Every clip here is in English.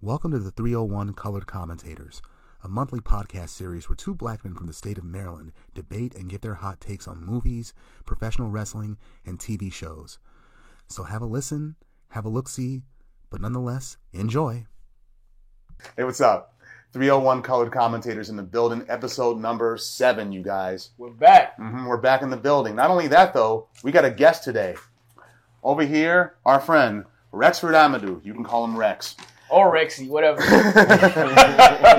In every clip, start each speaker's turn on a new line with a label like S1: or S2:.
S1: Welcome to the 301 Colored Commentators, a monthly podcast series where two black men from the state of Maryland debate and give their hot takes on movies, professional wrestling, and TV shows. So have a listen, have a look see, but nonetheless, enjoy. Hey, what's up? 301 Colored Commentators in the building, episode number seven, you guys.
S2: We're back.
S1: hmm we're back in the building. Not only that, though, we got a guest today. Over here, our friend, Rexford Amadou. You can call him Rex.
S2: Or Rexy, whatever.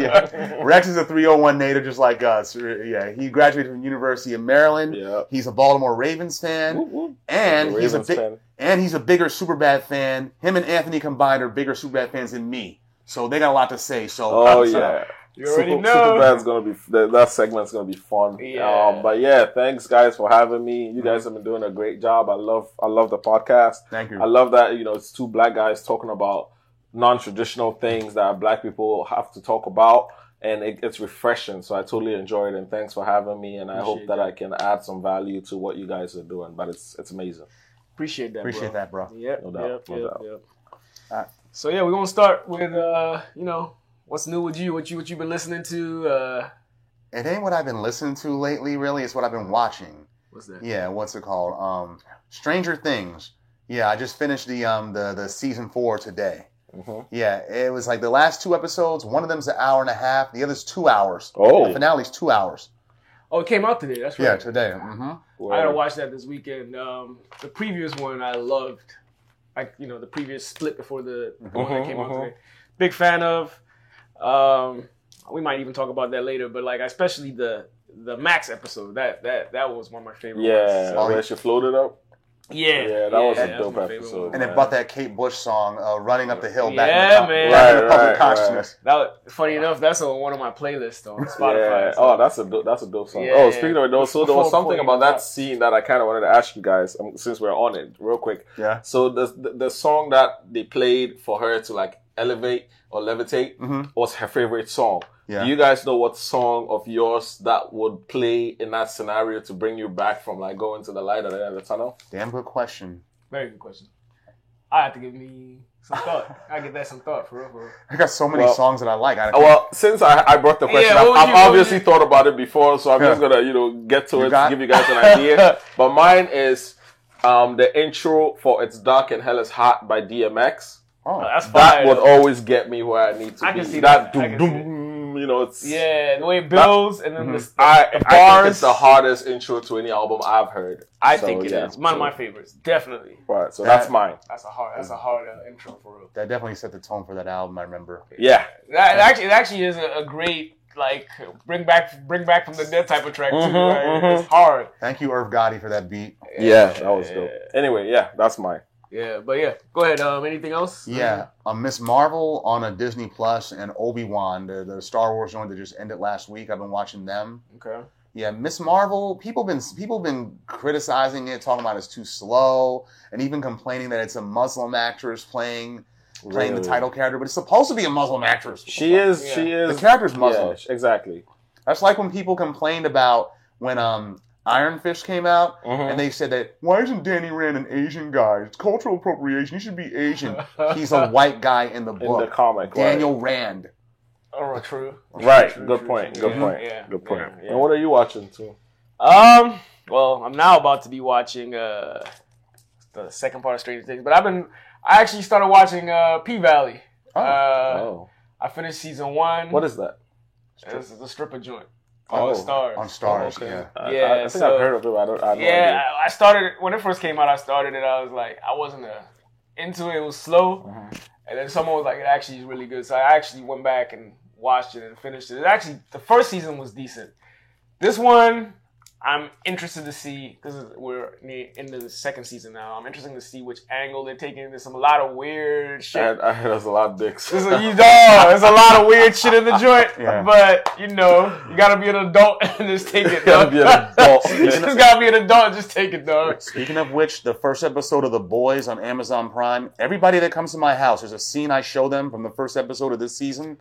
S1: yeah. Rex is a 301 native just like us. Yeah, he graduated from University of Maryland.
S3: Yeah.
S1: He's a Baltimore Ravens fan,
S2: Oh,
S1: and he's a
S3: Ravens
S1: big,
S3: fan.
S1: and he's a bigger Superbad fan. Him and Anthony combined are bigger Superbad fans than me, so they got a lot to say. So
S3: Oh
S1: I'm-
S3: yeah,
S2: You already
S3: Super,
S2: know.
S3: Superbad's gonna be that, that segment's gonna be fun.
S2: Yeah. Mm-hmm.
S3: Um, but yeah, thanks guys for having me. You guys have been doing a great job. I love I love the podcast.
S1: thank you.
S3: I love that you know it's two black guys talking about non-traditional things that black people have to talk about, and it, it's refreshing. So I totally enjoy it, and thanks for having me. And I hope
S2: Appreciate
S3: that,
S2: that.
S3: I can add some value to what you guys are doing. But it's it's amazing.
S2: Appreciate that.
S1: Appreciate
S2: bro.
S1: that, bro.
S2: Yep.
S3: No doubt,
S2: Yep.
S3: no
S2: yep.
S3: doubt.
S2: yep.
S1: Alright.
S2: So yeah, we're gonna start with uh, you know, what's new with you? What you what you been listening to? Uh,
S1: It ain't what I've been listening to lately. Really, it's what I've been watching.
S2: what's that?
S1: Yeah, what's it called? Um, Stranger Things. Yeah, I just finished the um the the season four today.
S3: Mhm.
S1: Yeah, it was like the last two episodes. One of them's an hour and a half. The other's two hours.
S3: Oh.
S1: the finale's two hours.
S2: Oh, it came out today. That's
S1: Yeah,
S2: right.
S1: today. hmm
S2: I gotta watch that this weekend. Um, the previous one I loved, like you know, the previous split before the, the one that
S3: Mhm,
S2: came out
S3: mhm.
S2: today. Big fan of. Um, we might even talk about that later, but like especially the the Max episode. That that that was one of my favorite.
S3: Yeah,
S2: ones.
S3: unless you floated up.
S2: yeah,
S3: Yeah, that was a
S2: that
S3: dope
S2: my favorite
S3: episode.
S2: one.
S1: And it brought that Kate Bush song, uh, "Running Up the Hill," back in
S2: Yeah,
S1: the, pop-
S2: man.
S1: back in the
S3: Right,
S1: public
S3: right,
S1: consciousness.
S2: That was, funny enough, that's on one of my playlists on Spotify.
S3: Yeah. Oh, that's a do- that's a dope song.
S2: Yeah,
S3: oh,
S2: yeah.
S3: speaking of it, though, so there was
S2: Before-
S3: something
S2: before
S3: about
S2: you
S3: that
S2: go.
S3: scene that I kind of wanted to ask you guys um, since we're on it, real quick.
S1: Yeah.
S3: So the, the the song that they played for her to like elevate or levitate
S1: Mhm.
S3: was her favorite song.
S1: Yeah.
S3: Do you guys know what song of yours that would play in that scenario to bring you back from like going to the light at the end of the tunnel?
S1: Damn good question.
S2: Very good question. I have to give me some thought. I give that some thought for real. For real.
S1: I got so many
S3: Well-
S1: songs that I like. I
S3: Oh, Well, since I, I brought the question
S2: Yeah,
S3: up,
S2: what would
S3: I've
S2: you- what would
S3: obviously
S2: you-
S3: thought about it before, so I'm
S1: Yeah.
S3: just gonna you know get to
S1: You
S3: it,
S1: got-
S3: to give you guys an idea. but mine is um, the intro for "It's Dark and Hell Is Hot" by DMX.
S1: oh,
S2: That's
S3: That
S2: fire.
S3: would always get me where I need to
S2: I
S3: be.
S2: can see that. I
S3: doom,
S2: can see
S3: doom, you know, it's
S2: yeah, the way it builds and then the,
S3: Mm-hmm. I,
S2: the
S3: I
S2: bars.
S3: think it's the hardest intro to any album I've heard.
S2: I
S3: So,
S2: think it is
S3: yeah.
S2: one of
S3: So-
S2: my favorites. Definitely,
S3: Right, so
S1: That-
S3: that's mine.
S2: that's a hard.
S3: Mm-hmm.
S2: That's a hard uh, intro for real.
S1: that definitely set the tone for that album. I remember.
S3: Yeah,
S2: That it actually, it actually is a, a great like bring back, bring back from the dead type of track too.
S3: Mhm,
S2: right?
S3: mhm.
S2: It's hard.
S1: Thank you, Irv Gotti, for that beat.
S3: yeah, that was dope. Anyway, yeah, that's mine.
S2: Yeah, but yeah, go ahead. Um, anything else?
S1: Yeah, um, Miss Marvel on a Disney Plus and Obi Wan, the, the Star Wars joint that just ended last week. I've been watching them.
S2: Okay.
S1: Yeah, Miss Marvel. People been people been criticizing it, talking about it's too slow, and even complaining that it's a Muslim actress playing playing the
S3: Really.
S1: title character. But it's supposed to be a Muslim actress.
S3: She is.
S2: Yeah.
S3: She
S1: The
S3: is.
S1: character's Muslim.
S3: Yeah, exactly.
S1: That's like when people complained about when um Iron Fist came out
S3: Mhm.
S1: and they said that why isn't Danny Rand an Asian guy? It's cultural appropriation. He should be Asian. He's a white guy in the
S3: in
S1: book.
S3: the comic.
S1: Daniel Rand.
S2: All right, true.
S3: Right. right.
S2: True,
S3: good
S2: true,
S3: point.
S2: true.
S3: Good
S2: Yeah,
S3: point.
S2: yeah,
S3: Good point.
S2: yeah, yeah.
S3: And what are you watching too?
S2: Um. Well, I'm now about to be watching uh the second part of Stranger Things, but I've been I actually started watching uh P Valley.
S1: Oh.
S2: uh,
S3: oh,
S2: I finished season one.
S3: what is that?
S2: This is a stripper joint.
S3: Oh,
S2: on stars.
S1: on Stars,
S2: Okay.
S1: yeah.
S3: I-
S2: Yeah,
S3: I, I think
S2: so-
S3: I've heard of it. but I don't. I don't
S2: Yeah, I, I started when it first came out. I started it. I was like, I wasn't uh into it. It was slow, and then someone was like, it actually is really good. So I actually went back and watched it and finished it. it actually, the first season was decent. This one, I'm interested to see because we're near into the second season now. I'm interested to see which angle they're taking. There's some a lot of weird
S3: I
S2: shit.
S3: heard, I heard there's a lot of dicks.
S2: There's a, you know, there's a lot of weird shit in the joint,
S1: Yeah.
S2: but you know, you gotta be an adult and just take it.
S3: Gotta
S2: dog.
S3: be an adult.
S2: you just gotta be an adult and just take it, dog.
S1: Speaking of which, the first episode of The Boys on Amazon Prime, everybody that comes to my house, there's a scene I show them from the first episode of this season.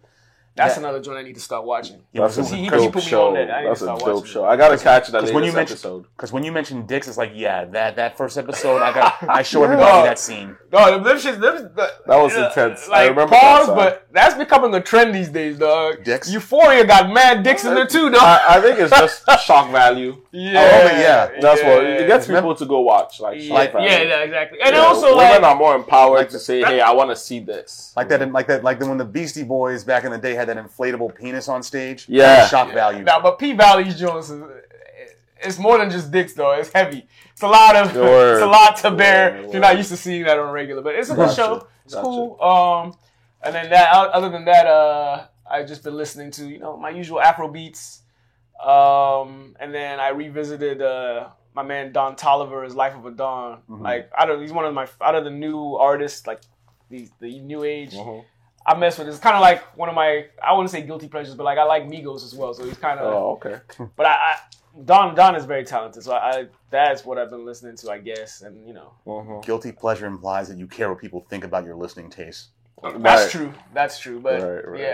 S2: That's
S4: Yeah.
S2: another joint I need to start watching.
S4: Yeah,
S3: That's a
S2: See, he- he
S3: dope
S2: put me
S3: show.
S2: on that. I need to
S3: That's a
S2: start
S3: dope
S2: watching
S3: show.
S2: it.
S3: I gotta catch that latest
S4: when you mentioned-
S3: episode.
S4: Because when you mentioned dicks, it's like, yeah, that that first episode, I got, I show everybody
S2: Yeah.
S4: that scene.
S2: No, them shits, them, the, uh,
S3: That was intense. I
S2: Like,
S3: remember
S2: pause,
S3: that time.
S2: but that's becoming a trend these days, dog.
S1: Dicks?
S2: Euphoria got mad dicks in there too, dog.
S3: I, oh, I think it's just shock value.
S2: yeah,
S1: yeah.
S3: That's what it gets
S1: Remember-
S3: people to go watch. Like, shock
S2: Like,
S3: value.
S2: yeah, yeah, exactly. And
S3: Yeah,
S2: also, like,
S3: women are more empowered to say, "Hey, I want to see this."
S1: Like that, like that, like the, when the Beastie Boys back in the day had that inflatable penis on stage.
S3: Yeah.
S1: That shock value.
S2: nah, but P Valley's joints is it's more than just dicks, though. It's heavy. It's a lot of,
S3: Sure.
S2: it's a lot to bear.
S3: Sure,
S2: if You're not used to seeing that on regular, but it's a good
S3: Gotcha.
S2: show. It's
S3: Gotcha.
S2: cool. Um, and then that, other than that, uh, I've just been listening to you know my usual Afro beats. Um, and then I revisited uh, my man Don Tolliver's Life of a Don. Like out of he's one of my out of the new artists, like the the new age.
S3: Mm-hmm.
S2: I mess with. It's kind of like one of my I wouldn't say guilty pleasures, but like I like Migos as well. So he's kind of.
S3: Oh, okay.
S2: But I, I Don Don is very talented. So I, I that's what I've been listening to, I guess. And you know
S1: Guilty pleasure implies that you care what people think about your listening taste.
S2: that's
S3: Right.
S2: true. That's true. But
S3: Right, right.
S2: yeah,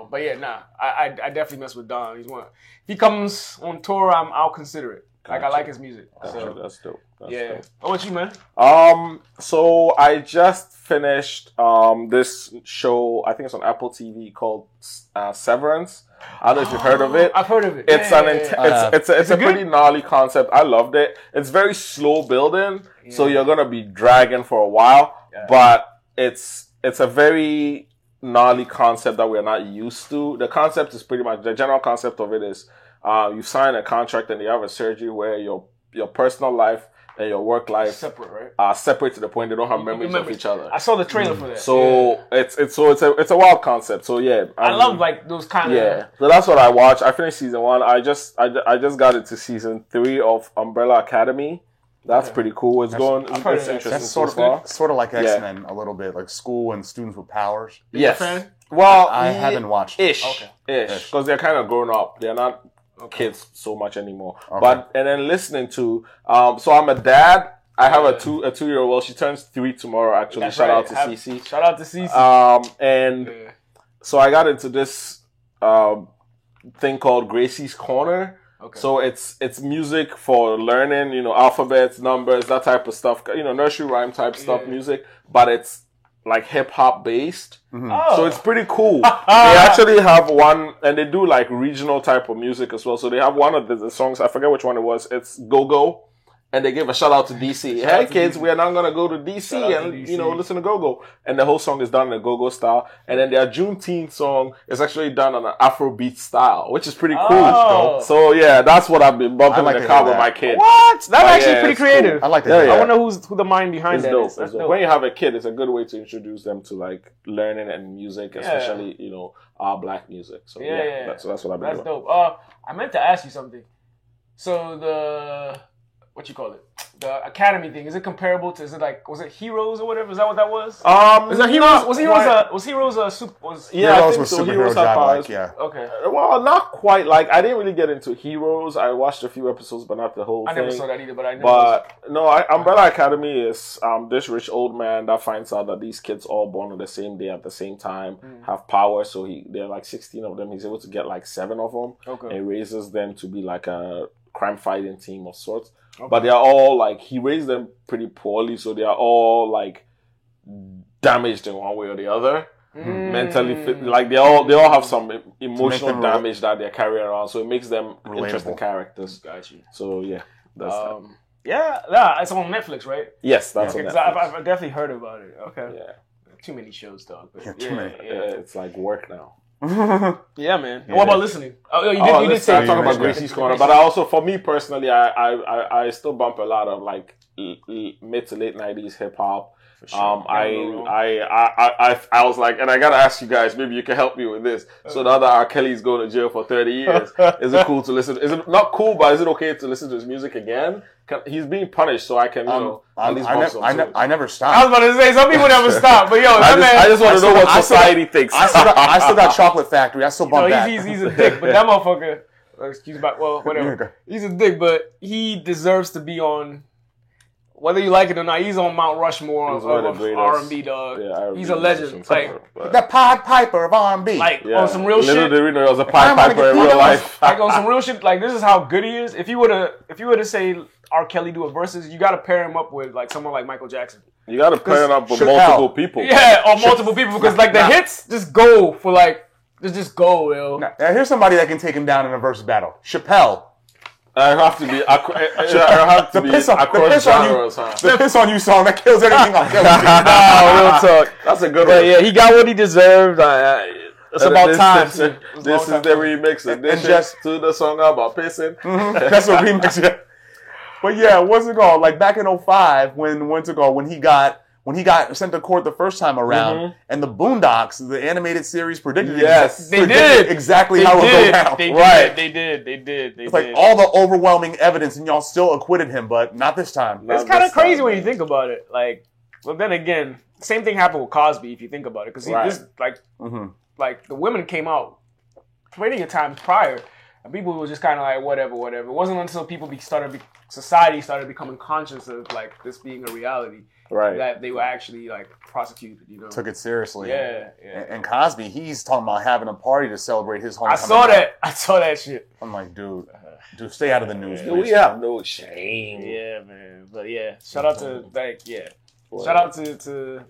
S2: uh, but yeah, nah. I, I I definitely mess with Don. He's one. If he comes on tour, I'm I'll consider it. Like I
S3: Gotcha.
S2: like his music.
S3: Gotcha.
S2: So
S3: That's dope. That's
S2: yeah.
S3: dope.
S2: What about you, man?
S3: Um, so I just finished um this show. I think it's on Apple TV called uh, Severance. I don't know if you've heard of it.
S2: I've heard of it.
S3: It's
S2: Yeah,
S3: an
S2: yeah,
S3: int-
S2: yeah.
S3: it's it's a, it's
S2: it
S3: a pretty gnarly concept. I loved it. It's very slow building, so
S2: Yeah.
S3: you're gonna be dragging for a while.
S2: Yeah.
S3: But it's it's a very gnarly concept that we're not used to. The concept is pretty much the general concept of it is uh, you sign a contract and you have a surgery where your your personal life and your work
S2: It's
S3: life
S2: separate, right?
S3: are separate to the point they don't have memories
S2: Remember-
S3: of each other. Mm.
S2: I saw the trailer for that.
S3: So
S2: Yeah.
S3: it's it's so it's a it's a wild concept. So yeah,
S2: I
S3: um,
S2: love like those kind of
S3: yeah, so that's what I watched. I finished season one. I just I, ju- I just got into season three of Umbrella Academy. That's pretty cool. It's going. It's,
S2: heard
S3: it's
S2: of that.
S3: interesting
S1: That's
S3: so
S1: sort
S3: far.
S1: of sort of like X Men a little bit, like school and students with powers.
S3: Yes.
S2: fan?
S3: Well,
S1: I
S3: ye-
S1: haven't watched. it.
S3: Ish,
S2: Okay.
S3: ish, because they're kind of grown up. They're not kids so much anymore.
S1: Okay.
S3: But and then listening to, um, so I'm a dad. I have a two a two year old. Well, she turns three tomorrow. Actually,
S2: That's
S3: shout
S2: right.
S3: out to
S2: Have-
S3: Cece.
S2: Shout out to CC.
S3: Um, and
S2: Yeah.
S3: so I got into this um, thing called Gracie's Corner.
S2: Okay.
S3: So it's it's music for learning, you know, alphabets, numbers, that type of stuff, you know, nursery rhyme type stuff,
S2: Yeah.
S3: music, but it's like hip hop based.
S2: oh,
S3: So it's pretty cool. they actually have one, and they do like regional type of music as well. So they have one of the, the songs. I forget which one it was. It's Go Go, and they give a shout out to DC. hey kids, we are now gonna go to DC
S2: Shout out to
S3: and
S2: DC.
S3: you know listen to Go Go. And the whole song is done in a Go Go style. And then their Juneteenth song is actually done on an Afrobeat style, which is pretty cool.
S2: Oh.
S3: So yeah, that's what I've been
S1: I
S3: bumping
S1: like
S3: in the
S1: to
S3: car
S1: hear
S3: with
S1: that.
S3: my kid.
S2: what? That's
S3: Yeah,
S2: actually
S3: it's
S2: pretty
S3: cool.
S2: creative.
S1: I like that.
S3: Yeah, yeah.
S2: I wonder who's who the mind behind
S3: It's
S2: that
S3: dope.
S2: is.
S3: It's
S2: That's
S3: dope.
S2: dope.
S3: When you have a kid, it's a good way to introduce them to like learning and music, especially you know our black music. So yeah,
S2: Yeah, yeah, yeah.
S3: That's, so that's what I've been
S2: That's
S3: doing.
S2: dope. Uh, I meant to ask you something. So the what you call it, the academy thing, is it comparable to? Is it like was it Heroes or whatever? Is that what that was?
S3: Um,
S2: is that Heroes? Was Heroes a was Heroes a super? Was,
S3: yeah? I
S1: Heroes
S3: think
S1: with
S3: so.
S1: superhero
S3: Heroes have
S1: job,
S3: powers.
S1: like, yeah.
S2: Okay,
S3: Well, not quite. Like I didn't really get into Heroes. I watched a few episodes, but not the whole
S2: I
S3: thing.
S2: never saw that either, but I know.
S3: But no, I, Umbrella Academy is um, this rich old man that finds out that these kids all born on the same day at the same time
S2: Hmm.
S3: have power. So he there are like sixteen of them. He's able to get like seven of them.
S2: Okay.
S3: and raises them to be like a crime fighting team of sorts. But they are all like he raised them pretty poorly, so they are all like damaged in one way or the other.
S2: Mm.
S3: Mentally, fit, like they all they all have some em- emotional
S1: Hmm. them rela-
S3: damage that they're carrying around, so it makes them interesting
S1: Relatable.
S3: characters.
S2: got you.
S3: So yeah, that's that.
S2: Um, yeah, nah, it's on Netflix, right?
S3: Yes, that's
S2: Okay,
S3: on
S2: 'cause
S3: Netflix.
S2: I've, I've definitely heard about it. Okay,
S3: yeah.
S2: too many shows, dog. but
S1: Yeah, too
S2: yeah,
S1: many.
S2: Yeah,
S3: Yeah, it's like work now.
S2: Yeah, man. And what about listening? Oh, you did,
S3: Oh,
S2: you did
S3: let's
S2: say
S3: not talk about
S1: mentioned it.
S3: Gracie's Corner, but I also, for me personally, I I, I, I still bump a lot of like l- l- mid to late nineties hip hop. Um, I,
S2: Never go wrong.
S3: I, I, I, I, I was like, and I gotta ask you guys, maybe you can help me with this. So
S1: Uh-huh.
S3: now that R. Kelly's going to jail for thirty years, is it cool to listen? Is it not cool, but is it okay to listen to his music again? Can, he's being punished, so I can, you know,
S1: Um,
S3: at
S1: I,
S3: least
S1: I,
S3: bump
S1: nev-
S3: some
S1: I,
S3: to
S1: ne-
S3: it.
S1: I never
S2: I was
S1: stopped.
S2: about to say some people never stop, but yo,
S3: I
S2: that
S3: just,
S2: man,
S3: I just want to
S1: still-
S3: know
S1: I
S3: what
S1: still-
S3: society thinks.
S1: I still, got, I still got chocolate factory. I still bump
S2: no,
S1: that.
S2: he's, he's, he's a dick, but that motherfucker. uh, Excuse my well,
S1: Okay.
S2: whatever. He's a dick, but he deserves to be on whether you like it or not, he's on Mount Rushmore
S3: He's
S2: of,
S3: one of the
S2: of
S3: greatest.
S2: R&B, dog.
S3: Yeah, I
S2: he's a
S3: really
S2: legend.
S3: listen to
S2: Like,
S3: her, but-
S1: The Pod Piper of R&B.
S2: like
S3: Yeah.
S2: on some real
S3: Little
S2: shit.
S3: did we know it was a Pied
S1: I'm gonna
S3: Piper in
S1: get-
S3: real life.
S2: like on some real shit. Like this is how good he is. If you were to, if you were to say R. Kelly do a versus, you got to pair him up with like someone like Michael Jackson.
S3: You got to pair it up with
S1: Chappelle.
S3: multiple people.
S2: Yeah, or multiple people because like the hits just go for like just just go, yo.
S1: Now, now here's somebody that can take him down in a verse battle. Chappelle.
S3: I have to be. ac- I, I, I have to
S1: The
S3: be
S1: piss on, the
S3: across
S1: piss on you.
S3: genres. huh?
S1: The piss on you song that kills everything on Kelly.
S4: Oh,
S3: Nah, real talk. That's a good one.
S4: yeah, he got what he deserved. I, I, it's about
S3: this,
S4: time.
S3: This, this is the remix edition
S1: just- Mm-hmm.
S3: to the song about pissing.
S1: That's a remix. Yeah. But yeah, what's it called? Like back in 05 when what's it called? When he got when he got sent to court the first time around,
S2: Mm-hmm.
S1: and the Boondocks, the animated series, predicted
S3: Yes.
S1: exa-
S2: They
S1: predicted
S2: did.
S1: exactly
S2: They
S1: how it would go
S2: did.
S1: down.
S2: They did.
S3: Right.
S2: They did. They did. They
S1: It's like
S2: did.
S1: all the overwhelming evidence, and y'all still acquitted him, but not this time.
S3: Not
S2: it's kind
S3: this
S2: of crazy
S3: time,
S2: when you
S3: man.
S2: think about it. Like, but then again, same thing happened with Cosby if you think about it, because
S3: Right.
S2: this like
S1: Mhm.
S2: like the women came out plenty of times prior, and people were just kind of like whatever, whatever. It wasn't until people be, started be, society started becoming conscious of like this being a reality
S3: Right.
S2: that they were actually like prosecuted. You know?
S1: Took it seriously.
S2: yeah, yeah.
S1: And and Cosby, he's talking about having a party to celebrate his homecoming.
S2: I saw that. Uh-huh. I saw that shit.
S1: I'm like, dude, dude, stay out of the news.
S3: We
S1: please.
S3: have no shame.
S2: Yeah, man. But yeah, shout out to like yeah, shout out to to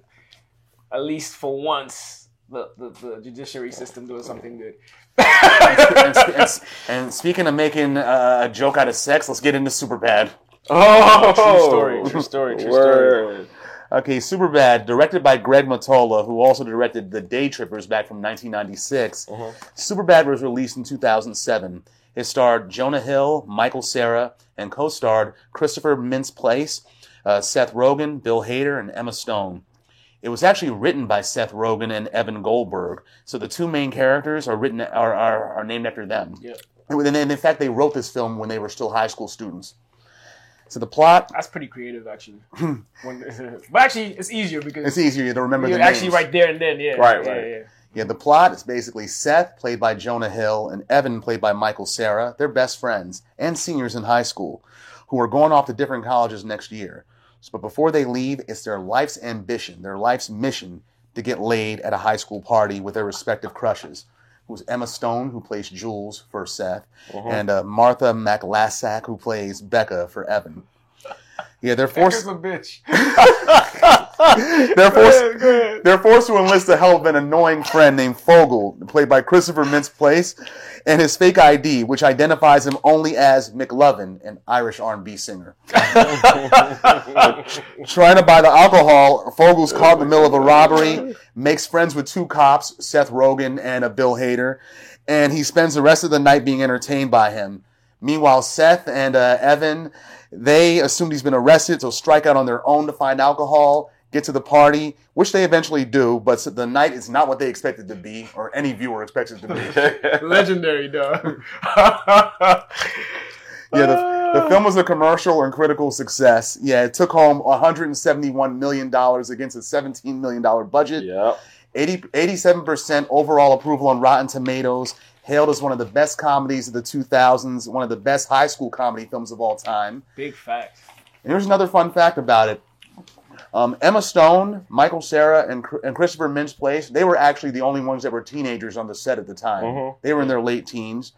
S2: at least for once the the, the judiciary system doing something good.
S1: and, sp- and s- and speaking of making uh, a joke out of sex, let's get into Superbad.
S3: Oh,
S2: True story. True story. True story.
S3: Word.
S1: Okay, Superbad, directed by Greg Matola, who also directed The Day Trippers back from 1996.
S2: Uh-huh.
S1: Superbad was released in 2007. It starred Jonah Hill, Michael Sarah, and co-starred Christopher Mintz-Plasse, uh, Seth Rogen, Bill Hader, and Emma Stone. It was actually written by Seth Rogen and Evan Goldberg, so the two main characters are written are, are, are named after them.
S2: Yep.
S1: And, and in fact, they wrote this film when they were still high school students. So the plot
S2: That's pretty creative, actually. When- but actually, it's easier because
S1: it's easier to remember.
S2: you're
S1: the
S2: actually
S1: names.
S2: right there and then. Yeah.
S3: Right,
S2: Yeah,
S3: right.
S2: yeah.
S1: Yeah, the plot is basically Seth, played by Jonah Hill, and Evan, played by Michael Sarah. They're best friends and seniors in high school who are going off to different colleges next year. So, but before they leave, it's their life's ambition, their life's mission to get laid at a high school party with their respective crushes. Who's Emma Stone, who plays Jules for Seth, and uh, Martha McLassack, who plays Becca for Evan. Yeah, they're forced.
S2: Here's a bitch.
S1: they're forced. They're forced to enlist the help of an annoying friend named Fogel, played by Christopher Mintz Place, and his fake ID, which identifies him only as McLovin, an Irish R&B singer. Trying to buy the alcohol, Fogel's caught in the middle of a robbery, makes friends with two cops, Seth Rogen and a Bill Hader, and he spends the rest of the night being entertained by him. Meanwhile, Seth and uh, Evan, they assume he's been arrested, so strike out on their own to find alcohol, get to the party, which they eventually do, but the night is not what they expected to be, or any viewer expects it to be.
S2: Legendary, dog.
S1: Yeah, the, the film was a commercial and critical success. Yeah, it took home 171 million dollars against a 17 million dollar budget.
S3: Yep.
S1: 80, 87% overall approval on Rotten Tomatoes. Hailed as one of the best comedies of the 2000s, one of the best high school comedy films of all time.
S2: Big facts.
S1: And here's another fun fact about it. Um, Emma Stone, Michael Sarah, and, Chr- and Christopher Mintz Place, they were actually the only ones that were teenagers on the set at the time.
S3: Mhm.
S1: They were in their late teens.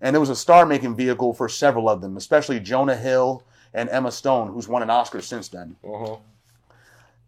S1: And it was a star making vehicle for several of them, especially Jonah Hill and Emma Stone, who's won an Oscar since then.
S2: Uh-huh.
S3: Mhm.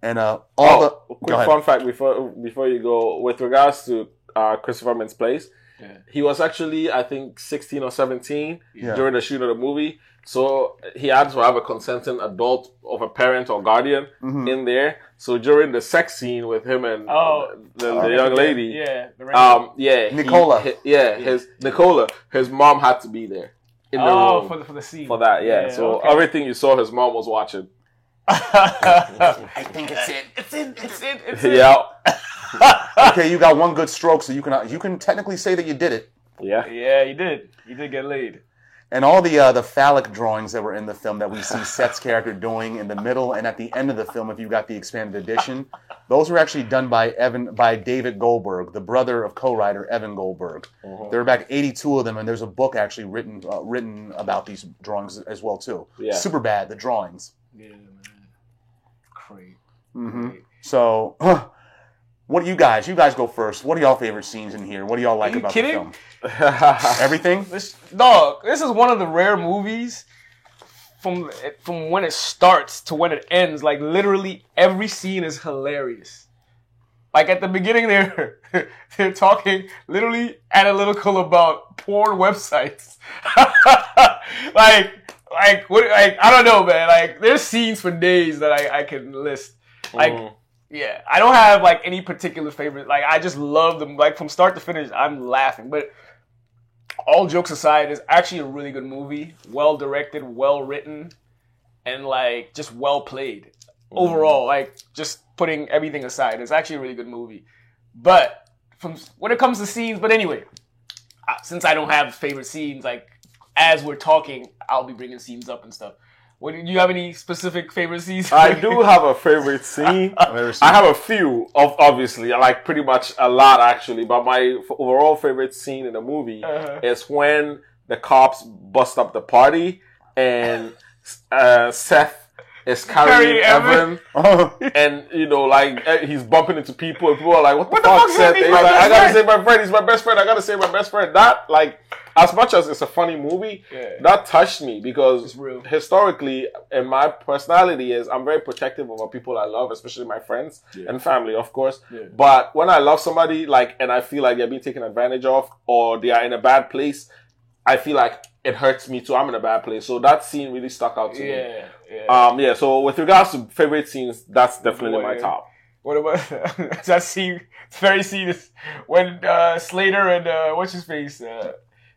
S1: And uh, all
S3: oh,
S1: the. Go
S3: quick
S1: ahead.
S3: fun fact before before you go with regards to uh, Christopher Mintz Place.
S2: Yeah.
S3: He was actually, I think, 16 or 17
S1: Yeah.
S3: during the shooting of the movie. So he had to have a consenting adult of a parent or guardian
S1: Mhm.
S3: in there. So during the sex scene with him and
S2: Oh.
S3: the, the young lady,
S2: Yeah. The
S3: um, yeah, he-
S1: Nicola.
S3: he- yeah, his Nicola, his mom had to be there in the
S2: oh,
S3: room
S2: for
S3: for,
S2: the, for the scene.
S3: that. Yeah, so
S2: okay.
S3: everything you saw, his mom was watching.
S1: I think it's it.
S2: it's in. It's in. It's in.
S3: uh, yeah,
S1: okay, you got one good stroke, so you can uh, you can technically say that you did it.
S3: yeah,
S2: Yeah, you did. You did get laid.
S1: And all the uh, the phallic drawings that were in the film that we see Seth's character doing in the middle and at the end of the film, if you got the expanded edition, those were actually done by Evan by David Goldberg, the brother of co-writer Evan Goldberg. There were about eighty two of them, and there's a book actually written uh, written about these drawings as well too.
S3: Yeah.
S1: Super bad the drawings.
S2: Yeah, man. great.
S1: hmm
S2: great.
S1: So, what do you guys? You guys go first. What are y'all favorite scenes in here? What do y'all like
S2: you
S1: about
S2: kidding?
S1: the film?
S3: yeah.
S1: Everything.
S2: This dog, this is one of the rare movies from from when it starts to when it ends. Like literally every scene is hilarious. Like at the beginning, they're they're talking literally analytical about porn websites. like like what like I don't know, man. Like there's scenes for days that I, I can list. Like
S3: Mm.
S2: yeah, I don't have like any particular favorite. Like I just love them. Like from start to finish, I'm laughing. But all jokes aside, it's actually a really good movie. Well directed, well written, and like just well played
S3: Mm.
S2: overall. Like just putting everything aside, it's actually a really good movie. But from when it comes to scenes, but anyway, I- since I don't have favorite scenes, like as we're talking, I'll be bringing scenes up and stuff. What, do you have any specific favorite scenes?
S3: I do have a favorite scene.
S1: Favorite
S3: I
S1: scene?
S3: have a few of obviously, I like pretty much a lot actually, but my f- overall favorite scene in the movie
S2: Uh-huh.
S3: is when the cops bust up the party and uh, Seth is carrying
S2: Carrying
S3: Evan,
S2: Evan.
S1: Uh-huh.
S3: and you know like eh, he's bumping into people and people are like, "What the,
S2: What the
S3: fuck,
S2: fuck's
S3: Seth?"
S2: happening?
S3: And
S2: My
S3: he's like,
S2: best
S3: "I gotta
S2: friend."
S3: save my friend. He's my best friend. I gotta save my best friend." That like. As much as it's a funny movie,
S2: Yeah.
S3: that touched me because
S2: It's real.
S3: historically, and my personality is I'm very protective over people I love, especially my friends and family, of course.
S2: Yeah.
S3: But when I love somebody, like, and I feel like they're being taken advantage of or they are in a bad place, I feel like it hurts me too. I'm in a bad place. So that scene really stuck out to me.
S2: yeah, Uh, yeah.
S3: Um, yeah. So with regards to favorite scenes, that's definitely
S2: Boy,
S3: my
S2: yeah.
S3: top.
S2: What about that scene? Very scene is when uh, Slater and uh, what's his face, uh,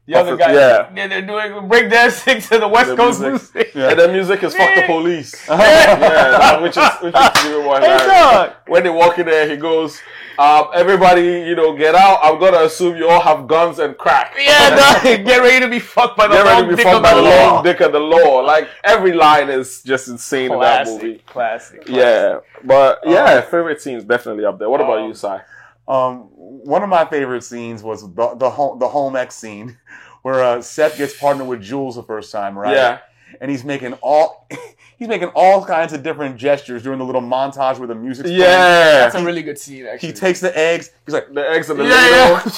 S2: the other
S3: Buffett-
S2: guy, they're,
S3: yeah.
S2: they're doing breakdancing to the West
S3: The
S2: Coast
S3: music.
S2: music.
S3: And the music is "Fuck the
S2: Yeah.
S3: Police." yeah, that- which is which is even more
S2: Hey,
S3: hilarious.
S2: dog.
S3: when they walk in there, he goes, um, "Everybody, you know, get out. I'm gonna assume you all have guns and crack.
S2: Yeah, dog. Get ready to be fucked by the
S3: Get ready
S2: long
S3: to be
S2: dick
S3: fucked
S2: of
S3: by
S2: the
S3: the
S2: law.
S3: long dick of the law. Like every line is just insane in
S2: Classic,
S3: that movie.
S2: classic. Uh-huh.
S3: Yeah, but yeah, favorite scenes definitely up there. What about
S2: Um,
S3: you, Sai?
S1: Um, one of my favorite scenes was the the home the home ec scene, where uh, Seth gets partnered with Jules the first time, right?
S3: Yeah,
S1: And he's making all he's making all kinds of different gestures during the little montage where the music's playing.
S3: yeah.
S2: That's a really good scene, actually.
S1: He takes the eggs. He's like,
S3: the eggs and the
S2: Yeah,
S3: yeah,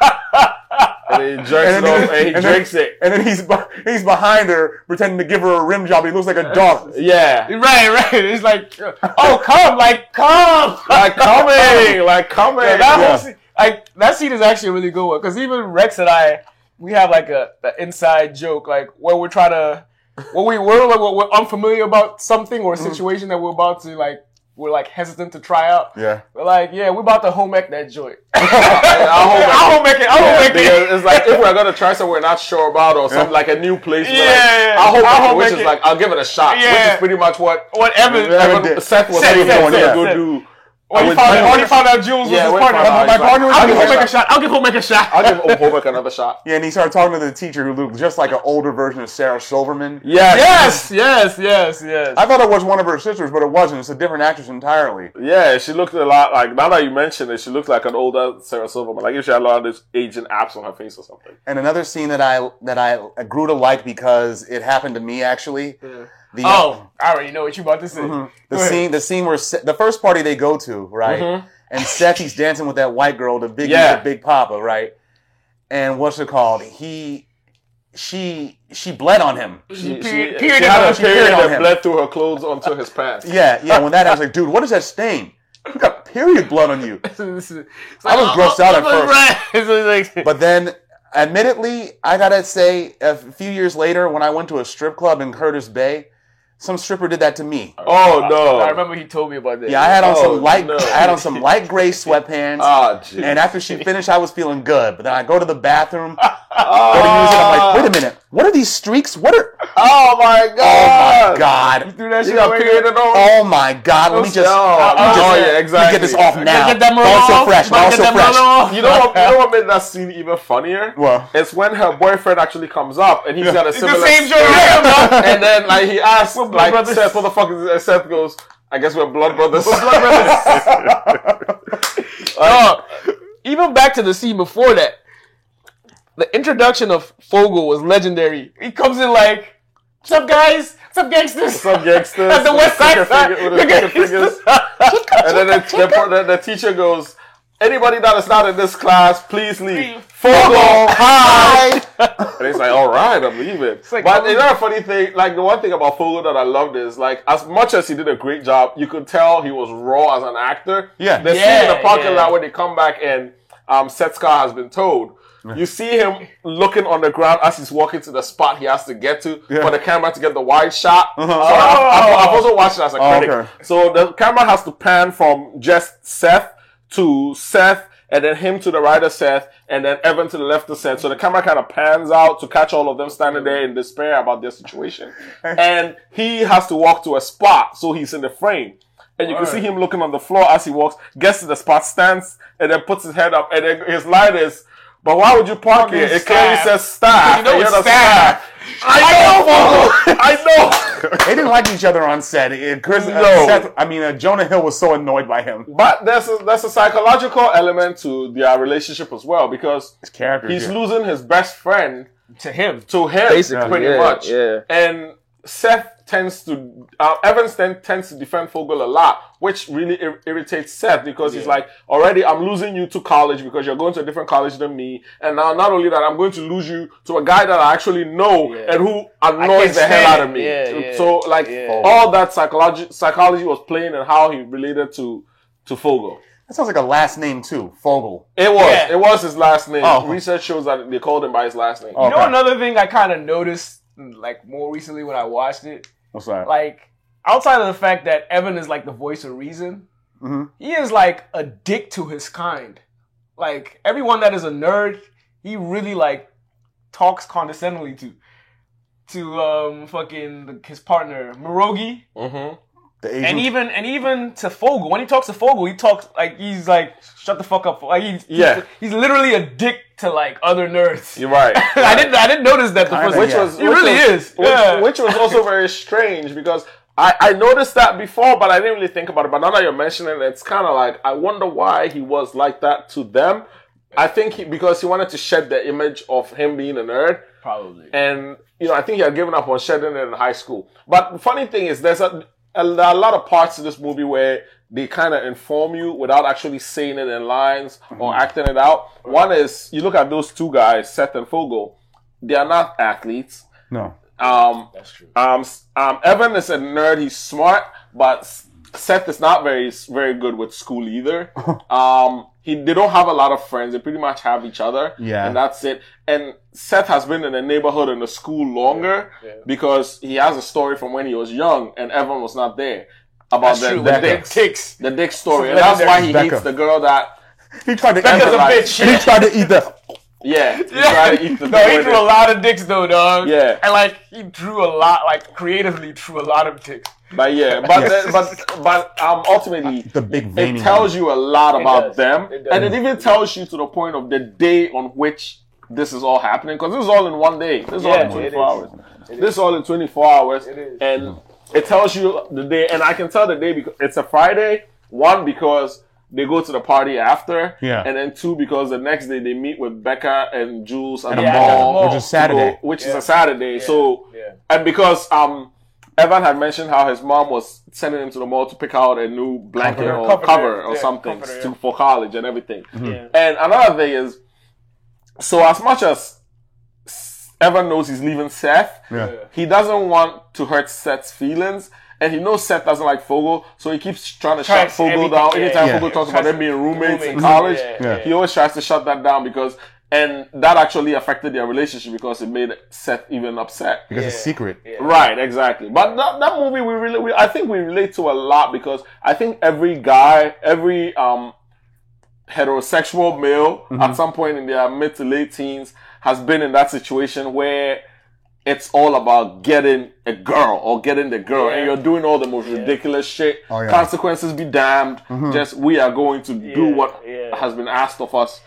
S3: and he
S1: And
S3: jerks it
S1: then-
S3: off and he
S1: and then-
S3: drinks it.
S1: and then he's be- he's behind her pretending to give her a rim job. He looks like a dog.
S3: Yeah,
S2: Right, right. It's like, oh, come, like, come.
S3: like coming, like coming.
S2: Yeah, that whole
S3: Yeah.
S2: scene, like that scene is actually a really good one because even Rex and I, we have like a, a inside joke like where we're trying to, when we were like when we're unfamiliar about something or a situation that we're about to like we're like hesitant to try out.
S1: Yeah.
S2: We're like, yeah, we're about to home ec that joint.
S3: I'll
S2: I'll
S3: home ec
S2: home ec it. I'll
S3: Yeah,
S2: home ec it.
S3: because it's like if we're gonna try somewhere we're not sure about or something like a new place. we're like,
S2: Yeah, yeah,
S3: I'll hope
S2: I'll
S3: it,
S2: hope
S3: which
S2: it
S3: is
S2: can-
S3: like I'll give it a shot, which
S2: Yeah.
S3: is pretty much what
S2: Whatever.
S3: Evan-
S1: did.
S3: Seth was
S2: Seth,
S3: saying
S2: Seth,
S3: going to
S2: Seth,
S3: go
S2: Seth.
S3: do.
S2: When he
S3: with
S2: found,
S3: Jules.
S2: when he found out Jules
S3: Yeah,
S2: was
S3: when
S2: his partner,
S3: he found out,
S2: I'm like,
S3: he's
S2: my partner
S3: like,
S2: I'll
S3: I'll
S2: give
S3: give
S2: home ec
S3: it a
S2: a shot. I'll give home ec a shot.
S3: I'll give Homework another shot.
S1: Yeah, and he started talking to the teacher who looked just like an older version of Sarah Silverman.
S3: Yeah,
S2: Yes, yes, yes, yes.
S1: I thought it was one of her sisters, but it wasn't. It's a different actress entirely.
S3: yeah. She looked a lot like now that you mentioned it, she looked like an older Sarah Silverman. Like if she had a lot of these aging apps on her face or something.
S1: And another scene that I that I grew to like because it happened to me actually. The,
S2: Oh, I already know what you about to say.
S1: Mhm.
S2: Go
S1: the
S2: ahead.
S1: scene the scene where Se- the first party they go to right, and Seth he's dancing with that white girl, the big
S3: Yeah.
S1: the big papa right, and what's it called? He, she, she bled on him.
S3: She, she,
S2: period-
S3: she
S2: period
S3: had
S2: on-
S3: a
S1: she period
S3: period
S1: on
S3: that
S1: him.
S3: bled through her clothes onto his pants.
S1: Yeah, yeah. When that, I was like, dude, what is that stain? You got period blood on you.
S2: It's like, oh,
S1: I was grossed out at first.
S2: It's like-
S1: But then, admittedly, I gotta say, a few years later, when I went to a strip club in Curtis Bay, some stripper did that to me.
S3: Oh no!
S2: I remember he told me about that.
S1: Yeah, I had on
S3: Oh,
S1: some light,
S3: no.
S1: I had on some light gray sweatpants.
S3: Ah, jeez.
S1: and after she finished, I was feeling good. But then I go to the bathroom, go to
S3: oh,
S1: use it. I'm like, wait a minute, what are these streaks? What are?
S3: Oh my
S1: Oh my
S3: god!
S1: god!
S2: Threw that
S3: You
S2: shit
S3: got
S2: away.
S3: period on.
S1: Oh my god! Let me just,
S3: Oh,
S1: let me
S3: oh,
S1: just-
S3: yeah,
S1: let me
S3: exactly.
S1: get this off
S3: Gotta
S1: now.
S2: get that
S1: Now it's
S2: Merlot
S1: so
S2: off.
S1: fresh. Now
S2: Gotta
S1: it's so
S2: get that
S1: fresh.
S2: Merlot off.
S3: You know, what, you know what made that scene even funnier?
S1: What?
S3: It's when her boyfriend actually comes up and he's got a
S2: It's the
S3: similar
S2: same joke.
S3: story.
S2: Yeah, bro.
S3: And then like he asks,
S2: We're blood
S3: like
S2: brothers.
S3: Seth, what the fuck is this? And Seth goes, I guess we're blood brothers.
S2: Dog, even back to the scene before that, the introduction of Fogel was legendary. He comes in like,
S4: What's up, guys? What's up, gangsters?
S3: What's up, gangsters?
S4: That's the
S3: With
S4: West Side
S3: sticker
S4: side.
S3: finger-
S4: The
S3: With the sticker fingers. And then the, the, the, the teacher goes, anybody that is not in this class, please leave. Fogo, hi! and it's like, all right, I'm leaving.
S2: like-
S3: but you know a funny thing? Like, the one thing about Fogo that I loved is, like, as much as he did a great job, you could tell he was raw as an actor.
S1: Yeah.
S3: The
S4: Yeah,
S3: scene in the parking
S4: yeah.
S3: lot where they come back and um, Seth's car has been towed. You see him looking on the ground as he's walking to the spot he has to get to for the camera to get the wide shot. So I've, I've- I've also watched it as a
S1: Oh,
S3: critic.
S1: okay.
S3: So the camera has to pan from just Seth to Seth, and then him to the right of Seth, and then Evan to the left of Seth. So the camera kind of pans out to catch all of them standing there in despair about their situation. and he has to walk to a spot, so he's in the frame. And you can see him looking on the floor as he walks, gets to the spot, stands, and then puts his head up, and then his line is, but why would you park here? It clearly
S2: staff.
S3: says staff.
S2: You know
S3: and you're
S2: it's
S3: the I know, Fogo. I know.
S1: They didn't like each other on set. It- Chris, uh,
S3: No.
S1: Seth- I mean, uh, Jonah Hill was so annoyed by him.
S3: But there's a, there's a psychological element to their relationship as well because
S1: His character.
S3: he's
S1: yeah.
S3: losing his best friend
S2: to him.
S3: to him,
S5: Basically,
S3: pretty
S5: yeah,
S3: much.
S5: yeah.
S3: And Seth tends to uh, Evans then tends to defend Fogel a lot, which really ir- irritates Seth because he's like, already I'm losing you to college because you're going to a different college than me, and now not only that, I'm going to lose you to a guy that I actually know and who annoys the hell
S4: stand
S3: out of
S4: it.
S3: me.
S4: Yeah,
S3: So-
S4: yeah.
S3: So like all that psychology psychology was playing and how he related to to Fogel.
S1: That sounds like a last name, too. Fogel.
S3: It was.
S4: Yeah.
S3: It was his last name.
S1: Oh.
S3: Research shows that they called him by his last name.
S1: Oh.
S2: You know
S1: Okay.
S2: another thing I kind of noticed like more recently when I watched it,
S1: What's that?
S2: like outside of the fact that Evan is like the voice of reason,
S3: Mm-hmm.
S1: Mhm.
S2: he is like a dick to his kind. Like everyone that is a nerd, he really like talks condescendingly to to um fucking the, his partner Morogi,
S3: Mm-hmm.
S1: the Asian
S2: and even and even to Fogel. When he talks to Fogel, he talks like he's like shut the fuck up. Like he's,
S3: Yeah.
S2: he's literally a dick to like other nerds.
S3: You're right.
S2: I didn't. I didn't notice that the
S1: Kinda,
S2: first.
S1: Which
S2: Which
S1: yeah.
S2: was. It really
S3: was-
S2: is.
S3: Which,
S2: yeah.
S3: which was also very strange because I, I noticed that before, but I didn't really think about it. But now that you're mentioning it, it's kind of like I wonder why he was like that to them. I think he, because he wanted to shed the image of him being a nerd,
S2: probably.
S3: and you know I think he had given up on shedding it in high school. But the funny thing is, there's a a, a lot of parts to this movie where they kind of inform you without actually saying it in lines or acting it out. One is you look at those two guys, Seth and Fogel. They are not athletes.
S1: no.
S3: Um,
S4: That's true.
S3: um, s- um, Evan is a nerd. He's smart, but S- Seth is not very very good with school either. um, he they don't have a lot of friends. They pretty much have each other.
S1: Yeah.
S3: and that's it. And Seth has been in the neighborhood and the school longer because he has a story from when he was young, and Evan was not there about the, the dicks,
S2: Ticks.
S3: the dick story. And that's why he
S1: Becca.
S3: hates the girl that.
S1: He tried to eat
S3: Becca's
S1: the-
S3: a bitch.
S1: He tried to eat the.
S3: Yeah, he tried to eat the
S2: no,
S3: dick
S2: he
S3: with
S2: drew a
S3: it.
S2: lot of dicks though, dog.
S3: Yeah.
S2: And like he drew a lot, like creatively drew a lot of dicks.
S3: But yeah, but
S1: Yes.
S3: the- but but um, ultimately,
S1: The big veiny
S3: it tells
S1: one.
S3: you a lot about
S4: does.
S3: them,
S4: It
S3: and it even tells you to the point of the day on which this is all happening because this is all in one day. This is all
S4: Yeah,
S3: in
S4: it
S3: 24 hours.
S4: is.
S3: this is all in 24 hours,
S2: is.
S3: and it tells you the day. And I can tell the day because it's a Friday. One because they go to the party after,
S1: Yeah.
S3: and then two because the next day they meet with Becca and Jules at
S1: At a
S3: the
S1: mall,
S3: mall,
S1: which is
S3: to go-
S1: Saturday.
S3: which is a Saturday. So and because um. Evan had mentioned how his mom was sending him to the mall to pick out a new blanket
S1: Comforter.
S3: or
S2: Comforter,
S3: cover or
S2: yeah,
S3: something
S2: comforter,
S3: to,
S2: yeah.
S3: for college and everything. And another thing is, so as much as Evan knows he's leaving Seth,
S1: Yeah.
S3: he doesn't want to hurt Seth's feelings. And he knows Seth doesn't like Fogel, so he keeps trying to shut
S4: Tries
S3: Fogel
S4: everything,
S3: down.
S4: yeah,
S3: Anytime
S1: yeah.
S3: Fogel talks about them being roommates, in
S4: roommates,
S3: college,
S4: yeah,
S1: yeah.
S3: he always tries to shut that down because, and that actually affected their relationship because it made Seth even upset.
S1: Because it's secret.
S3: Right, exactly. But that, that movie, we really, we, I think we relate to a lot because I think every guy, every um, heterosexual male
S1: Mm-hmm.
S3: at some point in their mid to late teens has been in that situation where it's all about getting a girl or getting the girl, and you're doing all the most ridiculous shit.
S1: Oh, yeah. Mm-hmm.
S3: Consequences be damned. Just we are going to do
S4: Yeah,
S3: what
S4: yeah.
S3: has been asked of us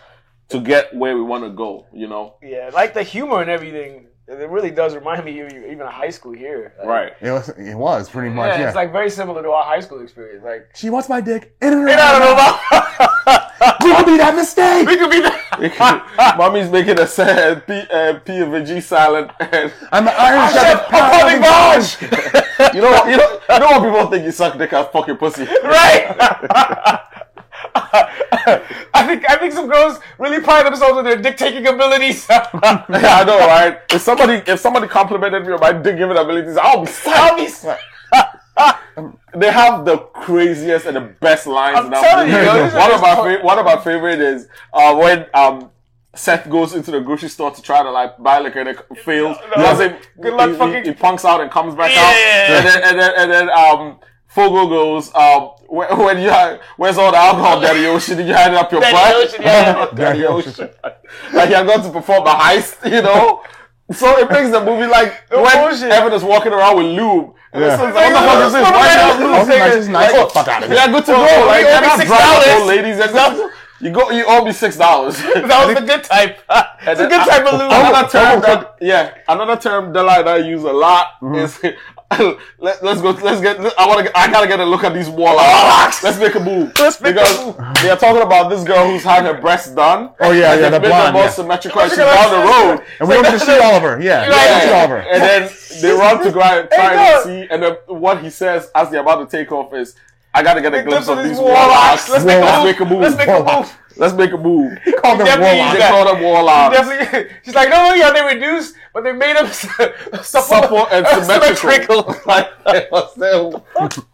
S3: to get where we want to go. You know,
S2: Yeah, like the humor and everything. It really does remind me of e- even of high school here. Like,
S3: right?
S1: It was, it was pretty much,
S2: Yeah,
S1: yeah.
S2: it's like very similar to our high school experience. Like
S1: she wants my dick. In her
S2: I don't know about.
S1: Mommy, that mistake!
S2: We could be the.
S3: Mommy's making a sad P, uh, P of a G silent. And
S1: I'm an Iron Chef.
S2: Holy gosh!
S3: you know, you know, you know what people think you suck dick at fucking pussy.
S2: Right. I think I think some girls really pride themselves on their dick taking abilities.
S3: I know, right? If somebody, if somebody complimented me on my dick giving abilities, I'll be
S2: I'll
S3: sad.
S2: be s-
S3: They have the craziest and the best lines.
S2: I'm
S3: in that
S2: telling you,
S3: movie.
S2: yo, these are
S3: one of
S2: just
S3: my
S2: fu-
S3: fa- one of my favorite is uh, when um. Seth goes into the grocery store to try to like buy liquor and it fails.
S2: No,
S3: Does
S2: no.
S3: it-
S2: Good luck
S3: he, he-
S2: fucking-
S3: He, punks out and comes back
S2: Yeah,
S3: out.
S2: yeah, yeah.
S3: And then and then and then um, Fogo goes um, where, when you had, where's all the alcohol, Daddy Ocean? You had it up your
S2: Daddy
S3: butt.
S2: Ocean, yeah.
S3: Daddy Ocean. like you're going to perform a heist, you know. So it makes the movie like when
S2: bullshit.
S3: Evan is walking around with lube. And
S1: Yeah.
S3: it's like, what the fuck is this?
S2: Like,
S3: Why not
S2: like,
S3: lube?
S1: Oh,
S2: like,
S1: nice, nice. the fuck out of here.
S3: You're good to
S2: Oh,
S3: go.
S2: we
S3: Like
S2: owe
S3: you're
S2: me
S3: not
S2: $6.
S3: driving old ladies. You're not- You go. You owe me six dollars.
S2: That was the good type. It's a good type of lube.
S3: Another term that yeah, another term Della and I use a lot
S1: Mm-hmm.
S3: is let, let's go. Let's get. I want to. I gotta get a look at these warlocks. Let's make a move.
S2: Let's make a
S3: because they are talking about this girl who's had her breasts done.
S1: Oh, yeah,
S3: and
S1: yeah,
S3: they've
S1: the
S3: made
S1: blonde,
S3: them all
S1: yeah.
S3: symmetrical. And she's
S2: Symmetrical.
S3: down the road.
S1: And we don't get to see Oliver. Yeah, we don't
S3: Yeah.
S1: get to see Oliver.
S3: And then they run to go and
S2: Hey,
S3: try and
S2: no.
S3: see. And then what he says as they're about to take off is, "I gotta get a glimpse of these
S2: warlocks.
S3: warlocks.
S2: Let's make
S1: Warlocks.
S2: a
S3: Let's make a move.
S2: Let's make a
S1: Warlocks.
S2: move.
S3: Let's make a move." They
S1: Call them
S2: definitely
S1: warlocks.
S2: use that.
S3: call them warlocks.
S2: Definitely. She's like, no, yeah, they reduced, but they made them supple,
S3: supple and symmetrical. like, it, was, it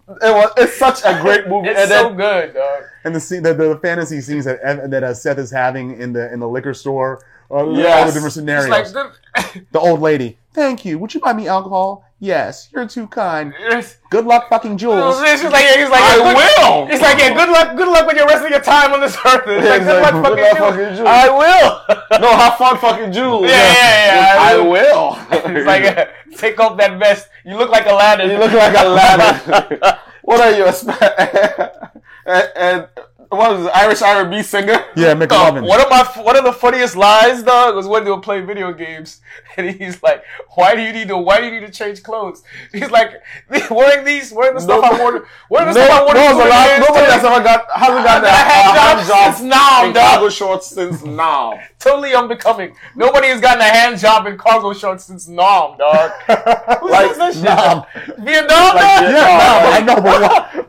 S3: was- it's such a great movie.
S2: It's
S3: and
S2: so
S3: then,
S2: good, dog.
S1: And the scene, the, the fantasy scenes that Ev- that uh, Seth is having in the in the liquor store, all, all the
S3: Yes.
S1: different
S2: It's
S1: scenarios.
S2: like, the-
S1: the old lady, thank you. Would you buy me alcohol? Yes, you're too kind.
S2: it's-
S1: Good luck, fucking Jules.
S2: it's just like, he's like,
S3: I
S2: yeah, good-
S3: will.
S2: It's like, yeah, good luck, good luck when you're wrestling your time on this earth. It's like,
S3: It's
S2: good
S3: like,
S2: luck,
S3: good luck,
S2: fucking
S3: fucking
S2: Jew.
S3: Jew.
S2: I will.
S3: no, have fun, fucking Jules.
S2: Yeah, yeah, yeah, I
S3: I, will.
S2: It's like, uh, take off that vest. You look like Aladdin.
S3: you look like a lad. what are you, a sp- and, and what is it, Irish R&B singer?
S1: Yeah, McLovin.
S2: One of my one of the funniest lines, dog, was when they were playing video games, and he's like, "Why do you need to? Why do you need to change clothes?" He's like, "Wearing these, wearing the stuff I
S3: Nobody-
S2: wore, wearing the
S3: No,
S2: stuff I wore." to
S3: no,
S2: school
S3: lot,
S2: today.
S3: nobody has ever got hasn't
S2: I had
S3: got that uh,
S2: jobs
S3: hand job
S2: since now,
S3: in
S2: dog.
S3: cargo shorts since now.
S2: totally unbecoming. Nobody has gotten a hand job in cargo shorts since Nom, dog. Who
S3: Like,
S2: says that
S1: nom.
S2: shit? Vietnam,
S3: Like,
S2: dog?
S1: yeah, no, I know, but what?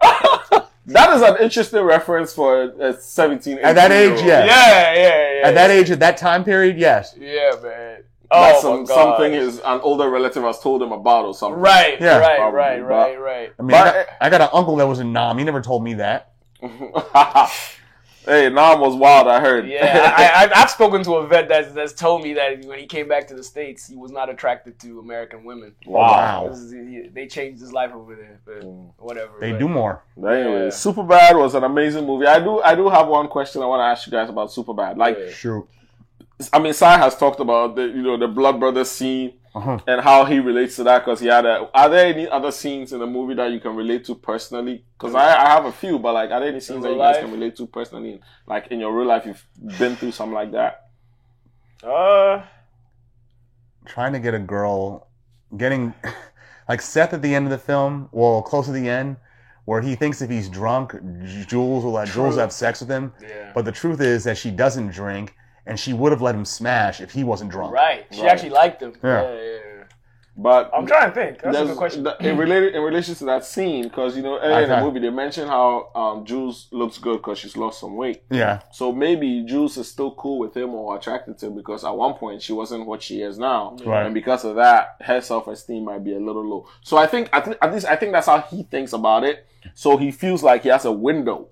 S1: what?
S3: That is an interesting reference for a, a 17,
S1: At that
S3: 18 -year-old.
S1: age, yeah.
S2: yeah, yeah, yeah.
S1: At that age, at that time period, yes.
S2: yeah, man.
S3: That's
S2: Oh,
S3: some-
S2: my God.
S3: something is an older relative has told him about or something.
S2: right,
S1: Yeah.
S2: right,
S3: Probably,
S2: right,
S3: but-
S2: right, right.
S1: I mean, I got,
S3: But-
S1: I got an uncle that was in Nam. He never told me that.
S3: hey, Nam was wild. I heard.
S2: Yeah, I, I, I've spoken to a vet that's, that's told me that when he came back to the states, he was not attracted to American women.
S1: Wow.
S2: This is- he- They changed his life over there, but
S3: Mm.
S2: whatever.
S1: They
S2: but-
S1: do more.
S3: Anyway,
S2: Yeah.
S3: Superbad was an amazing movie. I do, I do have one question I want to ask you guys about Superbad. Like,
S2: Yeah.
S1: Shoot.
S3: I mean, Sai has talked about the, you know, the Blood Brothers scene
S1: Uh-huh.
S3: and how he relates to that because he had a. Are there any other scenes in the movie that you can relate to personally? Because I, I have a few, but like, are there any scenes that you
S2: real
S3: guys
S2: life?
S3: can relate to personally? Like in your real life, you've been through something like that.
S2: Uh,
S1: Trying to get a girl, getting like Seth at the end of the film, well, close to the end, where he thinks if he's drunk, J- Jules will let Jules
S2: True.
S1: have sex with him.
S2: yeah.
S1: But the truth is that she doesn't drink, and she would have let him smash if he wasn't drunk.
S2: right. She
S3: Right.
S2: actually liked him.
S1: Yeah.
S2: Yeah. yeah, yeah.
S3: But
S2: I'm trying to think. That's a
S3: There's-
S2: good question.
S3: th- in related in relation to that scene, because you know earlier in the
S1: Okay.
S3: movie they mentioned how um, Jules looks good because she's lost some weight.
S1: Yeah.
S3: So maybe Jules is still cool with him or attracted to him because at one point she wasn't what she is now,
S1: Right.
S3: and because of that, her self esteem might be a little low. So I think I thi- at least I think that's how he thinks about it. So he feels like he has a window.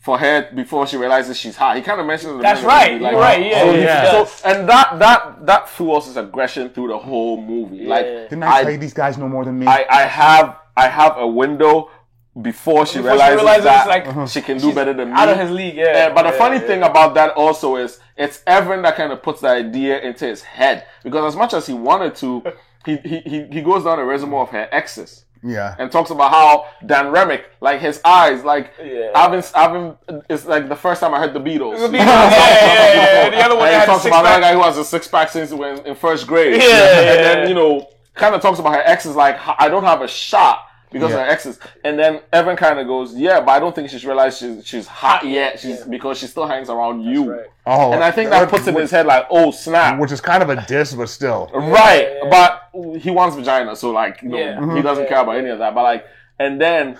S3: For her before she realizes she's hot, he kind of mentions it at the
S2: That's
S3: beginning of the
S2: right,
S3: movie,
S2: you're right, yeah,
S3: so he-
S1: yeah.
S3: so- and that that that fuels his aggression through the whole movie. Like
S2: Yeah.
S1: Didn't I,
S3: I-
S1: tell you these guys know more than me?
S3: I, I have I have a window before she
S2: Before she
S3: realizes,
S2: realizes,
S3: that
S2: it's like,
S3: she can do better than me.
S2: Out of his league, yeah.
S3: Yeah, Uh, but the
S2: Yeah,
S3: funny
S2: yeah.
S3: thing about that also is it's Evan that kind of puts the idea into his head because as much as he wanted to, he he, he, he goes down a resume of her exes
S1: yeah.
S3: and talks about how Dan Remick, like his eyes, like
S2: Yeah.
S3: I've been, it's like the first time I heard the Beatles.
S2: The Beatles, yeah, yeah, yeah. The other one that
S3: And he
S2: had a
S3: talks about
S2: six-pack.
S3: that guy who has a six pack since when in first grade.
S2: Yeah,
S3: and
S2: yeah,
S3: then
S2: yeah.
S3: you know, kind of talks about her exes like I don't have a shot. because
S1: Yeah.
S3: of her exes. And then Evan kind of goes, "Yeah, but I don't think she's realized she's she's hot yet. She's
S2: Yeah.
S3: because she still hangs around you."
S2: right.
S1: Oh,
S3: And I think that puts it in his head like, "Oh snap."
S1: which is kind of a diss, but still.
S3: Right,
S2: Yeah.
S3: but he wants vagina, so like you know,
S2: Yeah.
S3: he doesn't care about any of that. But like, and then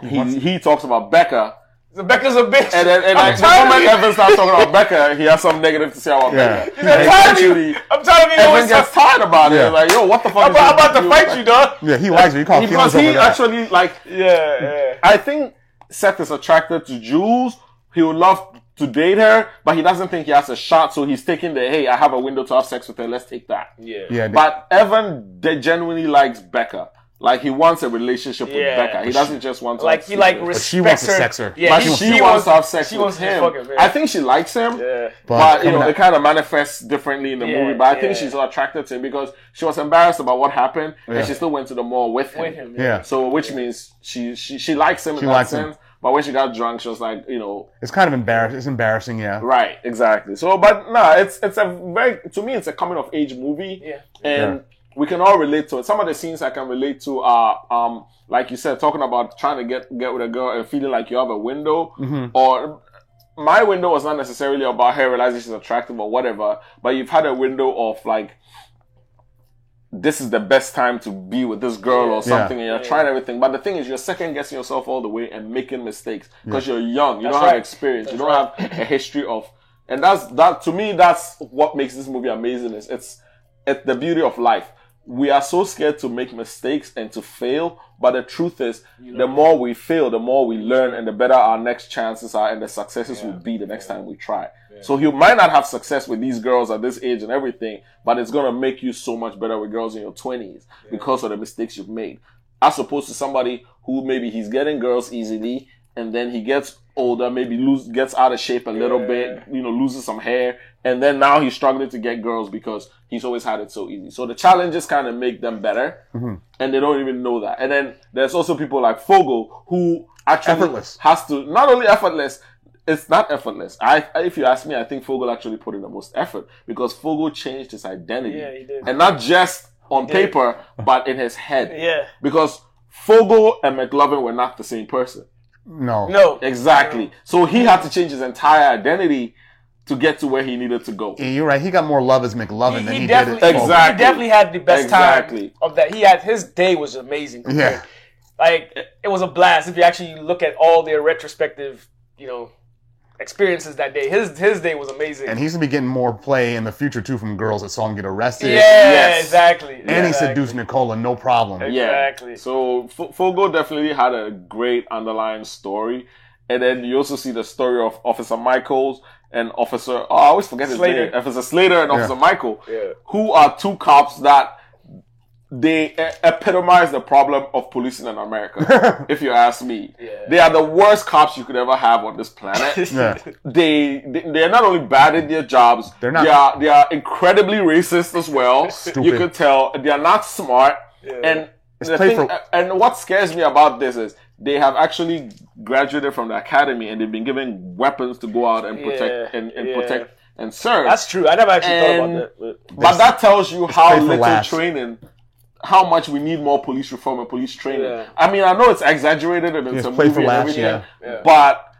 S3: he he talks about Becca,
S2: So Becca's a bitch.
S3: and then and
S2: I'm
S3: like the
S2: tired of
S3: moment
S2: you.
S3: Evan starts talking about Becca, he has something negative to say about
S1: Yeah.
S3: Becca.
S1: He's
S3: And
S2: like, "Tired of you."
S3: eventually,
S2: I'm tired of being
S3: Evan
S2: always
S3: gets
S2: tough.
S3: tired about
S1: Yeah.
S3: it. Like, yo, what the fuck?
S2: I'm
S3: is
S2: about, I'm about
S3: you
S2: to fight you, dog.
S1: Yeah, he likes it. You call feelings
S3: Because he
S1: over that.
S3: actually like,
S2: Yeah, yeah.
S3: I think Seth is attracted to Jules. He would love to date her, but he doesn't think he has a shot, so he's taking the hey, I have a window to have sex with her. Let's take that.
S2: Yeah.
S1: Yeah,
S3: But Evan de- genuinely likes Becca. Like he wants a relationship with
S2: Yeah.
S3: Becca. He doesn't just want to
S2: Oh, Like
S3: have
S2: he
S3: sex
S2: like
S3: with her.
S2: respects
S4: she wants to
S2: her.
S4: sex her.
S2: Yeah,
S3: But
S2: he,
S3: she, wants to have sex
S2: she
S3: with
S2: wants to
S3: him.
S2: fuck him, yeah.
S3: I think she likes him,
S2: Yeah.
S3: but you
S1: coming
S3: know
S1: out-
S3: it kind of manifests differently in the
S2: Yeah,
S3: movie. But I think
S2: yeah.
S3: she's not attracted to him because she was embarrassed about what happened,
S1: Yeah.
S3: and she still went to the mall with him.
S2: with him.
S1: yeah,
S3: So which means she she, she likes him
S1: She
S3: in that
S1: likes him.
S3: sense. But when she got drunk, she was like, you know,
S1: it's kind of embarrassing. It's embarrassing, yeah.
S3: right, exactly. So, but no, it's it's a very to me, it's a coming of age movie.
S2: Yeah.
S3: and
S1: Yeah.
S3: we can all relate to it. Some of the scenes I can relate to are, um, like you said, talking about trying to get get with a girl and feeling like you have a window, or my window was not necessarily about her realizing she's attractive or whatever, but you've had a window of like. This is the best time to be with this girl or
S2: Yeah.
S3: something, and you're
S2: Yeah.
S3: trying everything. But the thing is, you're second guessing yourself all the way and making mistakes because you're young. You
S2: That's
S3: don't
S2: right.
S3: have experience. you don't have a history of, and that's that. To me, that's what makes this movie amazing. Is it's it's the beauty of life. We are so scared to make mistakes and to fail, but the truth is, the more we fail, the more we learn, and the better our next chances are, and the successes will be the next time we try. So you might not have success with these girls at this age and everything, but it's gonna make you so much better with girls in your twenties because of the mistakes you've made, as opposed to somebody who maybe he's getting girls easily, and then he gets older, maybe lose gets out of shape a little bit, you know, loses some hair, and then now he's struggling to get girls because he's always had it so easy. So the challenges kind of make them better, and they don't even know that. And then there's also people like Fogel who actually
S1: Effortless.
S3: has to not only effortless. It's not effortless. I, if you ask me, I think Fogel actually put in the most effort because Fogel changed his identity,
S2: Yeah, he did.
S3: and not just on
S2: did.
S3: paper, but in his head.
S2: Yeah.
S3: Because Fogel and McLovin were not the same person.
S1: No.
S2: No.
S3: Exactly. So he had to change his entire identity to get to where he needed to go.
S1: Yeah, you're right. He got more love as McLovin
S2: He,
S1: than he,
S2: he
S1: did.
S2: definitely,
S1: It.
S2: he
S3: Exactly.
S2: definitely had the best
S3: Exactly.
S2: time of that. He had his day was amazing.
S1: Yeah.
S2: like it was a blast. If you actually look at all their retrospective, you know, experiences that day, his his day was amazing.
S1: And he's gonna be getting more play in the future too from girls that saw him get arrested.
S2: yeah,
S3: Yes.
S2: exactly.
S1: And he
S2: exactly.
S1: seduced Nicola, no problem.
S2: Exactly.
S3: Yeah. So F- Fogo definitely had a great underlying story, and then you also see the story of Officer Michaels and Officer. Oh, I always forget his
S2: Slater.
S3: name. Officer Slater and
S1: Yeah.
S3: Officer Michael,
S2: Yeah.
S3: who are two cops that they e- epitomize the problem of policing in America. if you ask me,
S2: Yeah.
S3: they are the worst cops you could ever have on this planet.
S1: Yeah.
S3: they they're not only bad at their jobs
S1: They're not-
S3: they are, they are incredibly racist as well you
S1: Stupid.
S3: could tell they are not smart and the
S1: played
S3: thing,
S1: for-
S3: and what scares me about this is they have actually graduated from the academy and they've been given weapons to go out and protect
S2: Yeah,
S3: and, and
S2: yeah.
S3: protect and serve
S2: That's true. I never actually
S3: And-
S2: thought about that.
S3: but that tells you how
S1: played for
S3: little
S1: laughs.
S3: training how much we need more police reform and police training
S2: Yeah.
S3: i mean i know it's exaggerated and it's
S1: Yes,
S3: a
S1: played
S3: movie
S1: for
S3: and
S1: laughs,
S3: everything
S1: yeah.
S2: Yeah.
S3: but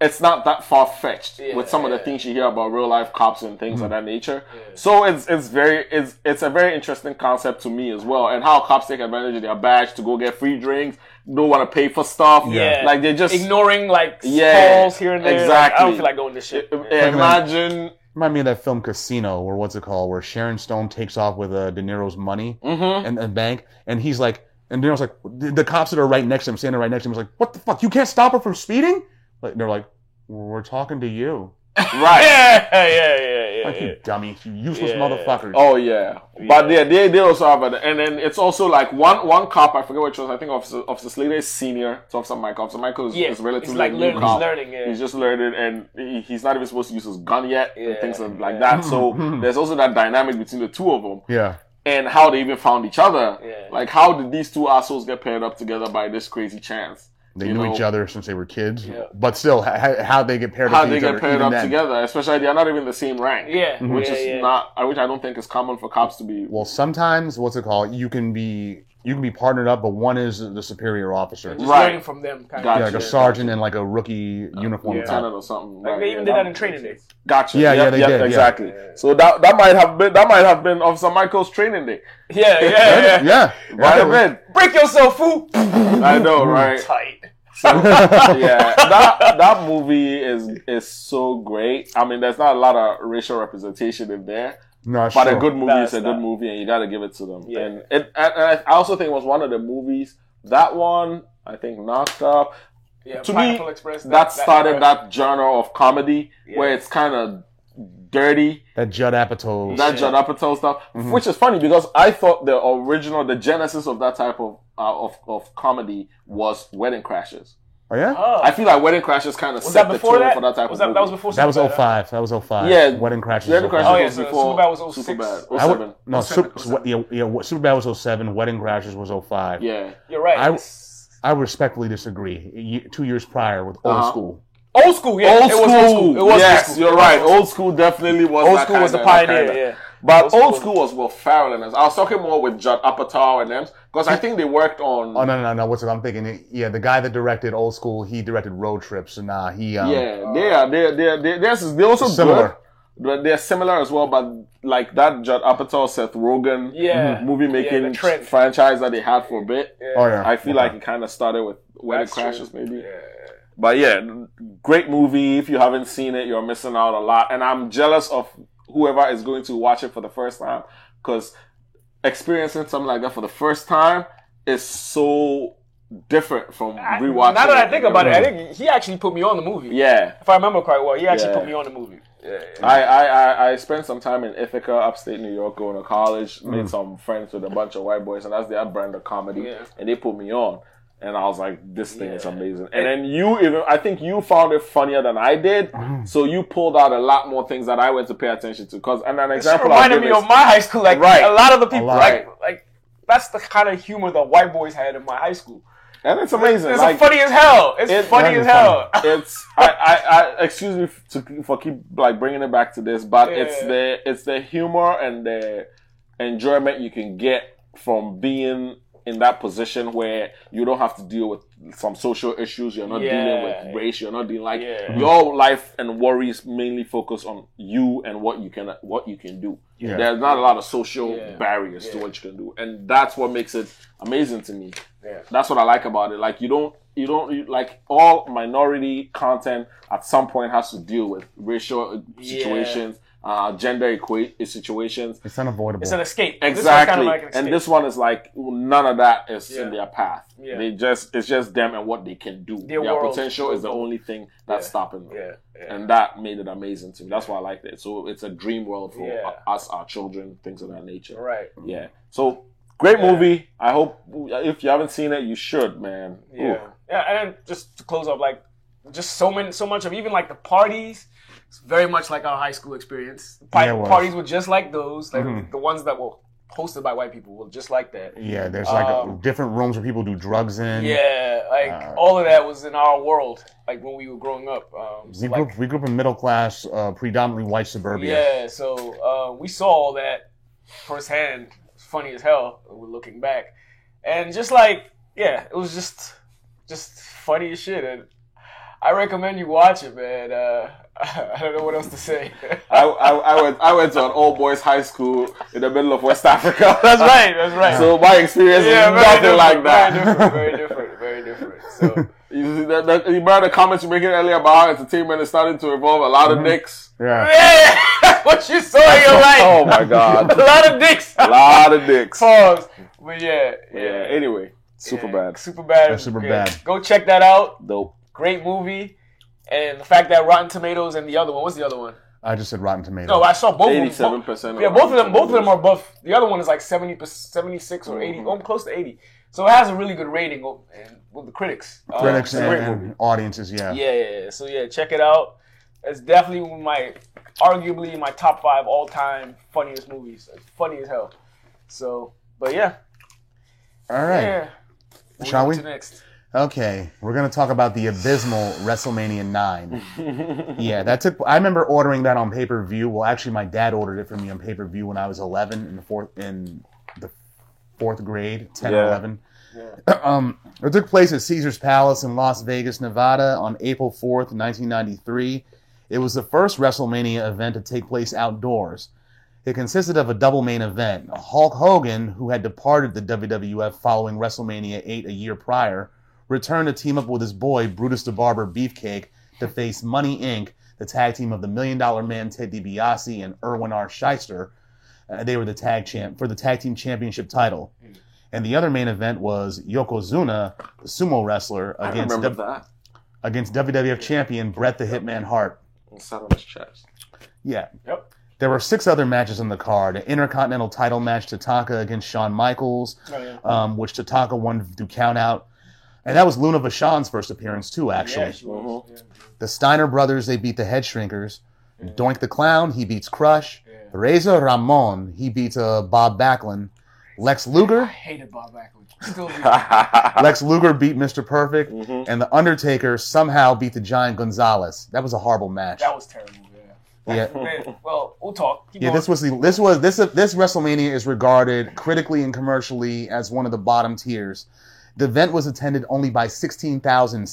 S3: it's not that far fetched
S2: Yeah,
S3: with some of the
S2: yeah.
S3: things you hear about real life cops and things
S1: Mm-hmm.
S3: of that nature. So it's it's very it's it's a very interesting concept to me as well, and how cops take advantage of their badge to go get free drinks, don't want to pay for stuff,
S2: Yeah.
S3: like they just
S2: Ignoring like
S3: Yeah,
S2: calls here and there. like, I
S3: exactly.
S2: don't feel like going to shit.
S3: imagine.
S1: Remind me of that film Casino, or what's it called, where Sharon Stone takes off with uh, De Niro's money
S3: Mhm.
S1: and the bank, and he's like, and De Niro's like, the, the cops that are right next to him, standing right next to him, is like, what the fuck? You can't stop her from speeding? Like, they're like, we're talking to you.
S3: Right.
S2: Yeah, yeah, yeah, yeah.
S1: Like,
S2: yeah.
S1: you dummy, you useless
S2: Yeah.
S1: motherfucker.
S3: Oh yeah. But they, they they also have it, and then it's also like one one cop I forget which was I think Officer Officer Slater is senior to Officer Michael. Officer Michael is,
S2: Yeah,
S3: is relatively
S2: he's like
S3: new
S2: learn- he's
S3: cop.
S2: learning, yeah.
S3: He's just learning, and he, he's not even supposed to use his gun yet, and
S2: Yeah,
S3: things like
S2: yeah.
S3: that. So there's also that dynamic between the two of them,
S1: Yeah.
S3: and how they even found each other.
S2: Yeah.
S3: Like how did these two assholes get paired up together by this crazy chance?
S1: They
S3: You
S1: knew
S3: know,
S1: each other since they were kids, but still, how, how they get paired
S3: How
S1: up to
S3: they
S1: each
S3: get
S1: other,
S3: paired
S1: even
S3: up
S1: then.
S3: together, especially they're not even the same rank.
S2: Yeah,
S1: Mm-hmm.
S3: Which
S2: yeah,
S3: is
S2: yeah.
S3: not, I which I don't think is common for cops to be.
S1: Well, sometimes what's it called? You can be you can be partnered up, but one is the superior officer.
S2: Just
S3: Right. Uh,
S2: learning from them, kind
S1: Yeah,
S3: Gotcha.
S1: like a sergeant in like a rookie uniform
S2: yeah.
S1: type.
S3: Lieutenant or something.
S2: of. Like
S3: right,
S2: they
S3: yeah,
S2: even did that in
S3: makes
S2: training
S3: sense.
S2: day.
S3: Gotcha.
S1: Yeah,
S3: Yeah,
S1: yeah,
S3: yeah,
S1: they
S3: yep,
S1: did, yeah.
S3: exactly. So that that might have been that might have been Officer Michael's training day.
S2: Yeah, yeah,
S1: Yeah,
S2: yeah.
S1: yeah.
S3: Might have been.
S2: Break yourself, fool.
S3: I know, right?
S2: Tight.
S3: yeah, that that movie is is so great. I mean, there's not a lot of racial representation in there,
S1: No,
S3: but
S1: sure.
S3: a good movie
S2: No,
S3: is a
S2: it's
S3: good
S2: not.
S3: movie, and you got to give it to them.
S2: Yeah.
S3: And, it, and and I also think it was one of the movies that one I think knocked up
S2: Yeah,
S3: To me,
S2: Pineapple Express.
S3: that, started that genre of comedy where it's kind of dirty.
S1: That Judd Apatow.
S3: that John Apatow stuff,
S1: Mm-hmm.
S3: which is funny because I thought the original, the genesis of that type of uh, of, of comedy was Wedding Crashes.
S1: oh yeah,
S2: Oh,
S3: I feel like Wedding Crashes kind of
S2: was
S3: set
S2: that
S3: the
S2: before
S3: tone
S2: that?
S3: for that type
S2: was
S3: of
S2: that, that was
S3: movie.
S2: before.
S1: that was
S2: Superbad, huh?
S1: 05. That was 05.
S3: Yeah,
S1: Wedding crashes. was
S3: Wedding Crashes
S1: 05.
S2: Oh, yeah,
S3: was
S2: so
S3: before
S2: Superbad was 06.
S3: Superbad,
S1: I would-
S3: 07.
S1: no,
S2: 07,
S1: Super, yeah, yeah, what- Superbad was 07. Wedding Crashes was 05.
S3: Yeah,
S2: You're right.
S1: I- I respectfully disagree. Ye- Two years prior with old
S3: Uh-huh.
S1: school.
S2: old school. Yeah,
S3: old
S2: it was
S3: school.
S2: It was
S3: yes,
S2: old school.
S3: you're right. Old school definitely was.
S2: Old
S3: that
S2: school was the
S3: kinda- that
S2: pioneer.
S3: kinda.
S2: Yeah.
S3: But old
S2: Old
S3: school,
S2: school.
S3: was Will Ferrell and us. I was talking more with Judd Apatow and them because I think they worked on.
S1: Oh no, no, no, no. What's it? I'm thinking. Yeah, the guy that directed Old School, he directed Road Trips, and nah, he. Um,
S3: yeah, they are. They are. They are. They are. They're, they're also
S1: Similar.
S3: good. But they're similar as well, but like that Judd Apatow, Seth Rogen
S1: Mm-hmm.
S2: Yeah.
S3: movie making
S2: Yeah, the trend.
S3: franchise that they had for a bit.
S1: Oh yeah.
S3: I feel
S1: Okay.
S3: like it kind of started with Wedding
S2: That's
S3: Crashes, maybe.
S2: Yeah.
S3: But yeah, great movie. If you haven't seen it, you're missing out a lot. And I'm jealous of whoever is going to watch it for the first time because experiencing something like that for the first time is so different from
S2: I-
S3: rewatching.
S2: Now that I think about it, I
S3: again.
S2: think he actually put me on the movie.
S3: yeah.
S2: If I remember quite well, he actually
S3: Yeah.
S2: put me on the movie. Yeah.
S3: I, I, I, I spent some time in Ithaca, upstate New York, going to college, made some friends with a bunch of white boys, and that's their brand of comedy.
S2: Yeah.
S3: And they put me on. And I was like, this thing is
S2: Yeah.
S3: amazing. And then you even, I think you found it funnier than I did. So you pulled out a lot more things that I went to pay attention to. Cause, and an
S2: It just
S3: example I'll
S2: reminded
S3: give
S2: me
S3: is-
S2: of my high school. Like
S3: Right.
S2: a lot of the people,
S1: lot.
S2: like like that's the kind of humor that white boys had in my high school.
S3: and it's amazing.
S2: It's
S3: like,
S2: funny as hell. It's
S3: it-
S2: funny
S1: that
S2: as
S1: is
S2: hell.
S3: it's I, I, I excuse me f- to, for keep like bringing it back to this, but it's
S2: Yeah.
S3: the it's the humor and the enjoyment you can get from being in that position where you don't have to deal with some social issues. You're not dealing
S2: Yeah.
S3: with race. You're not dealing like
S2: Yeah.
S3: your life and worries mainly focus on you and what you can what you can do.
S1: Yeah.
S3: There's not a lot of social
S2: Yeah.
S3: barriers to
S2: Yeah.
S3: what you can do, and that's what makes it amazing to me
S2: Yeah.
S3: that's what I like about it. Like you don't you don't you, like all minority content at some point has to deal with racial uh,
S2: Yeah.
S3: situations, uh, gender equa- situations.
S1: It's unavoidable.
S2: It's an escape. This is
S3: Exactly,
S2: kind of like an
S3: and
S2: escape.
S3: this one is like none of that is in
S2: Yeah.
S3: their path.
S2: Yeah.
S3: They just it's just them and what they can do.
S2: Their
S3: Their,
S2: world.
S3: potential is the only thing that's
S2: Yeah.
S3: stopping them,
S2: yeah, yeah.
S3: and that made it amazing to me. That's why I liked it. So it's a dream world for
S2: Yeah.
S3: us, our children, things of that nature.
S2: right.
S3: Yeah. So great
S2: Yeah.
S3: movie. I hope if you haven't seen it, you should, man.
S2: Yeah,
S3: Ooh.
S2: yeah, and then just to close up, like just so many, so much of even like the parties. It's very much like our high school experience. Pa-
S1: Yeah, it was. Mm-hmm.
S2: parties were just like those, like the ones that were hosted by white people were just like that.
S1: yeah, there's like
S2: Um,
S1: different rooms where people do drugs in.
S2: Yeah, like
S1: Uh,
S2: all of that was in our world, like when we were growing up. Um, so,
S1: We grew,
S2: like,
S1: up, we grew up in middle class, uh, predominantly white suburbia.
S2: yeah, so uh, we saw all that firsthand. It's funny as hell. We're looking back, and just like yeah, it was just just funny as shit. And I recommend you watch it, man. Uh, I don't know what else to say.
S3: I, I, I went I went to an all boys high school in the middle of West Africa.
S2: that's right. That's right.
S3: So my experience
S2: yeah,
S3: is
S2: very
S3: nothing
S2: different,
S3: like
S2: Very different. Very
S3: that.
S2: different. Very different. So
S3: You, see that, that- you remember the comments you making earlier about how entertainment is starting to involve a lot of
S2: Mm-hmm.
S3: dicks?
S1: Yeah.
S2: yeah, what you saw in your life.
S3: Oh my
S2: a
S3: god,
S2: lot of dicks.
S3: a lot of dicks. Yeah.
S2: Pause. But yeah, yeah.
S3: Anyway, super bad.
S2: Super bad.
S1: That's Superbad.
S2: Go check that out.
S3: Dope.
S2: Great movie. And the fact that Rotten Tomatoes and the other one, what's the other one?
S1: I just said Rotten Tomatoes.
S2: No, I saw both of them.
S3: Eighty-seven
S2: Bo-
S3: percent.
S2: yeah, both of them. Both of them are above. The other one is like 70, 76 or
S3: Mm-hmm.
S2: 80, oh, close to 80. So it has a really good rating o- and with the critics. Uh,
S1: Critics
S2: it's a
S1: and,
S2: great
S1: and
S2: movie.
S1: audiences, yeah.
S2: Yeah, yeah, yeah. So yeah, check it out. It's definitely my, arguably my top five all time funniest movies. It's funny as hell. So, but yeah,
S1: All right.
S2: yeah. What
S1: Shall
S2: on
S1: we?
S2: to next?
S1: Okay, we're gonna talk about the abysmal WrestleMania Nine. yeah, that took. I remember ordering that on pay per view. Well, actually, my dad ordered it for me on pay per view when I was eleven in the fourth in the fourth grade, 10 or
S3: Yeah.
S1: 11. um, it took place at Caesar's Palace in Las Vegas, Nevada on April 4th, 1993. It was the first WrestleMania event to take place outdoors. It consisted of a double main event. Hulk Hogan, who had departed the WWF following WrestleMania 8 a year prior, returned to team up with his boy Brutus the Barber Beefcake to face Money Inc., the tag team of the Million Dollar Man Ted DiBiase and Erwin R. Shyster. Uh, they were the tag champ for the tag team championship title. And the other main event was Yokozuna, the sumo wrestler,
S3: I
S1: against,
S3: remember
S1: W-
S3: that.
S1: against WWF champion Bret the Hitman Hart.
S3: It sat on his chest.
S1: Yeah.
S2: Yep.
S1: There were six other matches on the card. An Intercontinental title match, Tataka against Shawn Michaels,
S2: Oh, yeah.
S1: um, which Tataka won through count out. And that was Luna Vachon's first appearance, too, actually.
S2: Yeah, she was.
S3: Mm-hmm.
S2: Yeah.
S1: The Steiner brothers, they beat the Head Shrinkers. Doink the Clown, he beats Crush.
S2: Yeah.
S1: Razor Ramon, he beats uh, Bob Backlund. Lex
S2: I
S1: Luger,
S2: hated Bob Backlund. Still do.
S1: Lex Luger beat Mr. Perfect.
S2: Mm-hmm.
S3: Mhm.
S1: And The Undertaker somehow beat the Giant Gonzalez. That was a horrible match.
S2: That was terrible. Yeah.
S1: yeah.
S2: Man, well, we'll talk. Keep
S1: Yeah,
S2: going.
S1: this was the this was this this WrestleMania is regarded critically and commercially as one of the bottom tiers. The event was attended only by 16,000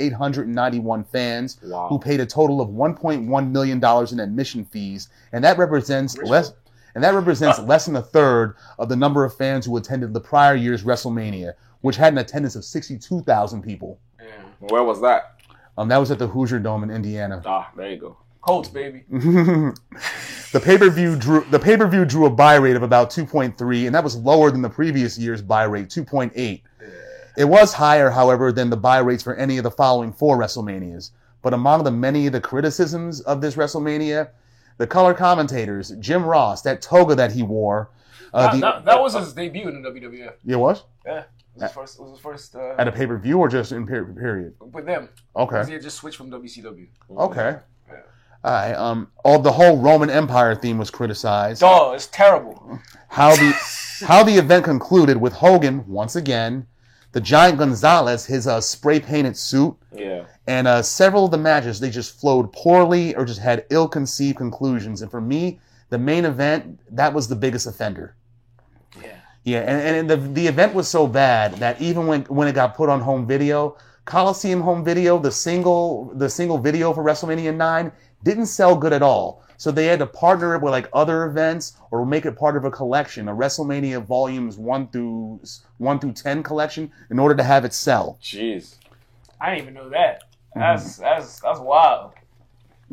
S1: 16,891 fans
S3: Wow.
S1: who paid a total of 1.1 million dollars in admission fees, and that represents less and that represents less than a third of the number of fans who attended the prior year's WrestleMania, which had an attendance of 62,000 people.
S2: Yeah.
S3: Where was that?
S1: Um, that was at the Hoosier Dome in Indiana.
S3: Ah, there you go.
S2: Colts, baby.
S1: the pay-per-view drew the pay-per-view drew a buy rate of about 2.3 and that was lower than the previous year's buy rate 2.8. It was higher however than the buy rates for any of the following four WrestleManias. But among the many of the criticisms of this WrestleMania, the color commentators, Jim Ross, that toga that he wore, uh,
S2: that,
S1: the,
S2: that, that was his debut in the WWF.
S1: yeah, what?
S2: Yeah. It was his first. It was his first. Uh,
S1: At a pay-per-view or just in per- period?
S2: with them,
S1: Okay.
S2: because he had just switched from WCW.
S3: Mm.
S1: Okay. All right. Um, all the whole Roman Empire theme was criticized.
S2: Duh, it's terrible.
S1: how the how the event concluded with Hogan once again, the Giant Gonzalez, his uh, spray painted suit,
S3: Yeah.
S1: and uh, several of the matches they just flowed poorly or just had ill conceived conclusions. And for me, the main event that was the biggest offender.
S2: Yeah.
S1: Yeah, and, and the the event was so bad that even when when it got put on home video, Coliseum home video, the single the single video for WrestleMania nine didn't sell good at all. So they had to partner it with like other events or make it part of a collection, a WrestleMania volumes one through one through ten collection, in order to have it sell.
S3: Jeez.
S2: I didn't even know that.
S1: Mm-hmm.
S2: That's that's that's wild.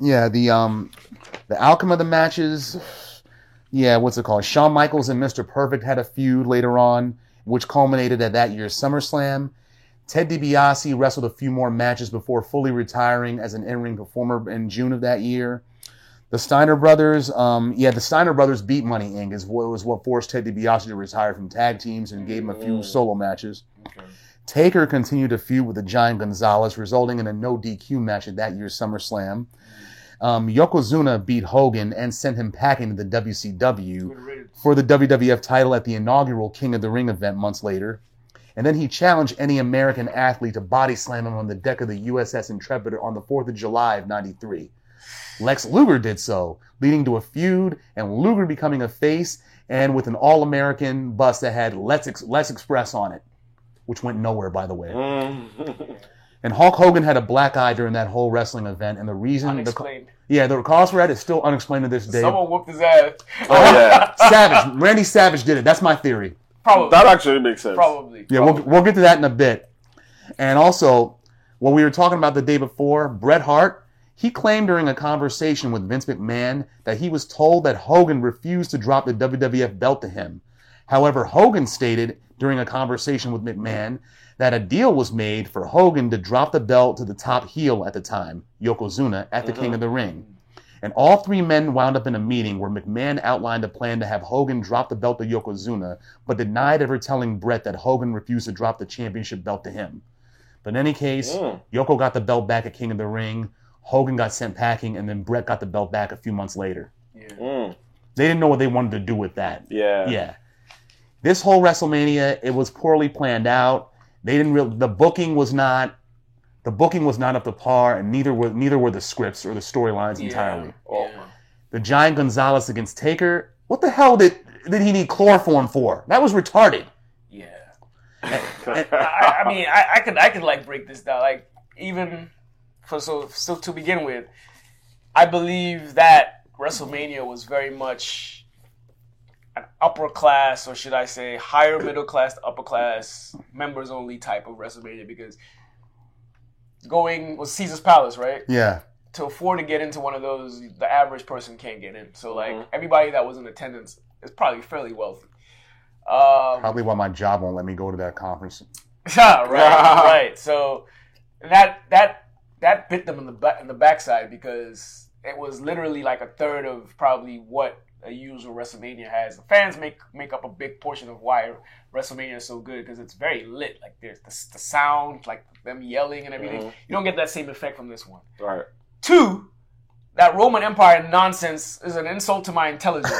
S1: Yeah, the um the outcome of the matches yeah, what's it called? Shawn Michaels and Mr. Perfect had a feud later on, which culminated at that year's SummerSlam. Ted DiBiase wrestled a few more matches before fully retiring as an in-ring performer in June of that year. The Steiner brothers, um, yeah, the Steiner brothers beat Money Inc. is what was what forced Ted DiBiase to retire from tag teams and gave him a few solo matches. Taker continued to feud with the Giant Gonzalez, resulting in a no DQ match at that year's SummerSlam. Um, Yokozuna beat Hogan and sent him packing to the WCW
S2: Good riddance.
S1: for the WWF title at the inaugural King of the Ring event months later. And then he challenged any American athlete to body slam him on the deck of the USS Intrepid on the 4th of July of 93. Lex Luger did so, leading to a feud and Luger becoming a face and with an all American bus that had Let's, Ex- Let's Express on it, which went nowhere, by the way.
S3: Mm.
S1: And Hulk Hogan had a black eye during that whole wrestling event, and the reason the,
S2: Unexplained.
S1: yeah, the cause for that is still unexplained to this day.
S2: Someone whooped his ass.
S3: oh yeah.
S1: Savage, Randy Savage did it. That's my theory.
S2: Probably.
S3: That actually makes sense.
S2: probably.
S1: Yeah,
S2: probably.
S1: we'll, we'll get to that in a bit. And also, what we were talking about the day before, Bret Hart, he claimed during a conversation with Vince McMahon that he was told that Hogan refused to drop the WWF belt to him. However, Hogan stated during a conversation with McMahon that a deal was made for Hogan to drop the belt to the top heel at the time, Yokozuna, at the King of the Ring. And all three men wound up in a meeting where McMahon outlined a plan to have Hogan drop the belt to Yokozuna, but denied ever telling Brett that Hogan refused to drop the championship belt to him. But in any case,
S3: Mm.
S1: Yoko got the belt back at King of the Ring, Hogan got sent packing, and then Brett got the belt back a few months later.
S2: Yeah.
S3: Mm.
S1: They didn't know what they wanted to do with that.
S3: Yeah.
S1: Yeah. This whole WrestleMania, it was poorly planned out. They didn't real the booking was not the booking was not up to par and neither were neither were the scripts or the storylines
S2: Yeah.
S1: entirely.
S3: Oh.
S2: Yeah.
S1: The Giant Gonzalez against Taker. What the hell did did he need chloroform for? That was retarded.
S2: Yeah. I, I mean, I, I could I could like break this down. Like even for so so to begin with, I believe that WrestleMania was very much an upper class, or should I say, higher middle class to upper class members only type of WrestleMania because going was Caesar's Palace, right?
S1: Yeah.
S2: to afford to get into one of those, the average person can't get in. So like everybody that was in attendance is probably fairly wealthy. Um,
S1: Probably why my job won't let me go to that conference.
S2: yeah, right, right. So that that that bit them in the back in the backside because it was literally like a third of probably what a usual WrestleMania has. The fans make make up a big portion of why WrestleMania is so good because it's very lit. Like there's the, the sound, like them yelling and everything.
S3: Mm-hmm.
S2: You don't get that same effect from this one.
S3: Right.
S2: Two, that Roman Empire nonsense is an insult to my intelligence.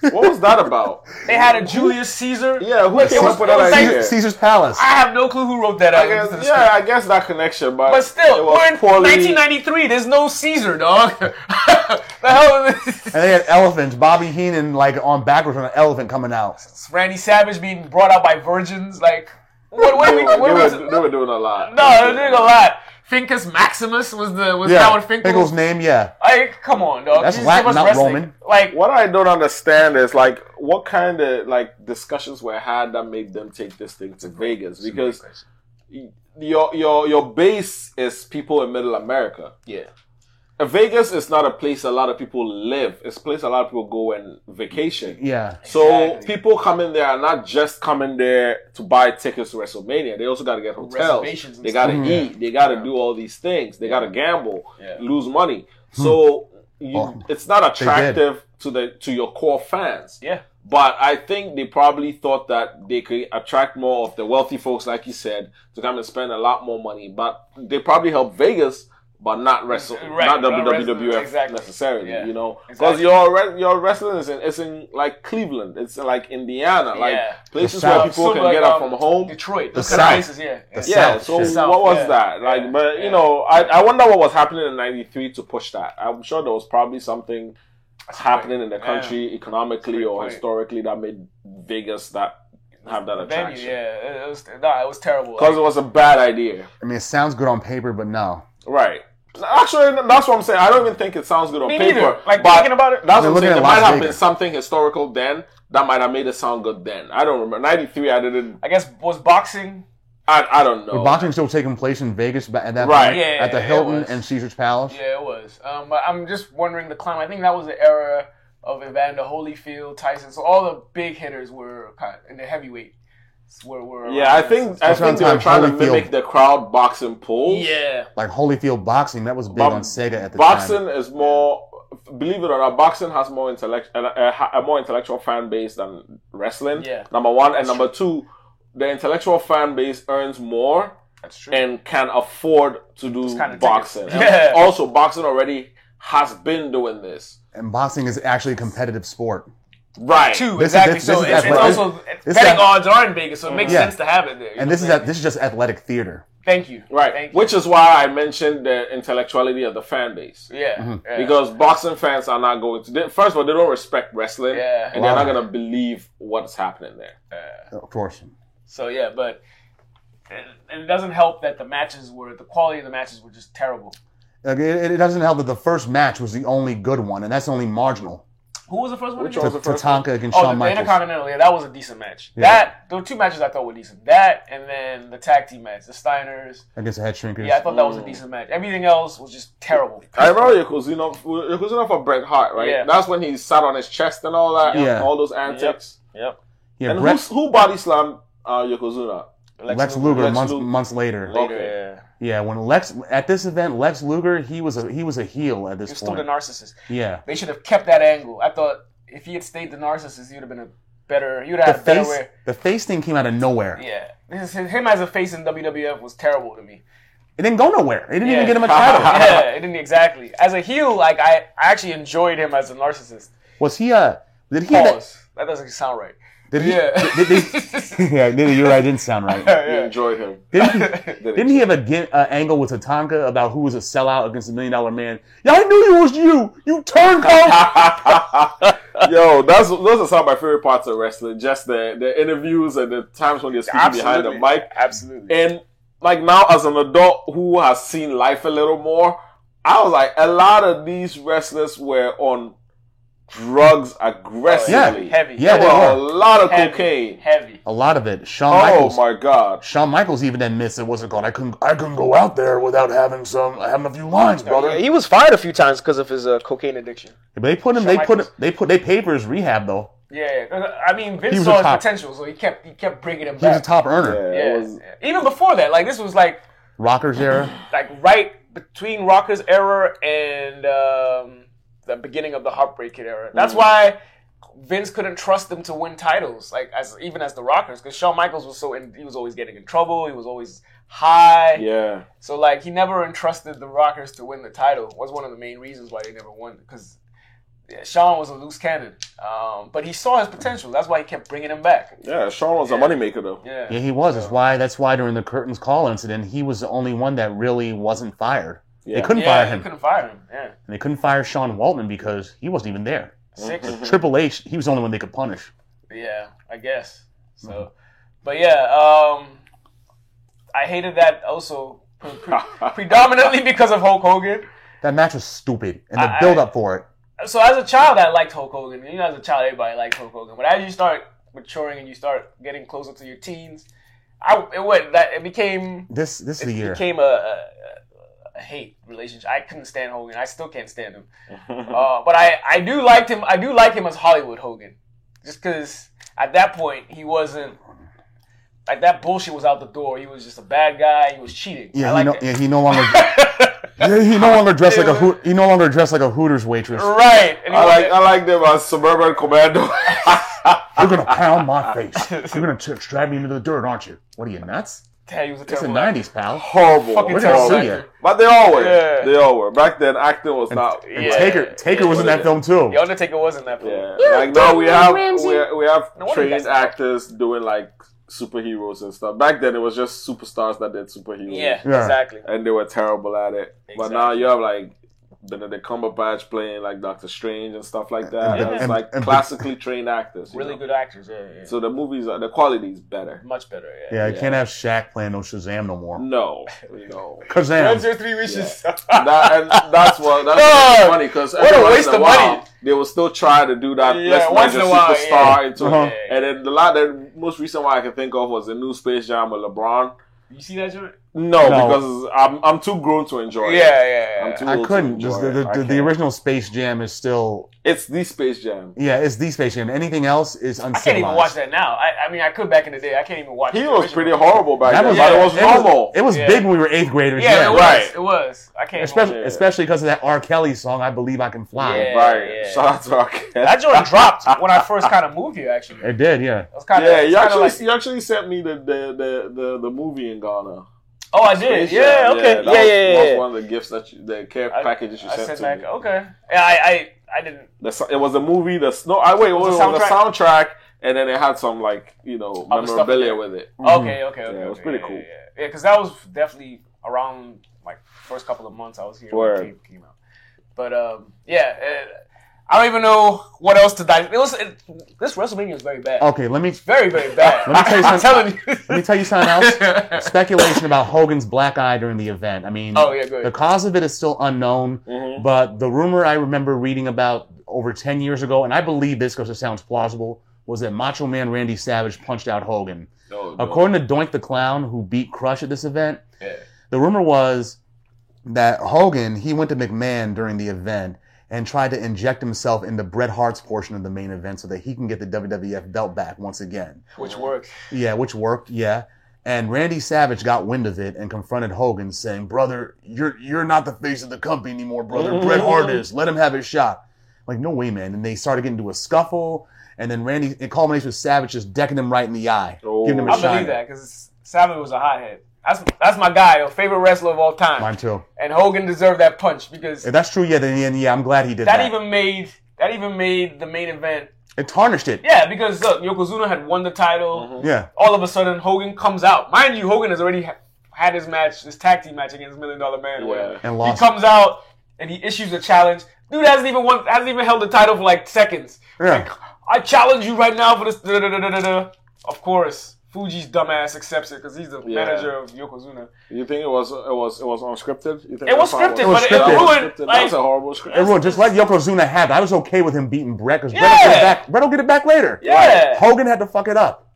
S3: What was that about?
S2: they had a Julius Caesar.
S3: Yeah, who came
S2: was-
S3: up with
S2: it
S3: that
S2: was like-
S3: idea?
S1: Caesar- Caesar's Palace.
S2: I have no clue who wrote that.
S3: I
S2: out into
S3: guess,
S2: the
S3: yeah,
S2: script.
S3: I guess that connection, but
S2: But
S3: it
S2: still,
S3: was
S2: we're in
S3: poorly-
S2: 1993. There's no Caesar, dog. the hell is this?
S1: And they had elephants. Bobby Heenan like on backwards on an elephant coming out.
S2: Randy Savage being brought out by virgins. Like, what? What are we?
S3: They were,
S2: What are
S3: they
S2: we
S3: were- they were doing a lot.
S2: no, they're doing a lot. Finkus Maximus was the was
S1: Yeah,
S2: Howard Finkel.
S1: Finkel's name. Yeah,
S2: Like, come on, dog.
S1: That's
S2: You just
S1: Latin,
S2: give us
S1: not
S2: wrestling.
S1: Roman.
S2: Like,
S3: What I don't understand is like what kind of like discussions were had that made them take this thing to Vegas because y- your your your base is people in Middle America.
S2: yeah,
S3: Uh, Vegas is not a place a lot of people live. It's a place a lot of people go and vacation.
S1: yeah.
S3: So
S2: Exactly.
S3: people coming there are not just coming there to buy tickets to WrestleMania. They also got to get
S2: Reservations
S3: hotels.
S2: and
S3: They got to
S2: stuff.
S3: eat. They got to do all these things. They got to gamble,
S2: Yeah.
S3: lose money. So you,
S1: Well,
S3: it's not attractive to the to your core fans.
S2: yeah.
S3: But I think they probably thought that they could attract more of the wealthy folks, like you said, to come and spend a lot more money. But they probably help Vegas, but not wrestle,
S2: Right,
S3: not
S2: not wrestle,
S3: WWF
S2: exactly.
S3: necessarily.
S2: Yeah,
S3: You know, because
S2: exactly.
S3: your re- your wrestling is in it's in like Cleveland, it's in like Indiana, like
S2: Yeah.
S3: places
S1: The
S3: where
S1: South.
S3: people
S2: So,
S3: can
S2: like,
S3: get up
S2: um,
S3: from home.
S2: Detroit.
S1: The
S2: Those kind of
S1: South.
S2: places, yeah. yeah.
S1: The
S3: Yeah,
S1: South
S3: so
S1: shit.
S3: what was
S2: Yeah,
S3: that? Like,
S2: yeah,
S3: but
S2: yeah.
S3: you know, I, I wonder what was happening in '93 to push that. I'm sure there was probably something happening in the
S2: Yeah.
S3: country economically
S2: Great
S3: or
S2: point.
S3: historically that made Vegas that have that
S2: The venue,
S3: attraction
S2: yeah. It, it was no, it was terrible.
S3: because it was a bad idea,
S1: I mean, it sounds good on paper, but no.
S3: right? Actually, that's what I'm saying. I don't even think it sounds good on
S2: Me
S3: paper.
S2: neither. Like,
S3: but
S2: thinking about it-
S3: that's
S1: They're
S3: what
S1: looking
S3: I'm saying.
S1: at
S3: There
S1: Las
S3: might have been
S1: Vegas.
S3: something historical then that might have made it sound good then. I don't remember. '93, I didn't.
S2: I guess was boxing.
S3: I, I don't know.
S1: But boxing still taking place in Vegas ba- at that
S3: Right.
S1: point,
S2: Oh. Yeah,
S1: at the
S2: it
S1: Hilton
S2: was.
S1: and Caesar's Palace.
S2: Yeah, it was. Um, but I'm just wondering the climb. I think that was the era of Evander Holyfield, Tyson. So all the big hitters were kind of, in the heavyweight were were. around
S3: yeah, I
S2: this.
S3: think I
S1: That's around
S3: think they were
S1: time
S3: trying to
S1: Holyfield-
S3: mimic the crowd boxing pool.
S2: Yeah,
S1: Like Holyfield boxing, that was big
S3: Bob-
S1: on Sega at the
S3: boxing
S1: time.
S3: is more believe it or not boxing has more intellect a, a, a more intellectual fan base than wrestling
S2: Yeah.
S3: number one and number two the intellectual fan base earns more
S2: that's true.
S3: and can afford to do
S2: kind of
S3: boxing
S2: tickets. Yeah.
S3: And also boxing already has been doing this
S1: and boxing is actually a competitive sport.
S3: right
S2: Two
S1: This is-
S2: exactly.
S1: this-
S2: so
S1: this is
S2: it's, it's
S1: athletic.
S2: also
S1: This is
S2: betting
S1: ath-
S2: odds are in Vegas, so it makes
S1: Yeah.
S2: sense to have it there. you
S1: And
S2: know
S1: this is
S2: what I
S1: at, this is just athletic theater.
S2: mean? Thank you.
S3: right
S2: Thank
S3: which is why i mentioned the intellectuality of the fan base
S2: you. Yeah.
S1: Mm-hmm.
S2: yeah.
S3: Because boxing fans are not going to. they- First of all, they don't respect wrestling,
S2: Yeah.
S3: and they're
S1: Wow.
S3: not going to believe what's happening there.
S1: Of course,
S2: So yeah, but and- and it doesn't help that the matches were the quality of the matches were just terrible.
S1: like, it, it doesn't help that the first match was the only good one, and that's only marginal.
S2: Who was the first one?
S3: Which
S2: again?
S3: one was
S1: To
S3: the first
S1: Tatanka against
S2: Oh, the,
S1: Shawn
S2: the
S1: Michaels.
S2: Intercontinental, yeah, that was a decent match.
S1: Yeah.
S2: That there were two matches I thought were decent. That and then the tag team match, the Steiners.
S1: against the Head Shrinkers.
S2: Yeah, I thought that was a decent match. Everything else was just terrible.
S3: I remember Yokozuna, Yokozuna for Bret Hart, right?
S2: Yeah.
S3: That's when he sat on his chest and all that,
S1: Yeah.
S3: all those antics.
S4: Yep.
S1: yeah,
S3: And
S1: Brett-
S3: who's, who body slammed uh, Yokozuna?
S1: Lex Luger
S3: Lex
S1: months
S3: Luger.
S1: months later.
S3: Later.
S4: Yeah.
S1: Yeah, when Lex at this event, Lex Luger he was a he was a heel at
S2: He was
S1: this
S2: still the
S1: point.
S2: narcissist.
S1: Yeah,
S2: They should have kept that angle. I thought if he had stayed the narcissist, he would have been a better. He would
S1: the
S2: have had a better
S1: face
S2: way.
S1: the face thing came out of nowhere.
S2: Yeah, His- his- him as a face in WWF was terrible to me.
S1: It didn't go nowhere. It didn't
S2: Yeah.
S1: even get him a title.
S2: yeah, it didn't exactly. As a heel, like I, I actually enjoyed him as a narcissist.
S1: Was he uh did he have
S2: Pause. That doesn't sound right.
S1: that, did he
S2: Yeah.
S1: did, did- yeah, neither you're right, it didn't sound right.
S3: You enjoyed him.
S1: Didn't he, didn't he have a get, uh, angle with Tatanka about who was a sellout against the million dollar man? Yeah, I knew it was you. You turncoat.
S3: Yo, that's those are some of my favorite parts of wrestling. Just the the interviews and the times when you're speaking behind the mic.
S4: Absolutely.
S3: And like now, as an adult who has seen life a little more, I was like, a lot of these wrestlers were on drugs aggressively.
S2: Oh, Heavy.
S1: Yeah,
S3: There
S1: they
S3: were a
S1: were.
S3: lot of
S2: Heavy.
S3: cocaine.
S2: Heavy.
S1: A lot of it. Shawn
S3: Oh
S1: Michaels.
S3: my god.
S1: Shawn Michaels even admits it wasn't going. I couldn't. I couldn't go out there without having some having a few lines, brother.
S2: He was fired a few times because of his uh, cocaine addiction.
S1: But they put him.
S2: Shawn
S1: They put. Him,
S2: Michaels.
S1: they put. They paid for his rehab though.
S2: Yeah, 'cause, uh, I mean Vince
S1: was
S2: saw
S1: a
S2: his
S1: top-
S2: potential, so he kept he kept bringing him
S1: He was a
S2: back.
S1: top earner.
S3: Yeah,
S2: yeah,
S3: it was,
S2: yeah. even before that, like this was like
S1: Rockers era.
S2: like right between Rocker's era and um, the beginning of the Heartbreak Kid era.
S1: Mm.
S2: That's why Vince couldn't trust them to win titles, like as even as the Rockers, because Shawn Michaels was so in, he was always getting in trouble. He was always high.
S3: yeah.
S2: So like he never entrusted the Rockers to win the title. Was one of the main reasons why they never won because yeah, Shawn was a loose cannon. Um, but he saw his potential. That's why he kept bringing him back.
S3: Yeah, Sean was a moneymaker though.
S2: Yeah.
S1: Yeah, he was. That's why. That's why during the curtains call incident, he was the only one that really wasn't fired. They
S3: Yeah.
S1: couldn't
S2: Yeah,
S1: fire him.
S2: he couldn't fire him. Yeah.
S1: And they couldn't fire Sean Waltman because he wasn't even there.
S2: Six.
S1: Triple H, he was the only one they could punish.
S2: Yeah, I guess. So, but yeah, um, I hated that also pre- pre- predominantly because of Hulk Hogan.
S1: That match was stupid, and the
S2: I-
S1: build up for it.
S2: So as a child, I liked Hulk Hogan. You know, as a child, everybody liked Hulk Hogan. But as you start maturing and you start getting closer to your teens, I it went that it became
S1: This this is the year.
S2: became a, a, a hate relationship. I couldn't stand Hogan. I still can't stand him. uh, but I, I do liked him. I do like him as Hollywood Hogan, just because at that point he wasn't like that bullshit was out the door. He was just a bad guy. He was cheating.
S1: Yeah,
S2: I like
S1: he no,
S2: that.
S1: yeah, he no longer. yeah, he no longer dressed like a hoot, he no longer dressed like a Hooters waitress.
S2: Right. And he
S3: I like
S2: wasn't-
S3: I like them as suburban commando.
S1: You're gonna pound my face. You're gonna t- drag me into the dirt, aren't you? What are you nuts?
S3: uh,
S2: Damn, he was a
S1: It's the
S2: terrible. actor.
S1: '90s, pal.
S3: Horrible.
S2: Fucking
S1: We're gonna
S2: terrible.
S1: see
S2: actor.
S1: you.
S3: But they all were.
S2: Yeah.
S3: They all were. Back then, acting was not.
S1: And
S2: Yeah.
S1: Taker, Taker was in that film too.
S2: The Undertaker wasn't that. fool.
S3: Yeah. Like now we have we, we have
S2: No wonder you guys
S3: trained
S2: don't.
S3: actors doing like superheroes and stuff. Back then, it was just superstars that did superheroes.
S2: Yeah,
S1: Yeah.
S2: Exactly.
S3: And they were terrible at it. But
S2: Exactly.
S3: now you have like Benedict Cumberbatch playing like Doctor Strange and stuff like that.
S1: And-
S3: That's
S1: and-
S3: like
S1: and-
S3: classically trained actors. you
S2: Really
S3: know?
S2: good actors. Yeah. yeah.
S3: So the movies, are, the quality is better.
S2: Much better. Yeah.
S1: Yeah, I can't have Shaq playing no Shazam no more.
S3: No, no.
S2: One,
S1: Kazam.
S2: two, three wishes.
S3: that, and that's what that's what's
S2: Dog,
S3: funny because
S2: a
S3: every once
S2: waste
S3: in a
S2: of
S3: while
S2: money.
S3: they will still try to do that.
S2: Yeah,
S3: Let's
S2: once
S3: make a
S2: in a while,
S3: superstar into it.
S1: Uh-huh.
S2: Yeah, yeah.
S3: And then the lot the most recent one I can think of was the new Space Jam with LeBron.
S2: You see that joint?
S1: No.
S3: No, because I'm I'm too grown to enjoy
S2: Yeah,
S3: it.
S2: yeah.
S3: I'm
S2: yeah.
S3: too
S1: I
S3: old
S1: couldn't.
S3: To
S1: Just
S3: enjoy
S1: the,
S3: it.
S1: the,
S3: I
S1: the, the
S3: can't.
S1: original Space Jam is still.
S3: It's the Space Jam.
S1: Yeah, it's the Space Jam. Anything else is
S2: I
S1: uncivilized.
S2: can't even watch that now. I, I mean, I could back in the day. I can't even watch.
S3: He
S2: the
S3: was
S2: original.
S3: pretty horrible back
S1: That
S3: then,
S1: was,
S3: but it was
S1: it
S3: normal.
S1: Was, it was
S2: Yeah.
S1: big when we were eighth graders.
S2: Yeah, it
S1: Yeah,
S2: was.
S3: right.
S2: It was. I can't. Especially,
S1: especially
S3: Yeah.
S1: especially because of that R. Kelly song, "I Believe I Can Fly."
S2: Yeah.
S3: right.
S2: yeah.
S3: Shout out to our kid.
S2: that joint dropped when I first kind of moved here. Actually, it
S1: It did, yeah.
S2: was kind of.
S3: Yeah, you
S2: kind
S3: actually
S2: of like,
S3: you actually sent me the the, the, the, the movie in Ghana.
S2: oh, I did. Yeah. Okay.
S3: that
S2: Yeah.
S3: was-
S2: Yeah. yeah,
S3: was
S2: yeah.
S3: one of the gifts that you, the care
S2: I-
S3: packages you
S2: I
S3: sent
S2: said
S3: to
S2: back.
S3: me.
S2: Okay. Yeah. I. I. I didn't.
S3: The, so- it was a movie. The s- no, I wait. It
S2: was
S3: was,
S2: a
S3: it was a soundtrack, and then it had some like you know
S2: Other stuff in
S3: memorabilia
S2: there.
S3: with it.
S1: Mm-hmm.
S2: Okay. Okay. Okay.
S3: Yeah, it was
S2: okay,
S3: pretty
S2: yeah,
S3: cool.
S2: Yeah. Yeah. Because that was definitely around like first couple of months I was here
S3: Word.
S2: when it came, came out. But um, yeah. eh, I don't even know what else to dive. It was it, this WrestleMania was very bad.
S1: Okay, let me
S2: Very very bad.
S1: Oh. Let me tell you
S2: I'm
S1: something-
S2: telling
S1: let
S2: you.
S1: me tell you something else. Speculation about Hogan's black eye during the event. I mean,
S2: Oh, yeah, Mm-hmm. go ahead.
S1: the cause of it is still unknown,
S3: Mhm.
S1: but the rumor I remember reading about over 10 years ago, and I believe this because it sounds plausible, was that Macho Man Randy Savage punched out Hogan.
S3: No, no.
S1: According to Doink the Clown, who beat Crush at this event,
S2: Yeah.
S1: the rumor was that Hogan he went to McMahon during the event and tried to inject himself into Bret Hart's portion of the main event so that he can get the WWF belt back once again.
S2: Which worked.
S1: Yeah, which worked. Yeah. And Randy Savage got wind of it and confronted Hogan, saying, "Brother, you're you're not the face of the company anymore, brother. Bret Hart is. Let him have his shot." Like, no way, man. And they started getting into a scuffle, and then Randy it culminates with Savage just decking him right in the eye,
S3: Oh.
S1: giving him a
S2: I
S1: shot.
S2: believe that because Savage was a hothead. That's that's my guy, your favorite wrestler of all time.
S1: Mine too.
S2: And Hogan deserved that punch because
S1: If that's true, yeah, then yeah, yeah, I'm glad he did that.
S2: that even made that even made the main event.
S1: it tarnished it.
S2: Yeah, because look, Yokozuna had won the title.
S1: Yeah.
S2: All of a sudden, Hogan comes out. Mind you, Hogan has already ha- had his match, this tag team match against Million Dollar Man. or
S3: Yeah.
S2: whatever.
S1: And
S2: He
S1: lost.
S2: comes out and he issues a challenge. Dude hasn't even won, hasn't even held the title for like seconds.
S1: Yeah.
S2: I challenge you right now for this. da- da- da- da- da- da. Of course, Fuji's dumbass accepts it because he's the
S3: Yeah.
S2: manager of Yokozuna.
S3: You think it was it was it was unscripted? You think
S2: It was
S3: that's how
S2: scripted, but
S1: was
S2: it
S1: scripted.
S2: ruined.
S3: That
S2: Like,
S3: was a horrible script.
S1: Everyone, just let Yokozuna have it. I was okay with him beating Brett because Brett, will get it
S2: Yeah.
S1: back- Brett will get it back later.
S2: Yeah.
S1: Hogan had to fuck it up.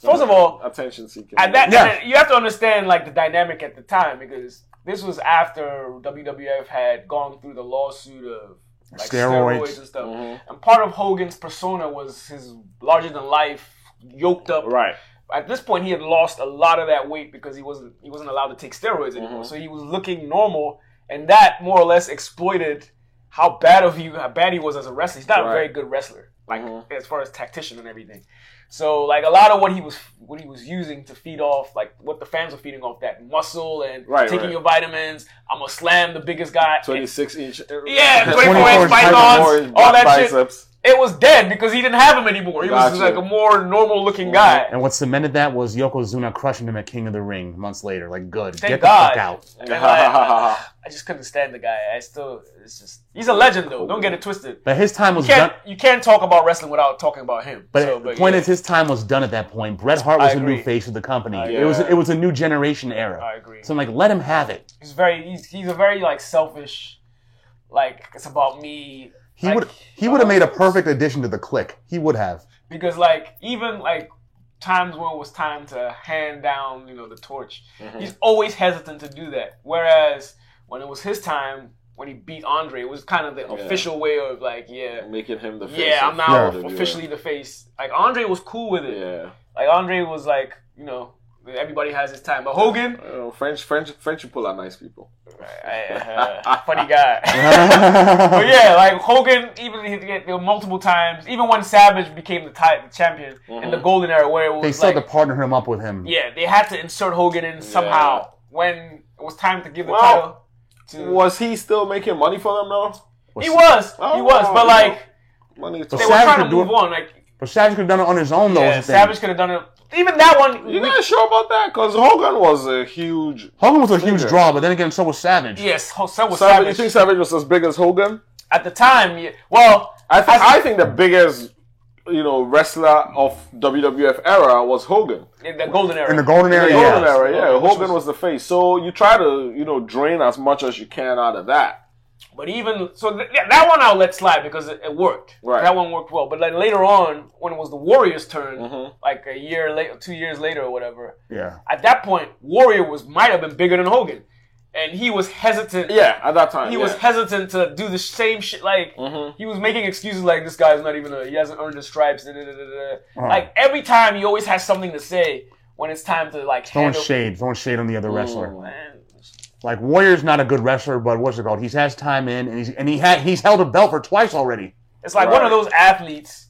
S2: first of all,
S3: attention seeking.
S2: at that,
S1: Yeah.
S2: and you have to understand like the dynamic at the time because this was after WWF had gone through the lawsuit of like
S1: Steroids.
S2: steroids, and stuff,
S3: Mm-hmm.
S2: and part of Hogan's persona was his larger than life, yoked up.
S3: right.
S2: At this point, he had lost a lot of that weight because he wasn't he wasn't allowed to take steroids
S3: Mm-hmm.
S2: anymore, so he was looking normal, and that more or less exploited how bad of he how bad he was as a wrestler. He's not a
S3: Right.
S2: very good wrestler, like
S3: Mhm.
S2: as far as tactician and everything. So like a lot of what he was what he was using to feed off like what the fans were feeding off that muscle and
S3: Right,
S2: taking
S3: right.
S2: your vitamins. I'm gonna slam the biggest guy.
S3: Twenty six inch.
S2: Yeah, 24
S1: inch
S2: pythons, all that shit.
S3: biceps.
S2: It was dead because he didn't have him anymore. He was
S3: Gotcha.
S2: like a more normal looking guy.
S1: And what cemented that was Yokozuna crushing him at King of the Ring months later. Like, good.
S2: Thank
S1: get
S2: God.
S1: the fuck out.
S2: And I, I just couldn't stand the guy. I still, it's just, he's a legend though. Don't get it twisted.
S1: But his time was
S2: You can't,
S1: done.
S2: you can't talk about wrestling without talking about him.
S1: But
S2: So,
S1: the point
S2: yeah,
S1: is, his time was done at that point. Bret Hart was
S2: I
S1: the
S2: agree.
S1: new face of the company.
S3: agree.
S1: It was it was a new generation era.
S2: I agree.
S1: So I'm like, let him have it.
S2: he's very, he's, he's a very like selfish, like it's about me.
S1: He would he would have made a perfect addition to the clique. He would have.
S2: because like even like times when it was time to hand down you know the torch he's always hesitant to do that whereas when it was his time when he beat andre it was kind of the official way of like yeah
S3: Making him the face
S2: yeah i'm
S3: of
S2: now
S3: WWE.
S2: officially the face like andre was cool with it
S3: Yeah,
S2: like andre was like you know everybody has his time but hogan
S3: Uh, French French French people are nice people.
S2: uh, funny guy but yeah, like Hogan, even he did the multiple times, even when Savage became the type champion in the Golden Era, where it was
S1: They still
S2: like,
S1: had to partner him up with him.
S2: Yeah, they had to insert Hogan in somehow
S3: Yeah.
S2: when it was time to give the
S3: Well,
S2: title to.
S3: Was he still making money for them though?
S2: he was, he was, but
S3: Oh,
S2: like
S3: Money. is
S2: they
S3: talk.
S2: were
S1: Savage
S2: trying to
S1: could do
S2: move
S1: it.
S2: on. Like
S1: But Savage could have done it on his own though.
S2: yeah,
S1: was the thing.
S2: Savage could have done it. Even that one,
S3: You
S2: we-
S3: guys sure about that? Because Hogan was a huge.
S1: Hogan was a huge
S3: Figure.
S1: draw, but then again, so was Savage.
S2: yes, Jose was
S3: Savage, you
S2: Savage,
S3: think Savage was as big as Hogan?
S2: at the time. Yeah, well,
S3: I think I think the biggest, you know, wrestler of WWF era was Hogan.
S2: in the Golden Era.
S1: In the golden era,
S3: The
S1: yeah.
S3: Golden era, yeah.
S2: Which
S3: Hogan
S2: was-
S3: was the face. So you try to, you know, drain as much as you can out of that.
S2: But even so, th- yeah, that one I'll let slide because it, it worked.
S3: Right.
S2: That one worked well. But like later on, when it was the Warriors' turn,
S3: Mm-hmm.
S2: like a year later, two years later, or whatever,
S1: Yeah.
S2: at that point, Warrior was might have been bigger than Hogan, and he was hesitant.
S3: Yeah, at that time.
S2: he was
S3: yeah. Mm-hmm.
S2: hesitant to do the same shit. Like he was making excuses, like this guy's not even a, he hasn't earned his stripes. Da, da, da, da, da. Like every time, he always has something to say when it's time to like
S1: Throwing
S2: handle.
S1: shade, throwing shade on the other wrestler.
S2: Man,
S1: Like Warrior's not a good wrestler, but what's it called? He's has time in, and he's and he had he's held a belt for twice already.
S2: It's like one
S3: Right.
S2: of those athletes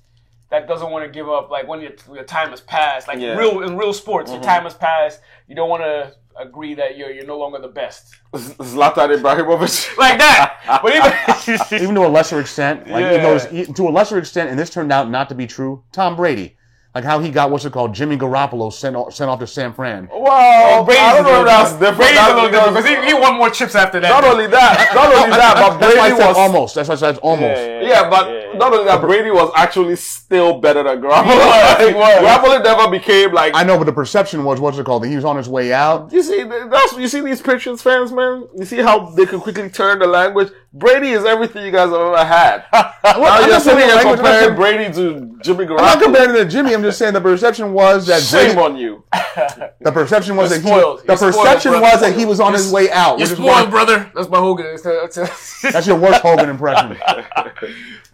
S2: that doesn't want to give up. Like when your, your time has passed, like
S3: Yeah. Mm-hmm.
S2: real in real sports, your time has passed. You don't want to agree that you're you're no longer the best,
S3: Z- Zlatan Ibrahimovic.
S2: like that. but even
S1: even to a lesser extent, like even though it's- e, to a lesser extent, and this turned out not to be true. Tom Brady, like how he got what's it called, Jimmy Garoppolo sent off, sent off to San Fran.
S3: Well,
S2: Brady's
S3: I don't
S2: a
S3: know
S2: little
S3: if that's
S2: different.
S3: different.
S2: Brady's
S3: That's
S2: a little different
S3: because-
S2: because he, he won more chips after that.
S3: Not only that, not only that, but
S1: That's why I
S3: Brady
S1: said
S3: was
S1: almost. That's why I said almost.
S3: Yeah, but not only that, Brady was actually still better than Garoppolo.
S2: was, he was.
S3: Garoppolo never became like.
S1: I know, but the perception was what's it called? That he was on his way out.
S3: you see, that's you see these Patriots fans, man. You see how they can quickly turn the language. Brady is everything you guys have ever had. now
S1: I'm
S3: you're
S1: not saying
S3: sitting
S1: the
S3: here
S1: language-
S3: comparing Brady to Jimmy
S1: I'm not
S3: Garoppolo.
S1: comparing it to Jimmy. I'm just saying the perception was that
S3: Shame
S1: Brady,
S3: on you.
S1: the perception was that he,
S2: spoiled.
S1: the
S2: You're spoiled,
S1: perception
S2: brother.
S1: was that he was on his way out.
S2: You're
S1: which is
S2: spoiled,
S1: why-
S2: brother. That's my Hogan. It's- it's-
S1: That's your worst Hogan impression.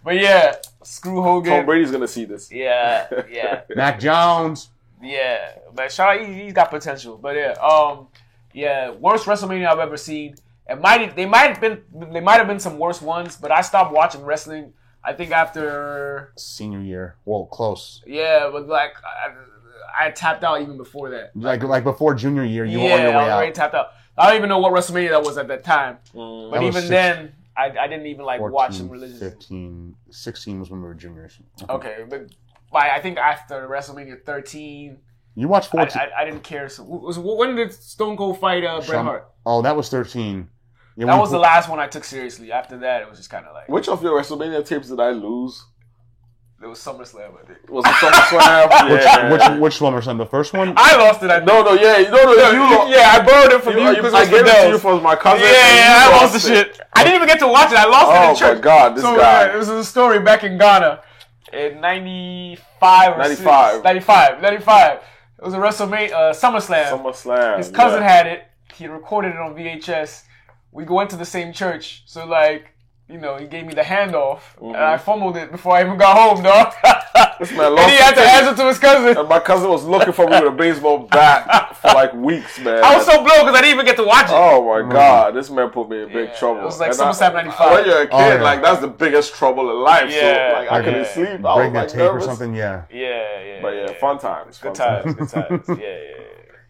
S2: but yeah, screw
S3: Tom
S2: Hogan.
S3: Oh, Brady's gonna see this.
S2: Yeah, yeah,
S1: Mac Jones.
S2: yeah. But shout out, he, he's got potential. But yeah, um, yeah, worst WrestleMania I've ever seen. It might they might have been they might have been some worse ones, but I stopped watching wrestling. I think after
S1: Senior year. Whoa, close.
S2: yeah, but like I, I tapped out even before that.
S1: Like like before junior year, you were on
S2: yeah,
S1: your
S2: I was
S1: way
S2: already
S1: out.
S2: tapped out. I don't even know what WrestleMania that was at that time. but
S3: Mm.
S1: That was
S2: even
S1: six-
S2: then, I, I didn't even like
S1: 14,
S2: watch them religiously.
S1: 15, 16 was when we were juniors.
S2: Okay, but by I think after WrestleMania 13,
S1: You watched
S2: I,
S1: 14.
S2: I, I didn't care. So, was, when did Stone Cold fight uh, Bret
S1: Shawn-
S2: Hart?
S1: Oh, that was 13. Yeah,
S2: That
S1: we-
S2: was the last one I took seriously. After that, it was just kind of like
S3: Which of your WrestleMania tapes did I lose?
S2: it was SummerSlam. I think
S3: Was it SummerSlam?
S1: Which,
S3: yeah.
S1: which, which one or something? The first one?
S2: I lost it. I
S3: no, no, yeah, no, no, you,
S2: you- yeah, I borrowed it from
S3: you-
S2: you
S3: you-
S2: because
S3: I
S2: it was
S3: gave it to you
S2: Fidel's.
S3: for my cousin.
S2: Yeah,
S3: and you
S2: yeah, I lost the
S3: it.
S2: shit. I didn't even get to watch it. I lost it in
S3: Oh
S2: church.
S3: my god, this
S2: so,
S3: guy.
S2: uh, it was a story back in Ghana in 95 or
S3: 95.
S2: 6, 95, 95. It was a WrestleMania, uh, SummerSlam.
S3: SummerSlam.
S2: His cousin
S3: yeah.
S2: had it. He recorded it on VHS. We go into the same church. So, like, you know, he gave me the handoff. And I fumbled it before I even got home, dog. and
S3: Mm-hmm. man lost
S2: he had to
S3: the tape.
S2: answer to his cousin.
S3: And my cousin was looking for me with a baseball bat for like weeks, man.
S2: I was so blown because I didn't even get to watch it.
S3: Oh
S1: Mm.
S3: my god, this man put me in big
S2: Yeah,
S3: trouble.
S2: it was like
S3: I-
S2: SummerSlam 95.
S3: When you're a kid,
S1: Oh, yeah.
S3: like that's the biggest trouble in life.
S2: Yeah,
S3: so like I
S2: yeah.
S3: couldn't sleep. I was
S1: Breaking
S2: oh,
S1: a
S3: like
S1: tape
S3: nervous.
S1: or something? Yeah.
S2: Yeah, yeah.
S3: But yeah, fun times.
S2: Good
S3: fun
S2: times, good times. Yeah, yeah, yeah.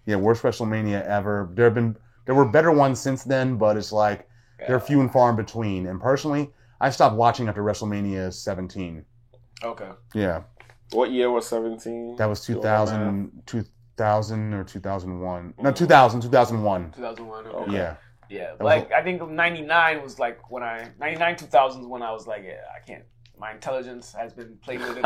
S1: Yeah, worst WrestleMania ever. There have been there were better ones since then, but it's like they're few and far in between. And personally, I stopped watching after WrestleMania 17.
S2: Okay.
S1: Yeah,
S3: What year was 17?
S1: that was
S3: Doing the math.
S1: 2000, 2000 or 2001. No, 2000, 2001.
S2: 2001.
S3: Okay.
S1: Yeah.
S2: Yeah.
S1: was
S2: Like, I think 99 was like when I, 99, 2000 is when I was like, yeah, I can't. My intelligence has been played with it.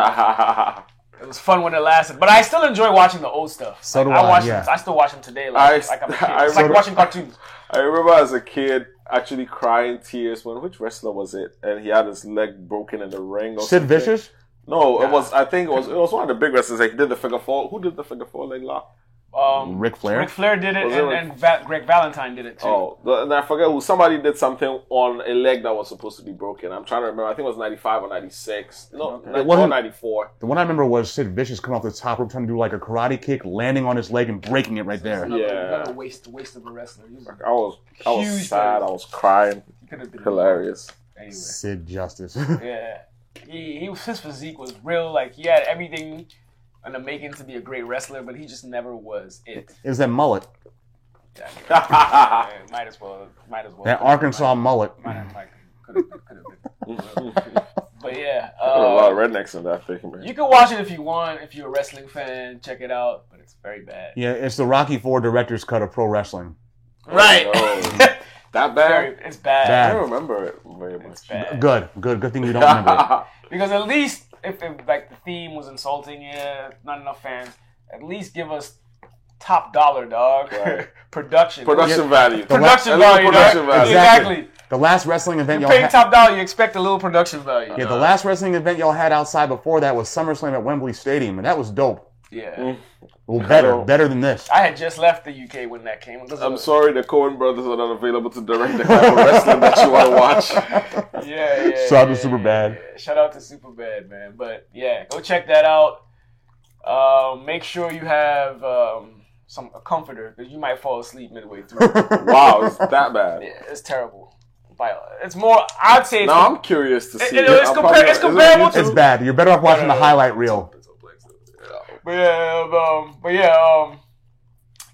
S2: It was fun when it lasted, but I still enjoy watching the old stuff.
S1: So do
S2: I
S1: I,
S2: watch
S1: yeah.
S2: them, I still watch them today. Like,
S3: I-
S2: like I'm a kid.
S3: I
S2: it's like
S1: remember-
S2: watching cartoons.
S3: I remember as a kid actually crying tears when which wrestler was it? And he had his leg broken in the ring. Or
S1: Sid
S3: something.
S1: Vicious?
S3: No, it was. I think it was. It was one of the big wrestlers. Like he did the figure four. Who did the figure four leg lock?
S2: Um,
S1: Ric Flair?
S2: Ric Flair did it,
S3: Was it
S2: and,
S3: Ric-
S2: and Va- Greg Valentine did it too.
S3: Oh, the- and I forget who. Somebody did something on a leg that was supposed to be broken. I'm trying to remember. I think it was 95 or 96. No,
S1: It
S3: 90, or
S1: wasn't-
S3: 94.
S1: The one I remember was Sid Vicious coming off the top rope trying to do like a karate kick, landing on his leg and breaking it right there.
S2: Another,
S3: yeah.
S2: another waste, waste of a wrestler. He, was,
S3: I was. I was
S2: Huge
S3: sad. I was crying.
S2: he could have been
S3: Hilarious.
S2: anyway.
S1: Sid Justice.
S2: Yeah, he, he was, his physique was real. Like he had everything in the making to be a great wrestler, but he just never was it.
S1: Is that mullet?
S2: Yeah,
S3: yeah,
S2: yeah, might as well, might as well.
S1: That Arkansas mullet.
S2: Might have, might could have, could have been. But yeah,
S3: There were a
S2: uh,
S3: lot of rednecks in that thing, man.
S2: You can watch it if you want. If you're a wrestling fan, check it out. But it's very bad.
S1: Yeah, it's the Rocky Four director's cut of pro wrestling.
S2: Right.
S3: Oh. that
S2: very,
S3: bad?
S2: it's bad.
S3: I
S1: Bad.
S3: don't remember it very much.
S2: It's bad.
S1: Good, good, good thing you don't remember it.
S2: Because at least if, if like the theme was insulting, yeah, not enough fans. At least give us top dollar, dog.
S3: Right.
S2: production.
S3: production value.
S2: Production
S3: A little
S2: value.
S3: Production
S2: dog.
S3: value.
S2: Exactly.
S1: Exactly. The last wrestling event
S2: You
S1: y'all
S2: pay
S1: had,
S2: top dollar, you expect a little production value.
S1: yeah, the last wrestling event y'all had outside before that was SummerSlam at Wembley Stadium, and that was dope.
S2: Yeah.
S1: Well, better,
S3: Hello.
S1: better than this.
S2: I had just left the UK when that came.
S3: I'm sorry the Cohen brothers are not available to direct the kind of wrestling that you want to watch.
S2: yeah, yeah.
S1: Shout out to
S2: yeah,
S1: Superbad.
S2: yeah, yeah. Shout out to Superbad, man. But yeah, go check that out. Um, make sure you have um, some a comforter because you might fall asleep midway through.
S3: Wow, it's that bad.
S2: yeah, it's terrible. But it's more. I'd say it's
S3: Now I'm curious to see.
S2: it- Eh, it's
S3: I'll
S2: compar-
S3: probably-
S2: it's
S3: is it on
S2: comparable
S3: YouTube?
S2: to-
S1: It's bad. You're better off watching
S2: Uh,
S1: the highlight reel.
S2: But yeah, um, but yeah, um,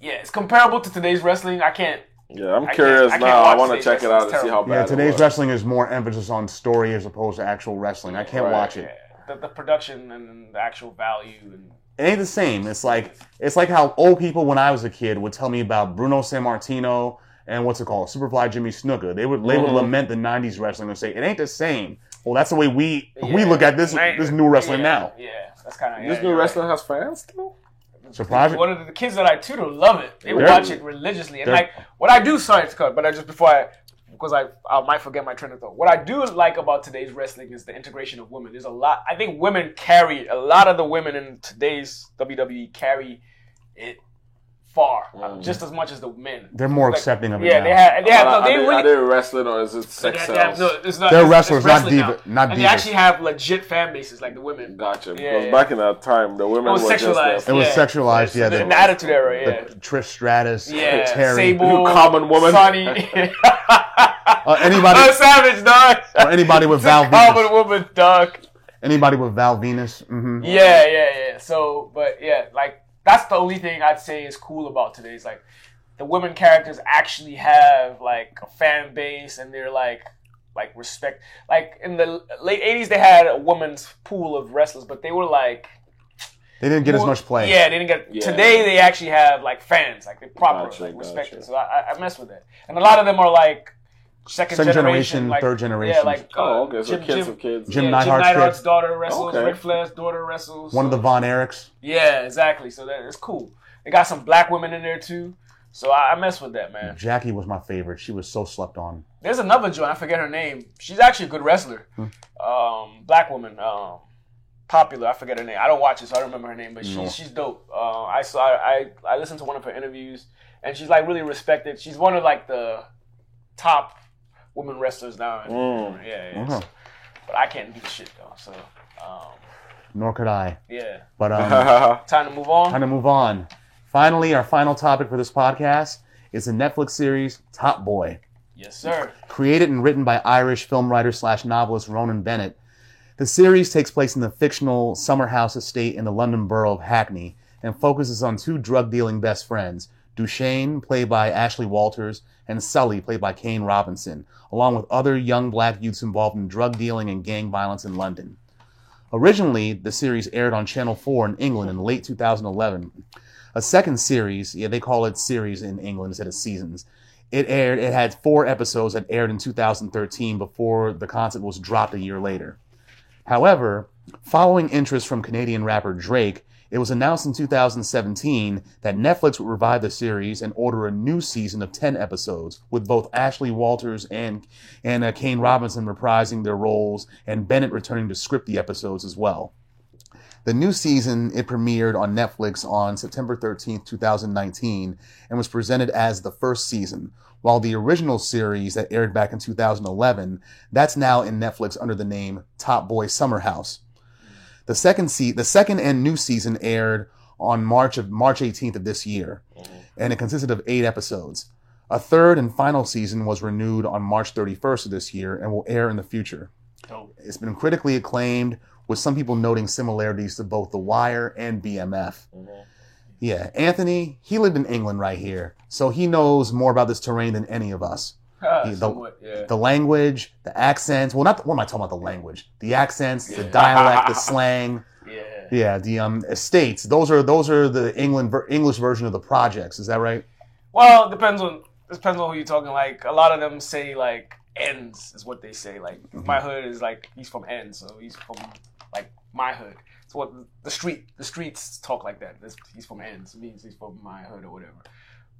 S2: yeah, it's comparable to today's wrestling. I can't.
S3: Yeah, I'm
S2: I
S3: curious
S2: can't- I can't
S3: now. I
S2: watch
S3: want to
S2: these.
S3: check it
S2: That's
S3: out and see
S2: terrible.
S3: how bad.
S1: Yeah,
S3: it
S1: today's
S3: was.
S1: wrestling is more emphasis on story as opposed to actual wrestling. I can't
S3: Right.
S1: watch it.
S2: The, the production and the actual value and
S1: It ain't the same. It's like it's like how old people when I was a kid would tell me about Bruno San Martino and what's it called, Superfly Jimmy Snuka. They would they
S2: Mm-hmm.
S1: would lament the '90s wrestling and say it ain't the same. Well, that's the way we we
S2: Yeah.
S1: look at this
S2: I-
S1: this new wrestling
S2: yeah,
S1: now.
S2: Yeah, that's kind of
S3: This new wrestler has fans still.
S1: Surprising.
S2: One of the kids that I tutor love it. They
S1: They're-
S2: watch it religiously. And
S1: they're-
S2: like what I do, sorry to cut, but I just before I because I, I might forget my train of thought. What I do like about today's wrestling is the integration of women. There's a lot. I think women carry a lot of the women in today's WWE carry it far, uh, just as much as the men.
S1: Mm. They're more accepting of it
S2: Yeah,
S1: now.
S2: they had. They had.
S3: Are,
S2: no, they
S3: they,
S2: really-
S3: are they wrestling or is it
S2: they
S3: sex
S2: had- they had-
S3: sales?
S2: no, it's not-
S1: They're
S2: it's- it's
S1: wrestlers, not
S2: wrestling
S1: diva-
S2: now.
S1: not
S2: And they
S1: divas.
S2: actually have legit fan bases like the women.
S3: Gotcha. Because
S2: yeah.
S3: back in that time, the women
S2: was
S3: were just there.
S2: sexualized.
S1: It was
S2: Yeah.
S1: sexualized. Yeah,
S2: In
S1: they,
S2: the Attitude Era, yeah.
S1: the Trish Stratus,
S2: Yeah,
S1: Terry,
S2: Sable,
S3: You common woman.
S2: Sonny,
S1: Uh, anybody-
S2: Oh, Savage, dog.
S1: or anybody with Val
S2: common
S1: Venus.
S2: woman, dog.
S1: Anybody with Val Venus. hmm
S2: Yeah, yeah, yeah. So, but yeah, like that's the only thing I'd say is cool about today is like the women characters actually have like a fan base and they're like like respect. Like in the late '80s, they had a woman's pool of wrestlers, but they were like
S1: They didn't get as
S2: Well,
S1: much play.
S2: Yeah, they didn't get.
S3: Yeah.
S2: Today they actually have like fans, like they proper,
S3: Gotcha,
S2: like respected.
S3: gotcha.
S2: So I, I- I mess with it, and a lot of them are like second,
S1: Second
S2: generation,
S1: generation,
S2: like-
S1: third
S2: Yeah,
S1: generation.
S2: like
S3: Oh,
S2: uh,
S3: okay. So
S2: Jim,
S3: kids
S2: Jim,
S3: of kids.
S1: Jim
S2: yeah,
S1: Neidhart's
S2: Neidhart's
S1: kid.
S2: daughter wrestles.
S3: Okay.
S2: Ric Flair's daughter wrestles.
S1: One of the
S2: so-
S1: Von Erichs.
S2: yeah, exactly. So that it's cool. They got some black women in there too. So I, I mess with that man.
S1: Jackie was my favorite. She was so slept on.
S2: There's another joint. I forget her name. She's actually a good wrestler. Um, black woman. Um, popular. I forget her name. I don't watch it, so I don't remember her name. But she's she's dope. Uh, I saw. I I listened to one of her interviews, and she's like really respected. She's one of like the top women wrestlers now.
S3: Mm.
S2: Yeah, yeah.
S1: Mhm.
S2: so- but I can't do the shit though. So um,
S1: Nor could I.
S2: yeah,
S1: But um,
S3: Haha.
S2: time to move on.
S1: time to move on. Finally, our final topic for this podcast is the Netflix series Top Boy.
S2: Yes, sir.
S1: created and written by Irish film writer slash novelist Ronan Bennett. The series takes place in the fictional Summerhouse estate in the London borough of Hackney and focuses on two drug dealing best friends, Duchesne, played by Ashley Walters, and Sully, played by Kane Robinson, along with other young black youths involved in drug dealing and gang violence in London. Originally, the series aired on Channel 4 in England in late 2011. A second series, yeah, they call it series in England instead of seasons, it aired it had four episodes that aired in 2013 before the concept was dropped a year later however following interest from canadian rapper drake it was announced in 2017 that netflix would revive the series and order a new season of 10 episodes with both ashley walters and and uh, kane robinson reprising their roles and bennett returning to script the episodes as well the new season it premiered on Netflix on September 13th, 2019, and was presented as the first season. While the original series that aired back in 2011, that's now in Netflix under the name Top Boy Summer House. The second se- the second and new season aired on March of March 18th of this year, and it consisted of 8 episodes. A third and final season was renewed on March 31st of this year and will air in the future.
S2: Dope.
S1: It's been critically acclaimed, with some people noting similarities to both The Wire and BMF. Yeah, Anthony, he lived in England right here, so he knows more about this terrain than any of us.
S2: Ah,
S1: Yeah, the-
S2: somewhat, yeah.
S1: The language, the accents. Well, not what am I talking about? The language, the accents, the dialect, the slang.
S2: yeah.
S1: Yeah, the um estates. Those are those are the England ver- English version of the projects. Is that right?
S2: Well, it depends on it depends on who you're talking. Like a lot of them say like ends is what they say. Like my hood is like he's from ends, so he's from like my hood. It's what the street the streets talk like that. This, he's from ends it means he's from my hood or whatever.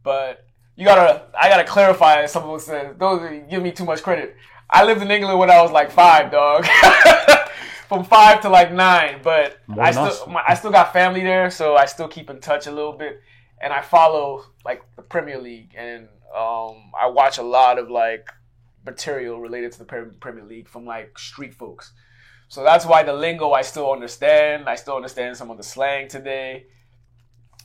S2: But you gotta I gotta clarify. as Someone said those are- give me too much credit. I lived in England when I was like five, dog. From five to like nine, but
S1: More
S2: I
S1: than us.
S2: still my, I still got family there, so I still keep in touch a little bit and I follow like the Premier League, and um, I watch a lot of like material related to the Pre- Premier League from like street folks. So that's why the lingo I still understand. I still understand some of the slang today,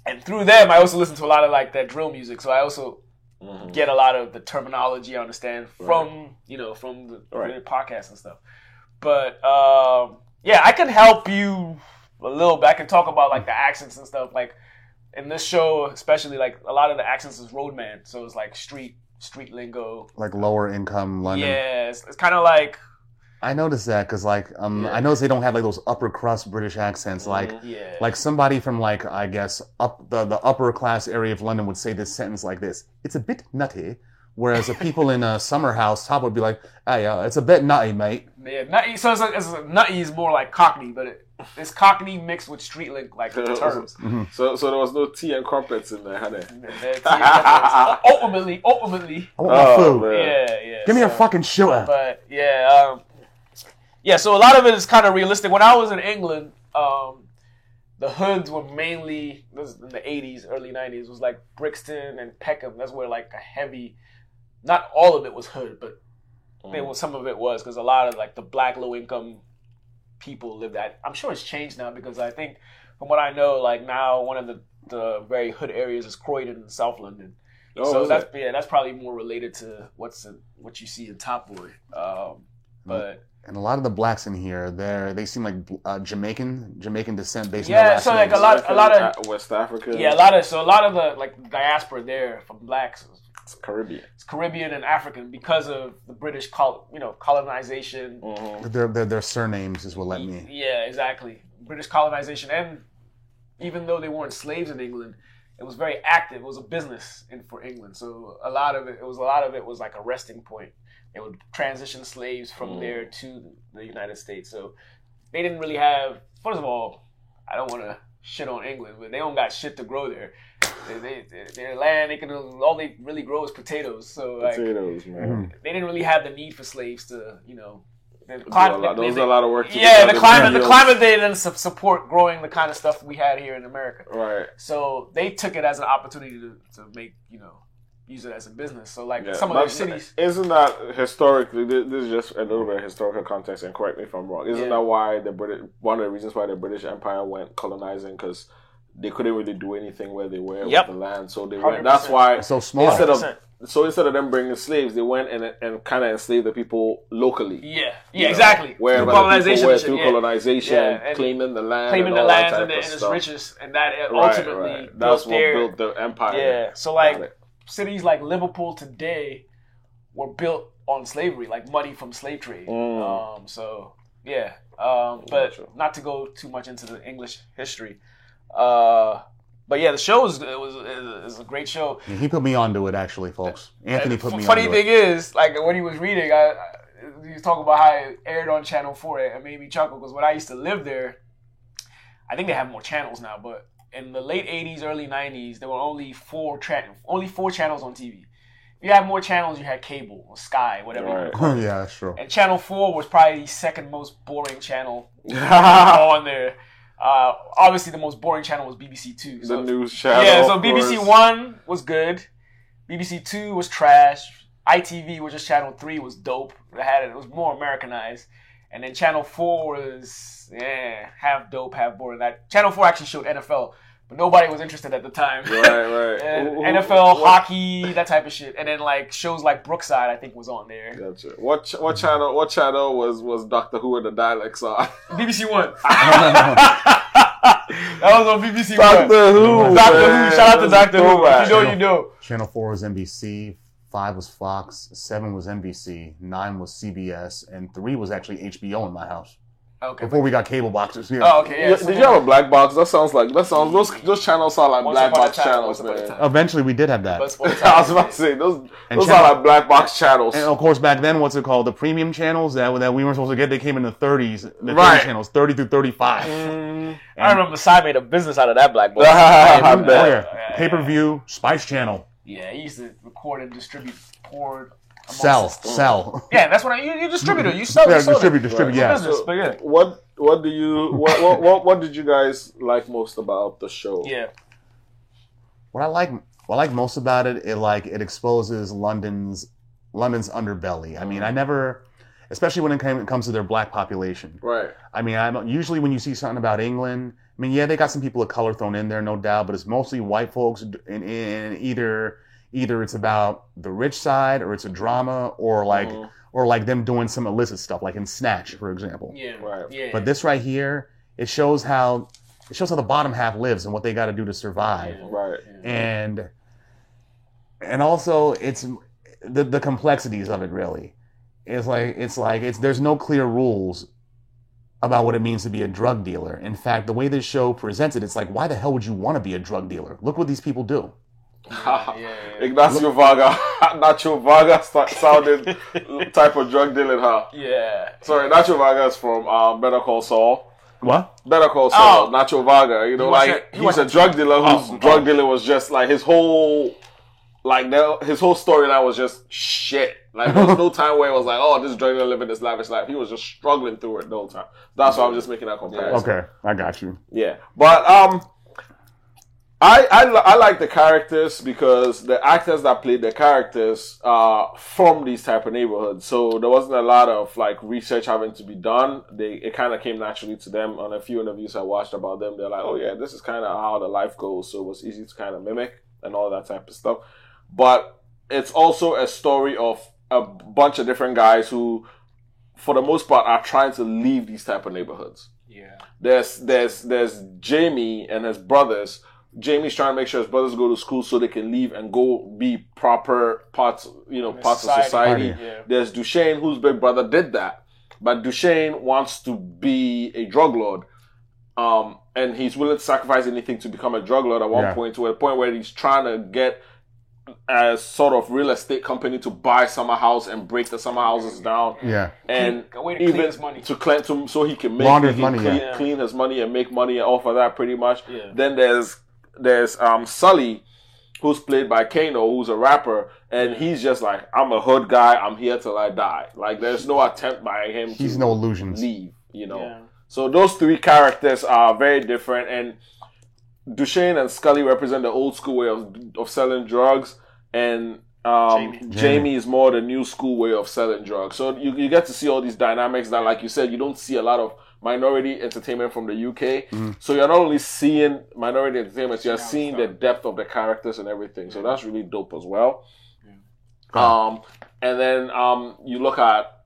S2: and through them I also listen to a lot of like that drill music. So I also
S3: Mhm.
S2: get a lot of the terminology I understand from you know from the,
S3: Right.
S2: the podcast and stuff. But um, yeah, I can help you a little bit. I can talk about like the accents and stuff. Like in this show, especially like a lot of the accents is roadman, so it's like street street lingo.
S1: Like lower income London.
S2: Yeah, it's, it's kind of like
S1: I noticed that because like um
S3: Yeah.
S1: I noticed they don't have like those upper crust British accents like
S2: yeah,
S1: Like somebody from like I guess up the, the upper class area of London would say this sentence like this: "It's a bit nutty," whereas the people in a summer house top would be like, "Hey, uh, it's a bit nutty, mate."
S2: yeah. Nutty, so it's, like, it's like- nutty is more like Cockney, but it, it's Cockney mixed with street link like terms.
S3: So, so there was no tea and crumpets in there, had it?
S2: Mm-hmm. ultimately, ultimately,
S1: I want my
S3: Oh,
S1: food.
S3: man.
S2: yeah, yeah.
S1: Give me a
S2: so-
S1: fucking shooter.
S2: But yeah, um, yeah. So a lot of it is kind of realistic. When I was in England, um, the hoods were mainly this is in the '80s, early '90s was like Brixton and Peckham. That's where like a heavy, not all of it was hood, but
S3: Mm.
S2: there was some of it was because a lot of like the black low income people lived at. I'm sure it's changed now because I think from what I know, like now one of the the very hood areas is Croydon in South London
S3: Oh,
S2: so
S3: is
S2: that's
S3: it?
S2: yeah, that's probably more related to what's in, what you see in Top Boy. Um, but
S1: and a lot of the blacks in here, they they seem like uh, Jamaican Jamaican descent based on
S2: Yeah,
S1: their last
S2: so, like,
S1: names.
S2: a lot- a lot of-
S3: Africa, West Africa.
S2: yeah, a lot of so a lot of the like diaspora there from blacks,
S3: It's Caribbean.
S2: it's Caribbean and African because of the British col you know colonization.
S3: Mhm.
S1: their, their their surnames is what let me.
S2: Yeah, exactly. British colonization, and even though they weren't slaves in England, it was very active. It was a business in for England, so a lot of it, it was a lot of it was like a resting point. They would transition slaves from
S3: Mm.
S2: there to the United States. So they didn't really have. First of all, I don't want to shit on England, but they don't got shit to grow there. They, they, their land, they can all they really grow is potatoes. So like,
S3: Potatoes, man.
S2: they didn't really have the need for slaves to, you know, the
S3: Those are a
S2: climate.
S3: lot-
S2: they-
S3: Those are a lot of work. to do.
S2: yeah, the
S3: Those
S2: climate, the
S3: videos.
S2: climate they didn't su- support growing the kind of stuff we had here in America.
S3: Right.
S2: So they took it as an opportunity to, to make, you know, use it as a business. So like
S3: Yeah.
S2: some of
S3: But
S2: their cities,
S3: Isn't that historically? thi- This is just a little bit of historical context, and correct me if I'm wrong. Isn't
S2: Yeah.
S3: that why the British? One of the reasons why the British Empire went colonizing because they couldn't really do anything where they were
S4: Yep.
S3: with the land, so they went.
S2: 100%.
S3: That's why.
S1: It's so small.
S3: Instead of
S4: 100%.
S3: so instead of them bringing slaves, they went and and kind of enslaved the people locally.
S2: yeah, yeah, exactly.
S3: Where
S2: Through
S3: the people were
S2: and shit,
S3: through
S2: yeah.
S3: colonization,
S2: Yeah, and
S3: claiming the land,
S2: claiming
S3: and
S2: the
S3: all
S2: lands
S3: that type
S2: and, the,
S3: of
S2: and its
S3: stuff.
S2: riches, and that uh,
S3: Right,
S2: ultimately
S3: right. that's
S2: built
S3: what
S2: their-
S3: built the empire.
S2: Yeah, so
S3: Got
S2: like
S3: it.
S2: cities like Liverpool today were built on slavery, like money from slave trade.
S3: Mm.
S2: Um, so yeah, um, but
S3: Gotcha.
S2: not to go too much into the English history. Uh, but yeah, the show is it was it was a great show.
S1: he put me onto it, actually, folks. Anthony put me
S2: Funny
S1: onto
S2: thing
S1: it.
S2: is, like when he was reading, I, I he was talking about how it aired on Channel Four. It made me chuckle because when I used to live there, I think they have more channels now. But in the late '80s, early '90s, there were only four tra- only four channels on TV. If you had more channels, you had cable or Sky, whatever. you
S3: Right.
S1: yeah, that's true.
S2: and Channel Four was probably the second most boring channel
S3: the
S2: on there. Uh, obviously, the most boring channel was BBC Two. So
S3: news channel.
S2: yeah, so
S3: of
S2: BBC
S3: course.
S2: One was good. BBC Two was trash. ITV, which is Channel Three, was dope. It had it was more Americanized, and then Channel Four was yeah half dope, half boring. That Channel Four actually showed NFL, but nobody was interested at the time.
S3: Right, right.
S2: And
S3: Who- who-
S2: NFL,
S3: what-
S2: hockey, that type of shit, and then like shows like Brookside, I think, was on there.
S3: Gotcha. What ch- what channel? What channel was was Doctor Who and the dialects on?
S2: BBC One. that was on BBC One.
S3: Who.
S2: Doctor Who. Shout out to Doctor Who. If you
S3: Who.
S2: know, you know.
S1: Channel 4 was NBC, 5 was Fox, 7 was NBC, 9 was CBS, and 3 was actually HBO in my house.
S2: Okay.
S1: Before we got cable boxes here.
S2: Oh, okay. Yeah.
S3: Did you have a black box? That sounds like that sounds those those channels sound like
S2: Once
S3: black
S2: upon a
S3: box
S2: time,
S3: channels,
S2: once upon a
S3: man.
S2: time.
S1: Eventually we did have that.
S2: That's what it's
S3: I was about to
S2: like.
S3: say those
S1: And
S3: those
S1: channel-
S3: are like black box channels.
S1: And of course, back then, what's it called? The premium channels that, that we weren't supposed to get, they came in the 30s. The premium
S3: Right.
S1: channels, 30 through 35.
S2: I remember Sai made a business out of that black boy.
S3: I
S1: Oh,
S3: bet.
S1: yeah. Pay per view, Spice Channel,
S2: yeah, he used to record and distribute porn. amongst
S1: sell,
S2: us.
S1: sell.
S2: Yeah, that's what I. You, you distributor. You sell.
S1: Yeah,
S2: you sold
S1: distribute,
S2: it.
S1: distribute,
S2: It's a
S1: yeah.
S2: Business, but yeah.
S3: What what do you what, what what what did you guys like most about the show?
S2: Yeah.
S1: What I like, what I like most about it, it like it exposes London's London's underbelly. I mean, I never, especially when it, came, it comes to their black population.
S3: Right.
S1: I mean, I don't, usually when you see something about England, I mean, yeah, they got some people of color thrown in there, no doubt, but it's mostly white folks, d- and, and either either it's about the rich side, or it's a drama, or like
S3: Mhm.
S1: or like them doing some illicit stuff, like in Snatch, for example.
S2: Yeah.
S3: Right.
S2: Yeah.
S1: But this right here, it shows how it shows how the bottom half lives and what they got to do to survive,
S2: Yeah.
S3: Right.
S1: and and also it's the the complexities of it really. It's like it's like it's there's no clear rules about what it means to be a drug dealer. In fact, the way this show presents it, it's like why the hell would you want to be a drug dealer? Look what these people do.
S2: Yeah, yeah, yeah.
S3: Ignacio Varga, Nacho Varga st- sounded type of drug dealing, huh?
S2: Yeah.
S3: Sorry, Nacho Varga's from um, Better Call Saul.
S1: What?
S3: Better Call Saul,
S2: Oh.
S3: Nacho Varga. You know,
S2: He was
S3: like
S2: a- he
S3: he's
S2: was
S3: a drug dealer whose
S1: Oh,
S3: drug dealer was just like his whole, like now his whole storyline was just shit. Like there was no time where it was like, oh, this drug dealer living this lavish life. He was just struggling through it the whole time. That's why I'm just making that comparison.
S1: Okay, I got you.
S3: Yeah, but um, I I, li- I like the characters because the actors that played the characters are from these type of neighborhoods, so there wasn't a lot of like research having to be done. They it kind of came naturally to them. On a few interviews I watched about them, they're like, oh yeah, this is kind of how the life goes, so it was easy to kind of mimic and all that type of stuff. But it's also a story of a bunch of different guys who, for the most part, are trying to leave these type of neighborhoods
S2: Yeah.
S3: there's there's there's Jamie and his brothers. Jamie's trying to make sure his brothers go to school so they can leave and go be proper parts, you know, parts of society.
S2: Yeah.
S3: There's Duchesne, whose big brother did that, but Duchesne wants to be a drug lord, um, and he's willing to sacrifice anything to become a drug lord. At one
S1: Yeah.
S3: point, to a point where he's trying to get uh, sort of real estate company to buy summer house and break the summer houses down.
S1: Yeah.
S3: And
S2: A way to
S3: even
S2: clean his money.
S3: to clean to, so he can make
S1: Launder
S3: he
S1: his
S3: can
S1: money,
S3: clean,
S1: yeah.
S3: clean his money and make money off of that pretty much.
S2: Yeah.
S3: Then there's there's um Sully, who's played by Kano, who's a rapper, and he's just like I'm a hood guy. I'm here till I die. Like there's no attempt by him
S1: He's
S3: to
S1: no illusions.
S3: leave. You know.
S2: Yeah.
S3: So those three characters are very different, and Duchesne and Scully represent the old school way of of selling drugs, and um,
S2: Jamie.
S3: Jamie. is more the new school way of selling drugs. So you, you get to see all these dynamics that, like you said, you don't see a lot of minority entertainment from the UK. So you're not only seeing minority entertainment, you're seeing the depth of the characters and everything. So that's really dope as well. Um, and then um, you look at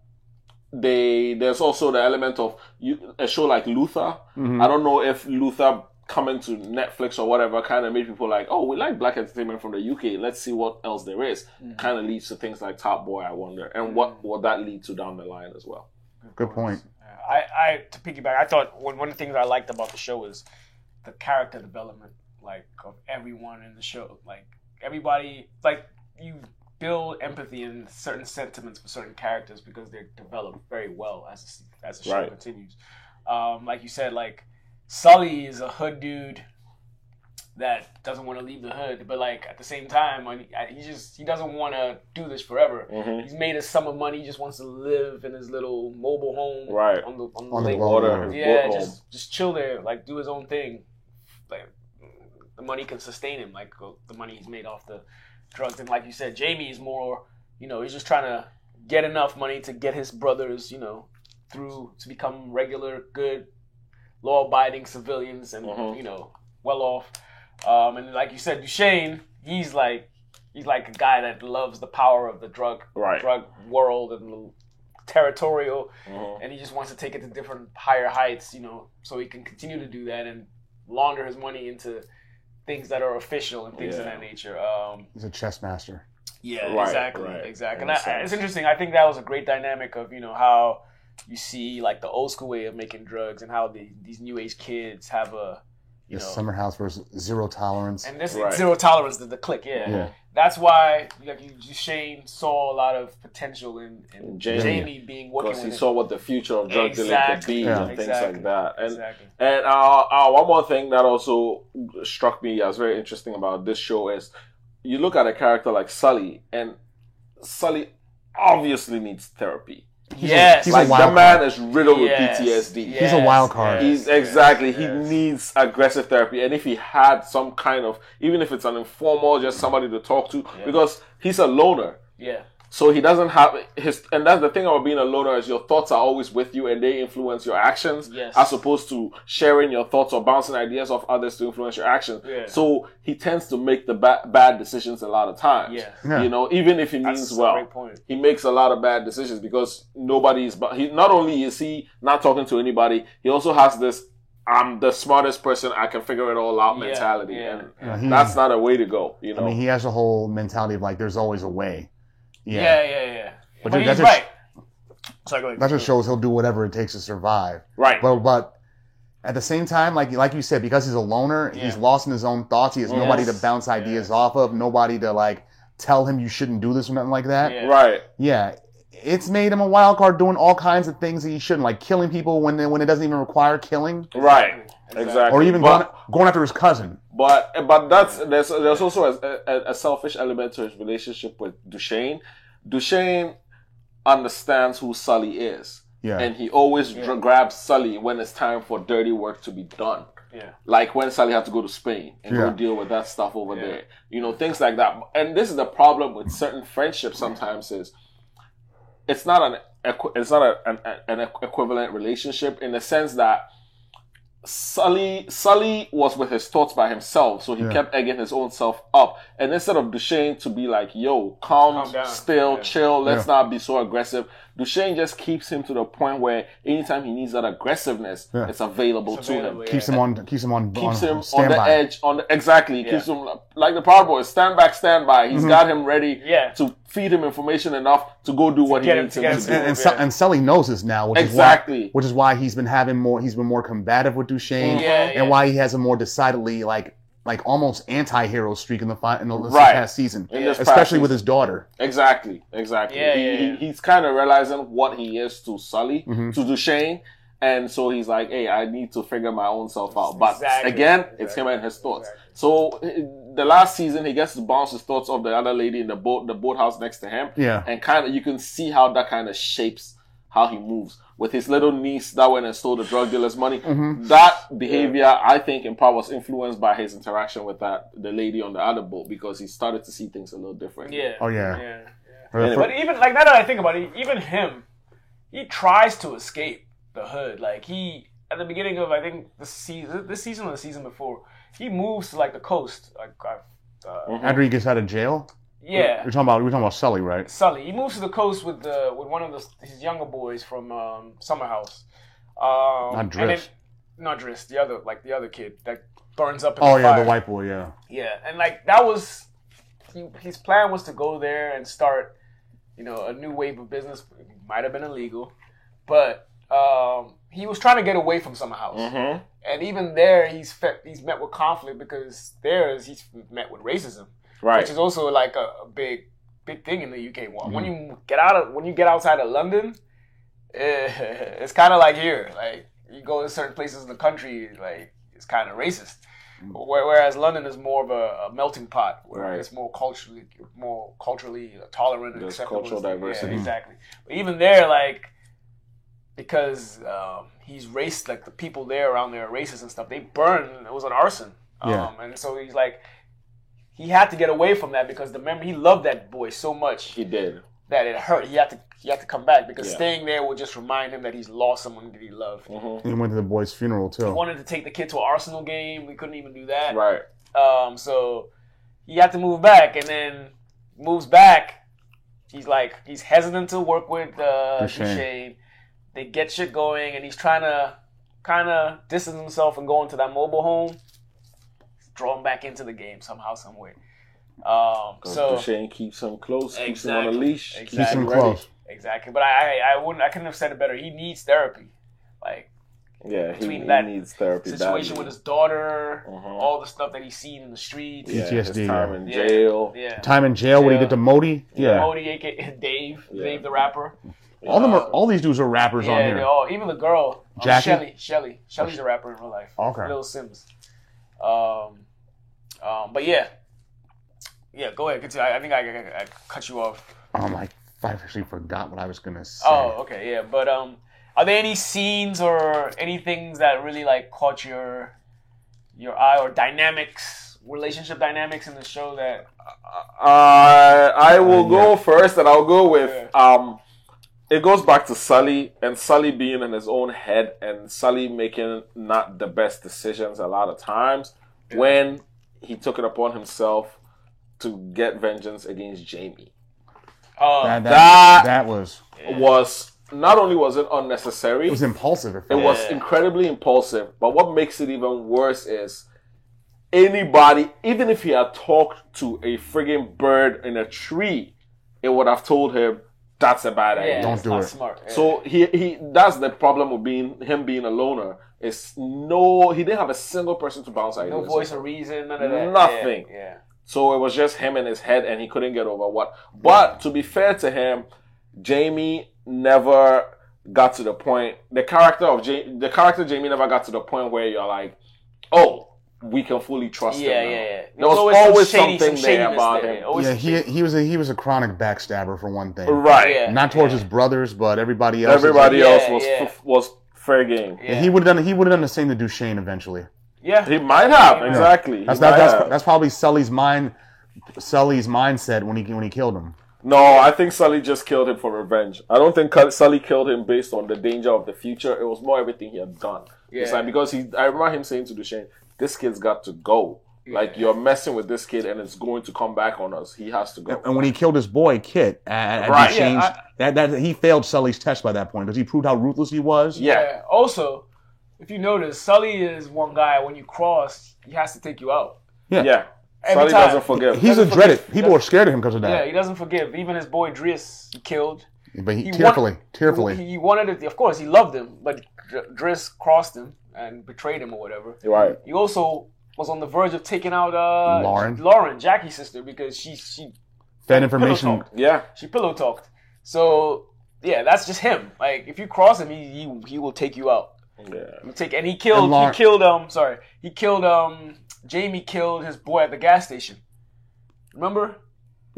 S3: they there's also the element of you, a show like Luther.
S1: Hmm. Mm-hmm.
S3: I don't know if Luther coming to Netflix or whatever kind of made people like, oh, we like black entertainment from the UK. Let's see what else there is.
S2: Mm-hmm.
S3: Kind of leads to things like Top Boy, I wonder, and what will that lead to down the line as well.
S1: Good point.
S2: I, I to piggyback, I thought one, one of the things I liked about the show was the character development, like of everyone in the show. Like everybody, like you build empathy and certain sentiments for certain characters because they're developed very well as the se- as the show
S3: Right.
S2: continues. Um, like you said, like Sully is a hood dude that doesn't want to leave the hood, but like at the same time, when he, he just he doesn't want to do this forever. He's made a sum of money. He just wants to live in his little mobile home
S3: Right.
S2: on the on the,
S1: On the
S2: lake.
S1: wall.
S3: Water, his
S2: Yeah,
S3: boat
S2: just just chill there, like do his own thing. Like the money can sustain him, like uh, the money he's made off the drugs. And like you said, Jamie is more, you know, he's just trying to get enough money to get his brothers, you know, through to become regular, good, law-abiding civilians, and
S3: Mhm.
S2: you know, well off. Um, and like you said, Duchesne, he's like he's like a guy that loves the power of the drug
S3: Right.
S2: drug world and the territorial
S3: home.
S2: and he just wants to take it to different higher heights, you know, so he can continue to do that and launder his money into things that are official and things of
S3: Yeah.
S2: that nature. Um,
S1: He's a chess master.
S2: yeah,
S3: Right,
S2: exactly,
S3: right.
S2: exactly. And I,
S3: Makes
S2: I-
S3: sense.
S2: it's interesting. I think that was a great dynamic of you know how you see like the old school way of making drugs and how the, these new age kids have a you
S1: His
S2: know
S1: summer house versus zero tolerance.
S2: and this
S3: Right.
S2: zero tolerance to the click. Yeah.
S1: Yeah.
S2: that's why like you, Shane saw a lot of potential in, in
S3: And
S2: Jamie,
S3: Jamie.
S2: being
S3: Because
S2: working
S3: he
S2: with
S3: saw what the future of drug dealing could
S2: Exactly.
S3: be
S1: Yeah.
S3: and things
S2: Exactly.
S3: like that.
S2: him.
S3: And
S2: exactly.
S3: And uh, uh, one more thing that also struck me as very interesting about this show is you look at a character like Sully, and Sully obviously needs therapy.
S2: yes,
S1: He's a
S3: like
S1: wild
S3: the man is riddled
S2: Yes,
S3: with PTSD.
S1: He's a wild card.
S3: He's exactly.
S2: yes, yes.
S3: He needs aggressive therapy, and if he had some kind of, even if it's an informal, just somebody to talk to, because he's a loner.
S2: yeah.
S3: So he doesn't have his, and that's the thing about being a loner is your thoughts are always with you and they influence your actions,
S2: Yes.
S3: as opposed to sharing your thoughts or bouncing ideas off others to influence your actions.
S2: Yeah.
S3: So he tends to make the ba- bad decisions a lot of times.
S2: Yeah.
S1: Yeah.
S3: You know, even if he means
S2: That's a
S3: well,
S2: great point.
S3: he makes a lot of bad decisions because nobody is. But he not only is he not talking to anybody, he also has this "I'm the smartest person, I can figure it all out"
S2: Yeah,
S3: mentality,
S2: yeah.
S3: and
S1: You know, he-
S3: that's not a way to go. You know,
S1: I mean, he has the whole mentality of like, there's always a way. Yeah.
S2: Yeah, yeah, yeah. But,
S1: But dude,
S2: he's
S1: that's a-
S2: right. Sorry, go ahead.
S1: That just shows he'll do whatever it takes to survive.
S3: right?
S1: But but at the same time, like like you said, because he's a loner, he's lost in his own thoughts. He has nobody to
S2: Yes.
S1: bounce ideas off of, nobody to like tell him you shouldn't do this or nothing like that.
S2: Yeah.
S3: right.
S1: Yeah, it's made him a wild card doing all kinds of things that he shouldn't, like killing people when when it doesn't even require killing,
S3: Right. Exactly.
S1: or even
S3: But-
S1: going, going after his cousin.
S3: But but that's there's there's also a, a, a selfish element to his relationship with Duchesne. Duchesne understands who Sully is,
S1: Yeah,
S3: and he always dra- grabs Sully when it's time for dirty work to be done.
S2: Yeah.
S3: Like when Sully had to go to Spain and
S1: Yeah.
S3: go deal with that stuff over there, you know, things like that. And this is the problem with certain friendships. Sometimes is it's not an equi- it's not a, an, an equ- equivalent relationship in the sense that Sully Sully was with his thoughts by himself, so he
S1: Yeah.
S3: kept egging his own self up. And instead of Duchesne to be like, "Yo, calm,
S2: Calm down.
S3: still,
S2: Yeah.
S3: chill, let's
S1: Yeah.
S3: not be so aggressive," Duchesne just keeps him to the point where anytime he needs that aggressiveness,
S1: Yeah.
S3: it's available
S2: It's
S3: to
S2: available,
S3: him.
S2: yeah.
S1: keeps him on keeps him on
S3: Keeps
S1: on,
S3: him on the
S1: standby.
S3: edge. On the, exactly,
S2: Yeah.
S3: keeps him like the Proud Boys. Stand back, stand by.
S1: Mm-hmm.
S3: He's got him ready
S2: Yeah.
S3: to feed him information enough to go do what he
S2: get him-
S3: needs
S2: to
S3: him
S2: get him
S3: to do.
S2: to-
S1: And, and, Su-
S2: Yeah.
S1: and Sully knows this now, which is
S3: Exactly.
S1: why, which is why he's been having more, he's been more combative with Duchesne,
S2: Yeah, yeah.
S1: and why he has a more decidedly like like almost anti-hero streak in the fi- in the this
S3: Right.
S1: past season,
S3: In this past
S1: especially with
S3: season.
S1: his daughter.
S3: Exactly, exactly.
S2: Yeah,
S3: he,
S2: yeah,
S3: he-
S2: yeah.
S3: he's kind of realizing what he is to Sully,
S1: Mhm.
S3: to Duchesne, and so he's like, "Hey, I need to figure my own self out." But
S2: Exactly,
S3: again, it's
S2: exactly,
S3: him and his thoughts.
S2: exactly.
S3: So eh, the last season, he gets to bounce his thoughts off the other lady in the boat, the boathouse next to him,
S1: Yeah,
S3: and kind of you can see how that kind of shapes how he moves with his little niece that went and stole the drug dealer's money. That behavior, I think, in part was influenced by his interaction with that the lady on the other boat because he started to see things a little different.
S2: Yeah.
S1: Oh, yeah.
S2: Yeah. yeah.
S1: Her-
S3: Anyway.
S2: But even like now that I think about it, even him, he tries to escape the hood. Like he at the beginning of I think the season, this season or the season before, he moves to like the coast. Like uh,
S3: Mm-hmm.
S2: uh,
S1: after he gets out of jail,
S2: yeah,
S1: we're talking about we're talking about Sully, right?
S2: Sully. He moves to the coast with the with one of the, his younger boys from um, Summer House. Um,
S1: Not
S2: and
S1: Driss.
S2: then- Not Driss. The other like the other kid that burns up. In
S1: Oh
S2: the
S1: yeah,
S2: fire.
S1: the white boy, yeah.
S2: Yeah, and like that was he, his plan was to go there and start, you know, a new wave of business. It might have been illegal, but um, he was trying to get away from Summer House.
S1: Mm-hmm.
S3: Mhm.
S2: And even there, he's fe- he's met with conflict because there is he's met with racism,
S3: Right.
S2: which is also like a, a big big thing in the UK. Well, When
S3: Mm-hmm.
S2: you get out of when you get outside of London, eh, it's kind of like here. Like you go to certain places in the country, like it's kind of racist. Where- Whereas London is more of a, a melting pot, where
S3: Mm. Right.
S2: it's more culturally more culturally tolerant and
S3: There's
S2: acceptable.
S3: cultural
S2: Yeah,
S3: diversity.
S2: exactly. But even there, like because um, he's raced, like the people there around there are racist and stuff. They burned. It was an arson. Um,
S1: Yeah.
S2: And so he's like, he had to get away from that because the memory. He loved that boy so much
S3: He did.
S2: that it hurt. He had to he had to come back because
S3: Yeah.
S2: staying there will just remind him that he's lost someone that he loved.
S1: He went to the boy's funeral too.
S2: He wanted to take the kid to an Arsenal game. We couldn't even do that.
S3: Right.
S2: Um, so he had to move back, and then moves back. He's like he's hesitant to work with uh,
S1: Duchesne.
S2: Duchesne. They get shit going, and he's trying to kind of distance himself and go into that mobile home, draw him back into the game somehow, some way. Um, so
S3: Shane keeps him close, keeps him on a
S2: Exactly.
S3: leash.
S2: Exactly.
S1: Keeps him
S3: Ready.
S1: close.
S2: exactly, but I, I I wouldn't I couldn't have said it better. He needs therapy, like
S3: Yeah, he,
S2: Between
S3: he
S2: that
S3: needs therapy.
S2: situation
S3: badly.
S2: with his daughter,
S3: Mhm.
S2: all the stuff that he's seen in the streets.
S3: yeah, his
S1: PTSD,
S3: time
S1: yeah.
S3: in
S2: Yeah.
S3: jail.
S2: yeah.
S1: Time in jail when he
S2: Yeah.
S1: did to Modi. Yeah.
S2: Modi, aka Dave,
S3: Yeah.
S2: Dave the rapper.
S1: All them are, all these dudes are rappers
S2: Yeah,
S1: on
S2: they
S1: here.
S2: all. Even the girl, um,
S1: Jackie? Oh,
S2: Shelly. Shelly. Shelly's a rapper in real life.
S1: Okay.
S2: Lil Sims. Um, um, but yeah, yeah. Go ahead. Continue. I, I think I, I, I cut you off.
S1: Oh my, I actually forgot what I was gonna say.
S2: Oh, okay. Yeah, but um, are there any scenes or any things that really like caught your your eye or dynamics, relationship dynamics in the show that?
S3: Uh, I will
S1: Uh,
S3: go first, and I'll go
S2: Yeah.
S3: with um. It goes back to Sully and Sully being in his own head and Sully making not the best decisions a lot of times when he took it upon himself to get vengeance against Jamie.
S2: Oh,
S1: that, that,
S3: that-
S1: that was
S3: Was not only was it unnecessary,
S1: it was impulsive. It
S3: It
S1: felt.
S3: was incredibly impulsive. But what makes it even worse is anybody, even if he had talked to a friggin' bird in a tree, it would have told him that's a bad
S2: yeah,
S3: idea.
S1: Don't
S2: it's
S1: do
S2: not
S1: it.
S2: Smart. yeah.
S3: So he, he that's the problem with being him being a loner. Is no he didn't have a single person to bounce ideas.
S2: no
S3: off.
S2: voice of reason, none of that.
S3: Nothing.
S2: Yeah. yeah.
S3: So it was just him in his head, and he couldn't get over what. But to be fair to him, Jamie never got to the point. The character of Jamie, the character Jamie never got to the point where you're like, oh, we can fully trust
S2: Yeah,
S3: him. now."
S2: yeah, yeah.
S3: There was always,
S2: some shady-
S3: something
S2: some
S3: there
S2: shadiness
S3: about
S2: there.
S3: him.
S2: Always
S1: Yeah,
S2: some
S1: he he was a he was a chronic backstabber for one thing.
S3: Right.
S2: Yeah.
S1: Not towards his brothers, but everybody else.
S3: Everybody
S2: Yeah,
S3: else was
S2: yeah.
S3: f- was fair game.
S2: shady-
S1: Yeah, he would have done he would have done the same to Duchesne eventually.
S2: yeah.
S3: He might have
S2: Yeah.
S3: exactly. He
S1: That's
S3: might
S1: that, that's,
S3: have.
S1: that's probably Sully's mind Sully's mindset when he when he killed him.
S3: No, I think Sully just killed him for revenge. I don't think Cul- Sully killed him based on the danger of the future. It was more everything he had done. It's
S2: Yeah.
S3: like because he, I remember him saying to Duchesne, "This kid's got to go. Like you're messing with this kid, and it's going to come back on us. He has to go."
S1: And when he killed his boy Kit at, at
S3: Right.
S1: Duchesne's,
S2: Yeah,
S1: that, that he failed Sully's test by that point because he proved how ruthless he was.
S3: yeah.
S2: Also, if you notice, Sully is one guy. When you cross, he has to take you out.
S3: yeah.
S2: Every
S3: Sully
S2: time.
S3: doesn't forgive.
S1: He's a
S2: That's
S1: dreaded.
S2: fucking-
S1: People are scared of him because of
S2: Yeah,
S1: that.
S2: he doesn't forgive. Even his boy Driss, he killed.
S1: but he,
S2: He
S1: tearfully,
S2: want-
S1: tearfully.
S2: He, he wanted it. Of course, he loved him, but Dr- Driss crossed him and betrayed him or whatever.
S3: right.
S2: You also was on the verge of taking out uh,
S1: Lauren?
S2: Lauren, Jackie's sister, because she she
S1: That
S2: pillow
S1: information.
S2: talked.
S3: Yeah.
S2: She pillow talked. So yeah, that's just him. Like if you cross him, he he, he will take you out.
S3: Yeah.
S2: You take and he killed
S1: And Lauren-
S2: he killed um sorry he killed um Jamie killed his boy at the gas station. Remember?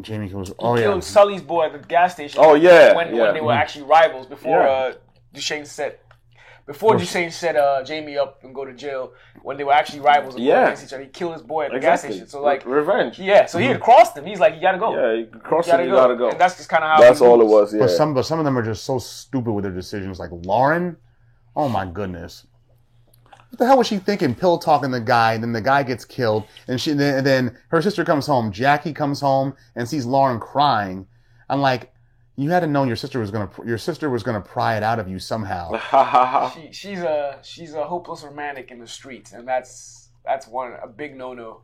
S1: Jamie goes,
S2: He
S1: oh yeah.
S2: killed Sully's boy at the gas station.
S3: Oh, yeah,
S2: When,
S3: yeah.
S2: when they were actually rivals before
S3: Yeah.
S2: uh, Duchesne set before Duchesne set uh, Jamie up and go to jail when they were actually rivals and
S3: Yeah.
S2: yeah. against each other. He killed his boy at the gas station. So like
S3: Re- revenge.
S2: yeah, so he had crossed him. He's like, you gotta go.
S3: mm-hmm. Yeah, you cross
S2: You gotta,
S3: it, you
S2: go.
S3: gotta go.
S2: And that's just kind of how.
S3: That's
S2: he
S3: all it
S2: moves.
S3: was. Yeah.
S1: But some, but some of them are just so stupid with their decisions. Like Lauren, oh my goodness, what the hell was she thinking? Pill talking the guy, and then the guy gets killed, and she, then, and then her sister comes home. Jackie comes home and sees Lauren crying. I'm like, you had to know your sister was gonna, your sister was gonna pry it out of you somehow.
S3: Ha ha ha.
S2: She, she's a she's a hopeless romantic in the streets, and that's that's one a big no no.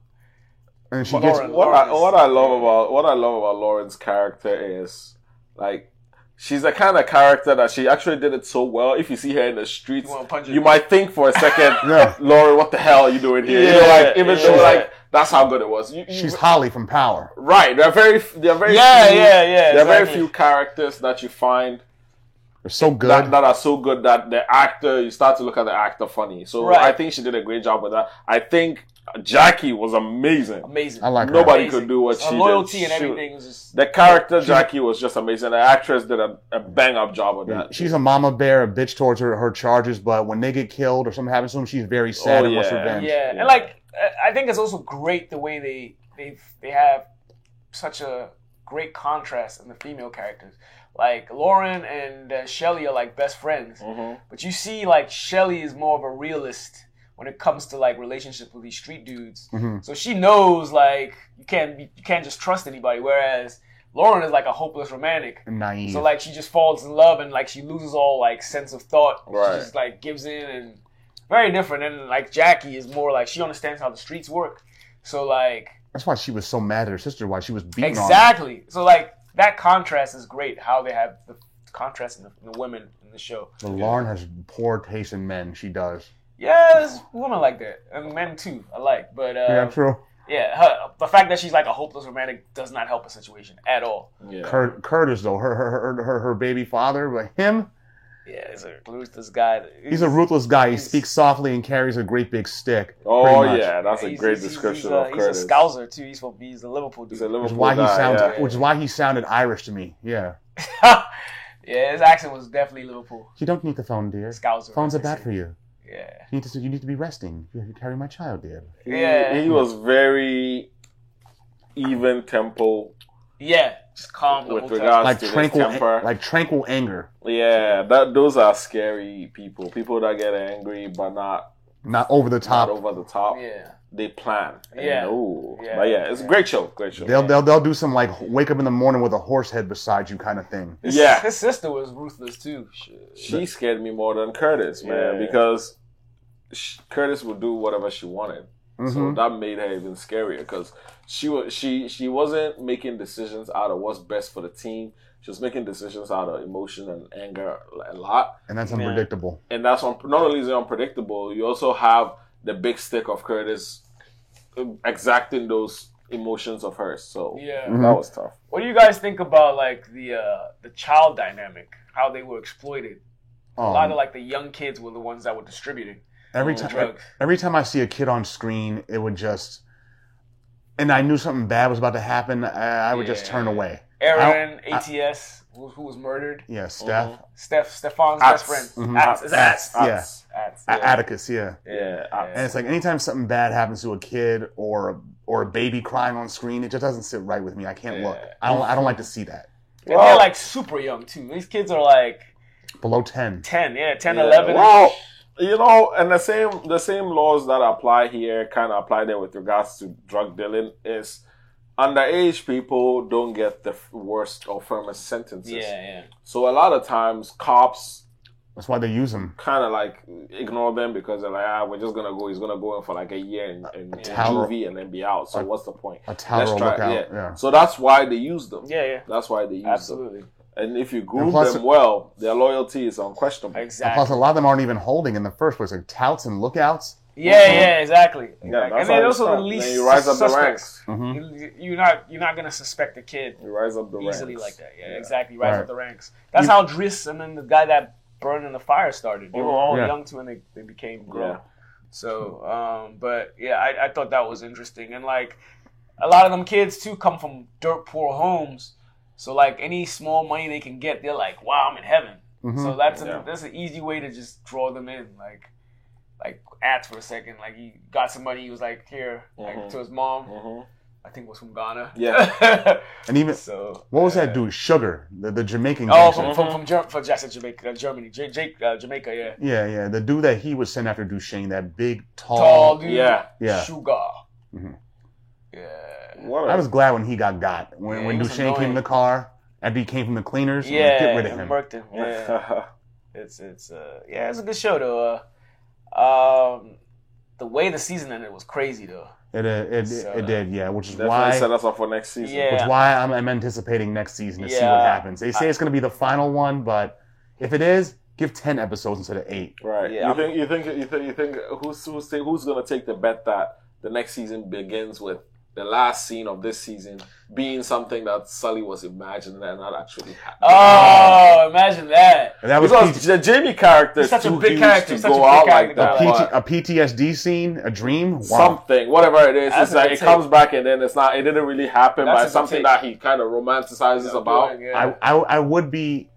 S1: And she gets,
S2: Lauren.
S3: What I what I love about what I love about Lauren's character is like she's the kind of character that she actually did it so well. If you see her in the streets,
S2: You wanna punch her.
S3: you might think for a second,
S1: Yeah.
S3: Lauren, what the hell are you doing here? you know,
S4: Yeah,
S3: like even
S4: yeah.
S3: though like that's how good it was. You, you-
S1: she's Holly from Power.
S3: right. There are very there are very
S2: Yeah,
S3: few,
S2: yeah, yeah,
S3: There are very
S2: exactly.
S3: few characters that you find
S1: They're so good.
S3: that, that are so good that the actor you start to look at the actor funny. So
S2: Right.
S3: I think she did a great job with that. I think Jackie was amazing.
S2: Amazing.
S1: I like her.
S3: Nobody
S2: Amazing.
S3: could do what
S2: Her
S3: she
S2: loyalty
S3: did.
S2: and
S3: She-
S2: everything was just
S3: The character Jackie was just amazing. The actress did a, a bang up job with that.
S1: She's a mama bear, a bitch towards her, her charges, but when they get killed or something happens to them, she's very sad
S3: Oh,
S1: and wants
S3: yeah.
S1: revenge.
S2: yeah.
S3: Yeah.
S2: And like I- I think it's also great the way they they they have such a great contrast in the female characters. Like Lauren and uh, Shelly are like best friends,
S3: Mhm.
S2: but you see like Shelly is more of a realist when it comes to like relationships with these street dudes.
S1: Mhm.
S2: So she knows like you can't be, you can't just trust anybody. Whereas Lauren is like a hopeless romantic.
S1: And naive.
S2: So like she just falls in love and like she loses all like sense of thought.
S3: Right.
S2: She just like gives in and very different. And like Jackie is more like she understands how the streets work. So like
S1: That's why she was so mad at her sister. Why she was beating on.
S2: exactly. So like that contrast is great. How they have the contrast in the, in the women in the show.
S1: her. But Lauren has poor taste in men. She does.
S2: Yeah, there's women like that and men too. I like, but uh,
S1: yeah,
S2: yeah,
S1: true.
S2: her, the fact that she's like a hopeless romantic does not help the situation at all.
S3: Yeah.
S1: Curt, Curtis though, her her, her her her baby father, but him,
S2: Yeah, it's a ruthless guy.
S1: he's a ruthless guy. He
S2: he's-
S1: speaks softly and carries a great big stick.
S3: oh
S1: pretty much.
S3: yeah, that's a
S2: he's-
S3: great
S2: he's- he's-
S3: description
S2: he's a,
S3: of Curtis.
S2: He's a scouser too. He's from he's a Liverpool dude.
S3: He's a Liverpool
S1: Which is why he
S3: guy,
S1: sounds,
S3: yeah.
S1: which is why he sounded Irish to me. Yeah,
S2: yeah, his accent was definitely Liverpool.
S1: you don't need the phone, dear.
S2: Scouser.
S1: Phones are bad for you.
S2: Yeah.
S1: You need to you need to be resting. You you carry my child, dear.
S3: He-
S2: Yeah.
S3: He, was very even tempo
S2: Yeah. Just calm the
S3: with
S2: whole time.
S3: regards
S1: Like
S3: to his
S1: tranquil,
S3: temper.
S1: like tranquil anger,
S3: yeah, that those are scary people. People that get angry but not,
S1: not over the
S3: not
S1: top.
S3: over the top.
S2: Yeah.
S3: They plan. And,
S2: Yeah.
S3: ooh.
S2: Yeah.
S3: But yeah, it's a great show. Great show.
S1: They'll, they'll they'll do some like wake up in the morning with a horse head beside you kind of thing.
S2: His,
S3: Yeah.
S2: His sister was ruthless too. Shit.
S3: She scared me more than Curtis, man,
S4: Yeah.
S3: because sh Curtis would do whatever she wanted. So
S1: Mhm.
S3: that made her even scarier because she was she she wasn't making decisions out of what's best for the team. She was making decisions out of emotion and anger a lot,
S1: and that's
S4: Yeah.
S1: unpredictable.
S3: and that's un- not only is it unpredictable. You also have the big stick of Curtis um, exacting those emotions of hers. So
S2: Yeah.
S1: Mhm.
S3: that was tough.
S2: What do you guys think about like the uh, the child dynamic? How they were exploited.
S1: Oh,
S2: A lot of like the young kids were the ones that were distributing
S1: every
S2: the
S1: time
S2: drugs.
S1: every time I see a kid on screen, it would just, and I knew something bad was about to happen. I, I would just
S2: Yeah.
S1: turn away.
S2: Aaron, ATS, who, who was murdered.
S1: Yeah, Steph,
S2: Steph, Stefan's
S3: Ats.
S2: best friend.
S1: Mhm.
S2: Ats, is Mm-hmm. Ats.
S1: Yeah.
S3: That's-
S2: Ats,
S1: A-
S2: yeah.
S1: Atticus. Yeah,
S3: yeah,
S2: Yeah.
S1: and it's like anytime something bad happens to a kid or a, or a baby crying on screen, it just doesn't sit right with me. I can't look.
S2: Yeah.
S1: I don't I don't like to see that.
S2: And they're like super young too. These kids are like
S1: Below ten.
S2: 10, yeah, 10,
S3: Yeah,
S2: 11.
S3: Well, you know, and the same the same laws that apply here kind of apply there with regards to drug dealing is underage people don't get the f- worst or firmest sentences.
S2: yeah, yeah.
S3: So a lot of times cops
S1: That's why they use them.
S3: kind of like ignore them because they're like, ah, we're just gonna go. He's gonna go in for like a year and, and
S1: tower-
S3: juvie and then be out. So
S1: a-
S3: what's the point?
S1: A tower lookout.
S3: yeah.
S1: Yeah.
S3: So that's why they use them.
S2: Yeah, yeah.
S3: That's why they use
S2: Absolutely.
S3: them. And if you groom
S1: plus-
S3: them well, their loyalty is unquestionable.
S1: And plus,
S2: Exactly.
S1: a lot of them aren't even holding in the first place. Like touts and lookouts.
S2: Yeah, yeah, exactly.
S3: Yeah,
S2: and
S3: that's
S2: then
S3: how
S2: also
S3: also
S2: the least
S3: you rise up the
S2: suspects.
S3: ranks.
S1: Mhm.
S2: You- You're not you're not gonna suspect a kid
S3: You rise up the
S2: easily
S3: ranks.
S2: like that. Yeah,
S3: Yeah.
S2: exactly. Rise
S1: Right.
S2: up the ranks. That's how Driss and then the guy that burned in the fire started. They were all
S1: Yeah.
S2: young too, and they, they became grown.
S3: Yeah.
S2: So, um, but yeah, I, I thought that was interesting, and like a lot of them kids too come from dirt poor homes. So like any small money they can get, they're like, wow, I'm in heaven.
S1: Mm-hmm.
S2: So that's
S3: Yeah.
S2: a, that's an easy way to just draw them in, like. Like ads for a second, like he got some money. He was like, "Here," like
S3: Mhm.
S2: to his mom.
S3: Mhm.
S1: Mm-hmm.
S2: I think was from Ghana.
S3: Yeah.
S1: And even
S2: so
S1: what was that
S2: yeah.
S1: dude? Sugar, the, the Jamaican.
S2: Oh,
S1: gangster.
S2: from from, from, Ger- from Jackson, Jamaica, uh, Germany, J- Jake, uh, Jamaica, yeah.
S1: Yeah, yeah. The dude that he would send after Duchesne, that big, tall.
S2: Tall dude,
S3: Yeah.
S1: Oh, Yeah.
S2: sugar,
S1: Mhm.
S2: yeah,
S3: What
S1: I
S3: a-
S1: was glad when he got got. When,
S2: Yeah,
S1: when
S2: he was
S1: Duchesne came in
S2: annoying.
S1: the car, after he came from the cleaners, I'm like,
S2: yeah.
S1: get rid of
S2: and
S1: him.
S2: murked him. Yeah,
S3: yeah.
S2: it's it's uh, yeah, it's a good show though. Uh, um, the way the season ended was crazy though.
S1: It, uh, it, it,
S2: So,
S1: it did, yeah. Which is
S3: Definitely
S1: why,
S3: set us up for next season.
S2: Yeah.
S1: which why I'm, I'm anticipating next season to see what
S2: Yeah.
S1: happens. They say it's going to be the final one, but if it is, give ten episodes instead of eight.
S3: Right.
S2: Yeah,
S3: you
S2: I'm-
S3: think you think you think you think who's who's ta- who's gonna take the bet that the next season begins with the last scene of this season being something that Sully was imagining and not actually happened.
S2: Oh, imagine that!
S1: And that was
S3: because
S1: PG
S3: the Jamie character is
S2: He's such a
S3: too
S2: big
S3: huge
S2: character,
S3: to
S2: such a
S3: go
S2: big
S3: out
S2: character.
S3: like that.
S1: a,
S3: but
S1: PG a PTSD scene, a dream. Wow.
S3: Something, whatever it is,
S2: That's
S3: it's
S2: a
S3: like
S2: good
S3: it
S2: take.
S3: comes back and then it's not. It didn't really happen,
S2: That's a
S3: but
S2: good
S3: it's something
S2: take.
S3: that he kind of romanticizes about.
S1: I,
S2: Yeah.
S1: I I would be,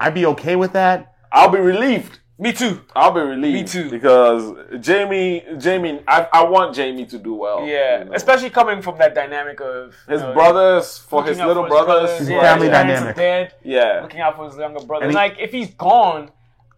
S1: I'd be okay with that.
S3: I'll be relieved.
S2: me too.
S3: I'll be relieved.
S2: Me too.
S3: Because Jamie, Jamie, I, I want Jamie to do well.
S2: Yeah,
S3: you know.
S2: especially coming from that dynamic of you
S3: his
S2: know,
S3: brothers for
S2: looking
S3: his
S2: out
S3: little
S2: for
S3: brothers.
S1: His
S2: yeah,
S1: family
S2: his parents are
S1: dynamic.
S2: Dead.
S3: Yeah.
S2: looking out for his younger brother.
S1: And
S2: And,
S1: he-
S2: like if he's gone,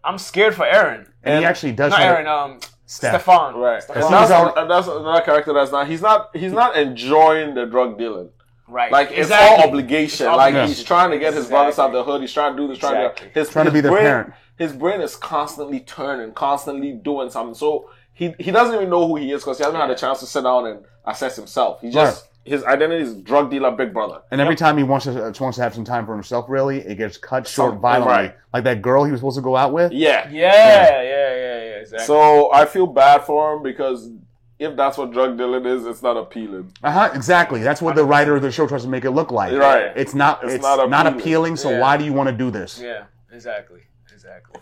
S2: I'm scared for Aaron.
S1: And,
S3: And-
S1: he actually does.
S2: Not
S1: try to-
S2: Aaron, um
S1: Steph.
S2: Stefan.
S3: Right.
S2: Stefan.
S3: And
S1: As long as
S3: that's,
S1: I'm-
S3: and that's another character that's not he's not he's not enjoying the drug dealing.
S2: Right.
S3: Like it's all obligation.
S2: It's
S3: like
S2: obligation.
S3: he's trying to get his brothers out
S2: Exactly.
S3: the hood. He's trying to do this. Trying
S2: Exactly.
S3: to his
S1: Trying to
S3: his
S1: be their
S3: brain,
S1: parent.
S3: His brain is constantly turning, constantly doing something. So he he doesn't even know who he is because he hasn't had a chance to sit down and assess himself. He just his identity is drug dealer, big brother.
S1: And every time he wants to uh, wants to have some time for himself, really, it gets cut short
S3: Some-
S1: violently.
S3: right.
S1: Like that girl he was supposed to go out with.
S3: Yeah.
S2: Yeah, yeah, yeah, yeah, exactly.
S3: So I feel bad for him because if that's what drug dealing is, it's not appealing.
S1: Uh huh. Exactly. That's what the writer of the show tries to make it look like.
S3: Right.
S1: It's not. It's,
S3: It's
S1: not
S3: not
S1: appealing.
S3: appealing.
S1: so
S2: Yeah.
S1: why do you want to do this?
S2: yeah, exactly. Exactly.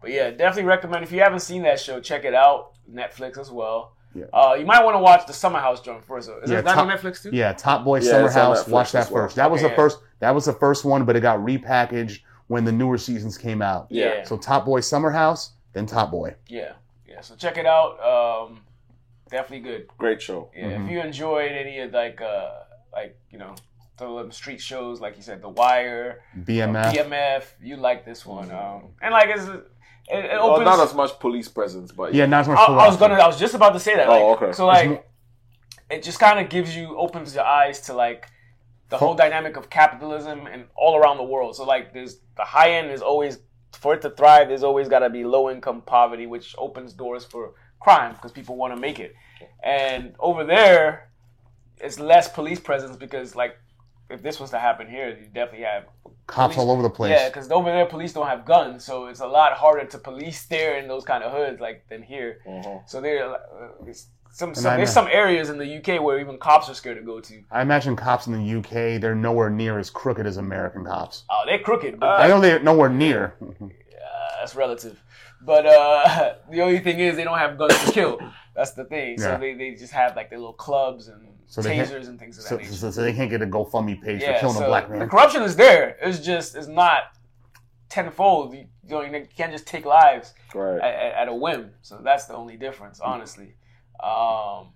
S2: But yeah, definitely recommend if you haven't seen that show, check it out. Netflix as well.
S1: Yeah.
S2: Uh, you might want to watch the Summer House joint first. though. Is
S1: Yeah,
S2: it that
S1: top-
S2: on Netflix too?
S1: Yeah, Top Boy
S3: Yeah,
S1: Summer
S3: it's on
S1: House.
S3: Netflix
S1: Watch that
S3: as well.
S1: first. That was
S2: Okay,
S1: the
S2: yeah.
S1: first. That was the first one, but it got repackaged when the newer seasons came out.
S2: Yeah.
S1: So Top Boy Summer House, then Top Boy.
S2: Yeah. Yeah. So check it out. Um, definitely good.
S3: Great show.
S2: Yeah, if you enjoyed any of like uh like you know the little street shows, like you said, The Wire,
S1: BMF.
S2: PMF, you like this one. Um, and like it's it, it
S3: Well,
S2: opens.
S3: not as much police presence, but
S1: Yeah, not as much.
S2: I,
S1: for
S2: I was
S1: us.
S2: gonna. I was just about to say that.
S3: Oh,
S2: like,
S3: okay.
S2: So
S1: It's
S2: like,
S1: more-
S2: it just kind of gives you opens your eyes to like the whole dynamic of capitalism and all around the world. So like, there's the high end is always for it to thrive. There's always got to be low income poverty, which opens doors for crime because people want to make it. And over there, it's less police presence because like, if this was to happen here, you definitely have
S1: cops all over the place.
S2: yeah, because over there, police don't have guns, so it's a lot harder to police there in those kind of hoods like than here.
S3: Mm-hmm.
S2: So there, uh, it's some, some
S1: I
S2: there's
S1: know.
S2: some areas in the UK where even cops are scared to go to.
S1: I imagine cops in the UK, they're nowhere near as crooked as American cops.
S2: Oh, they're crooked, but
S1: Uh, I know they're nowhere near.
S2: that's relative. But uh, the only thing is they don't have guns to kill. That's the thing.
S1: Yeah.
S2: So they, they just have like their little clubs and
S1: So they hit-
S2: tasers and things of that
S1: So,
S2: nature.
S1: so, so they can't get a GoFundMe page for
S2: yeah,
S1: killing
S2: so
S1: a black
S2: the
S1: man.
S2: corruption is there. It's just it's not tenfold. You, you know, you can't just take lives.
S3: right.
S2: at, at- at a whim. So that's the only difference, honestly. Um,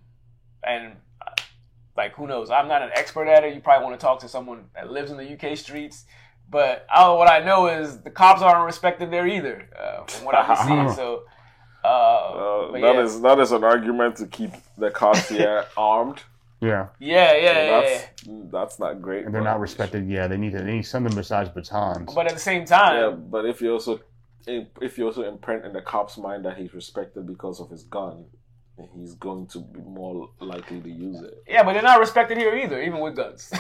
S2: and uh, like, who knows? I'm not an expert at it. You probably want to talk to someone that lives in the UK streets. But I, what I know is the cops aren't respected there either, uh, from what I've seen. So, uh,
S3: Uh,
S2: but
S3: that
S2: yeah.
S3: is- that is an argument to keep the cops here armed.
S1: Yeah,
S2: yeah, yeah, yeah, yeah.
S3: That's that's not great.
S1: and they're
S3: but-
S1: not respected. Yeah, they need to. They need something besides batons.
S2: But at the same
S3: Yeah,
S2: time,
S3: but if you also if you also imprint in the cop's mind that he's respected because of his gun, he's going to be more likely to use it.
S2: yeah. but they're not respected here either, even with guns.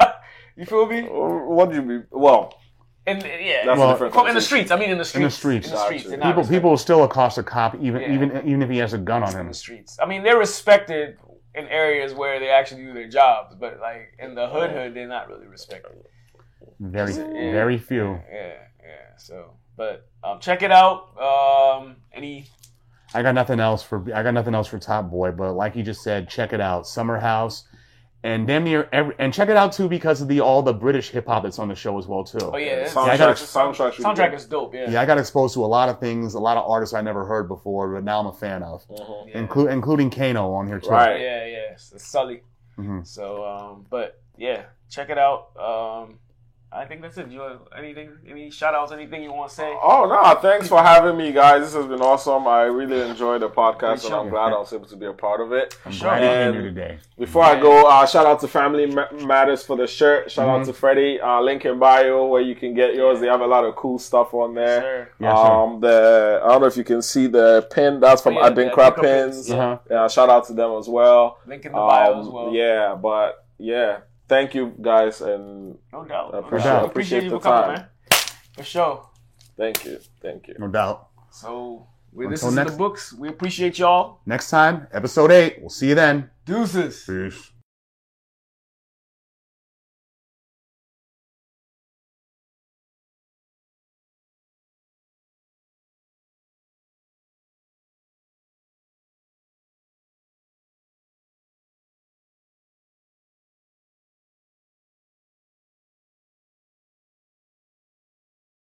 S2: you feel me?
S3: Oh, Or What do you mean? Well,
S2: And yeah,
S3: That's
S1: Well,
S3: a different
S2: from- in the
S3: conversation.
S2: streets. I mean, in the streets.
S1: the streets.
S2: In the streets.
S3: Gotcha.
S2: They're not
S1: People
S2: respected.
S1: people will still accost a cop even
S2: Yeah.
S1: even even if he has a gun on
S2: in
S1: him.
S2: the streets. I mean, they're respected in areas where they actually do their jobs, but like in the hood, hood, they're not really respected.
S1: Very
S2: Yeah.
S1: very few.
S2: Yeah, yeah. So, but um, check it out. Um, any
S1: I got nothing else for I got nothing else for Top Boy, but like you just said, check it out, Summer House, and damn near every and check it out too because of the all the British hip hop that's on the show as well too.
S2: Oh yeah, it's-
S1: I
S3: Soundtrack,
S1: gotta-
S3: soundtrack, should be
S2: soundtrack
S3: good.
S2: is dope. Yeah,
S1: Yeah, I got exposed to a lot of things, a lot of artists I never heard before, but now I'm a fan of,
S3: Mhm.
S2: yeah,
S1: Inclu- including Kano on here too.
S3: Right.
S2: yeah, yeah. So Sully.
S1: Mhm.
S2: So, um, but yeah, check it out. Um, I think that's it. You want anything? Any shout outs? Anything you want to say?
S3: Oh no! Thanks for having me, guys. This has been awesome. I really enjoyed the podcast, and I'm glad I was able to be a part of it.
S1: I'm
S2: Sure.
S1: glad
S3: And-
S1: you're here today.
S3: Before I go, uh, shout out to Family Ma- Matters for the shirt. Shout
S1: Mm-hmm.
S3: out to Freddie. Uh, link in bio where you can get yours. They have a lot of cool stuff on there.
S2: Sure.
S1: Yes, sir.
S3: um, the I don't know if you can see the pin. That's from
S2: Oh, yeah, the
S3: Adinkra
S2: Adinkra
S3: pins.
S2: pins,
S3: Yeah.
S1: Uh-huh.
S3: shout out to them as well.
S2: Link in the bio
S3: Um,
S2: as well.
S3: Yeah, but yeah, thank you guys, and
S2: no doubt.
S3: I
S2: No
S3: appreciate-
S2: doubt.
S1: I
S3: appreciate
S2: you
S3: the
S2: for coming,
S3: time.
S2: man. For sure.
S3: thank you, thank you.
S1: No doubt.
S2: So we this
S1: Until
S2: is in
S1: next-
S2: the books. We appreciate y'all.
S1: Next time, episode eight. We'll see you then.
S2: Deuces.
S1: Peace.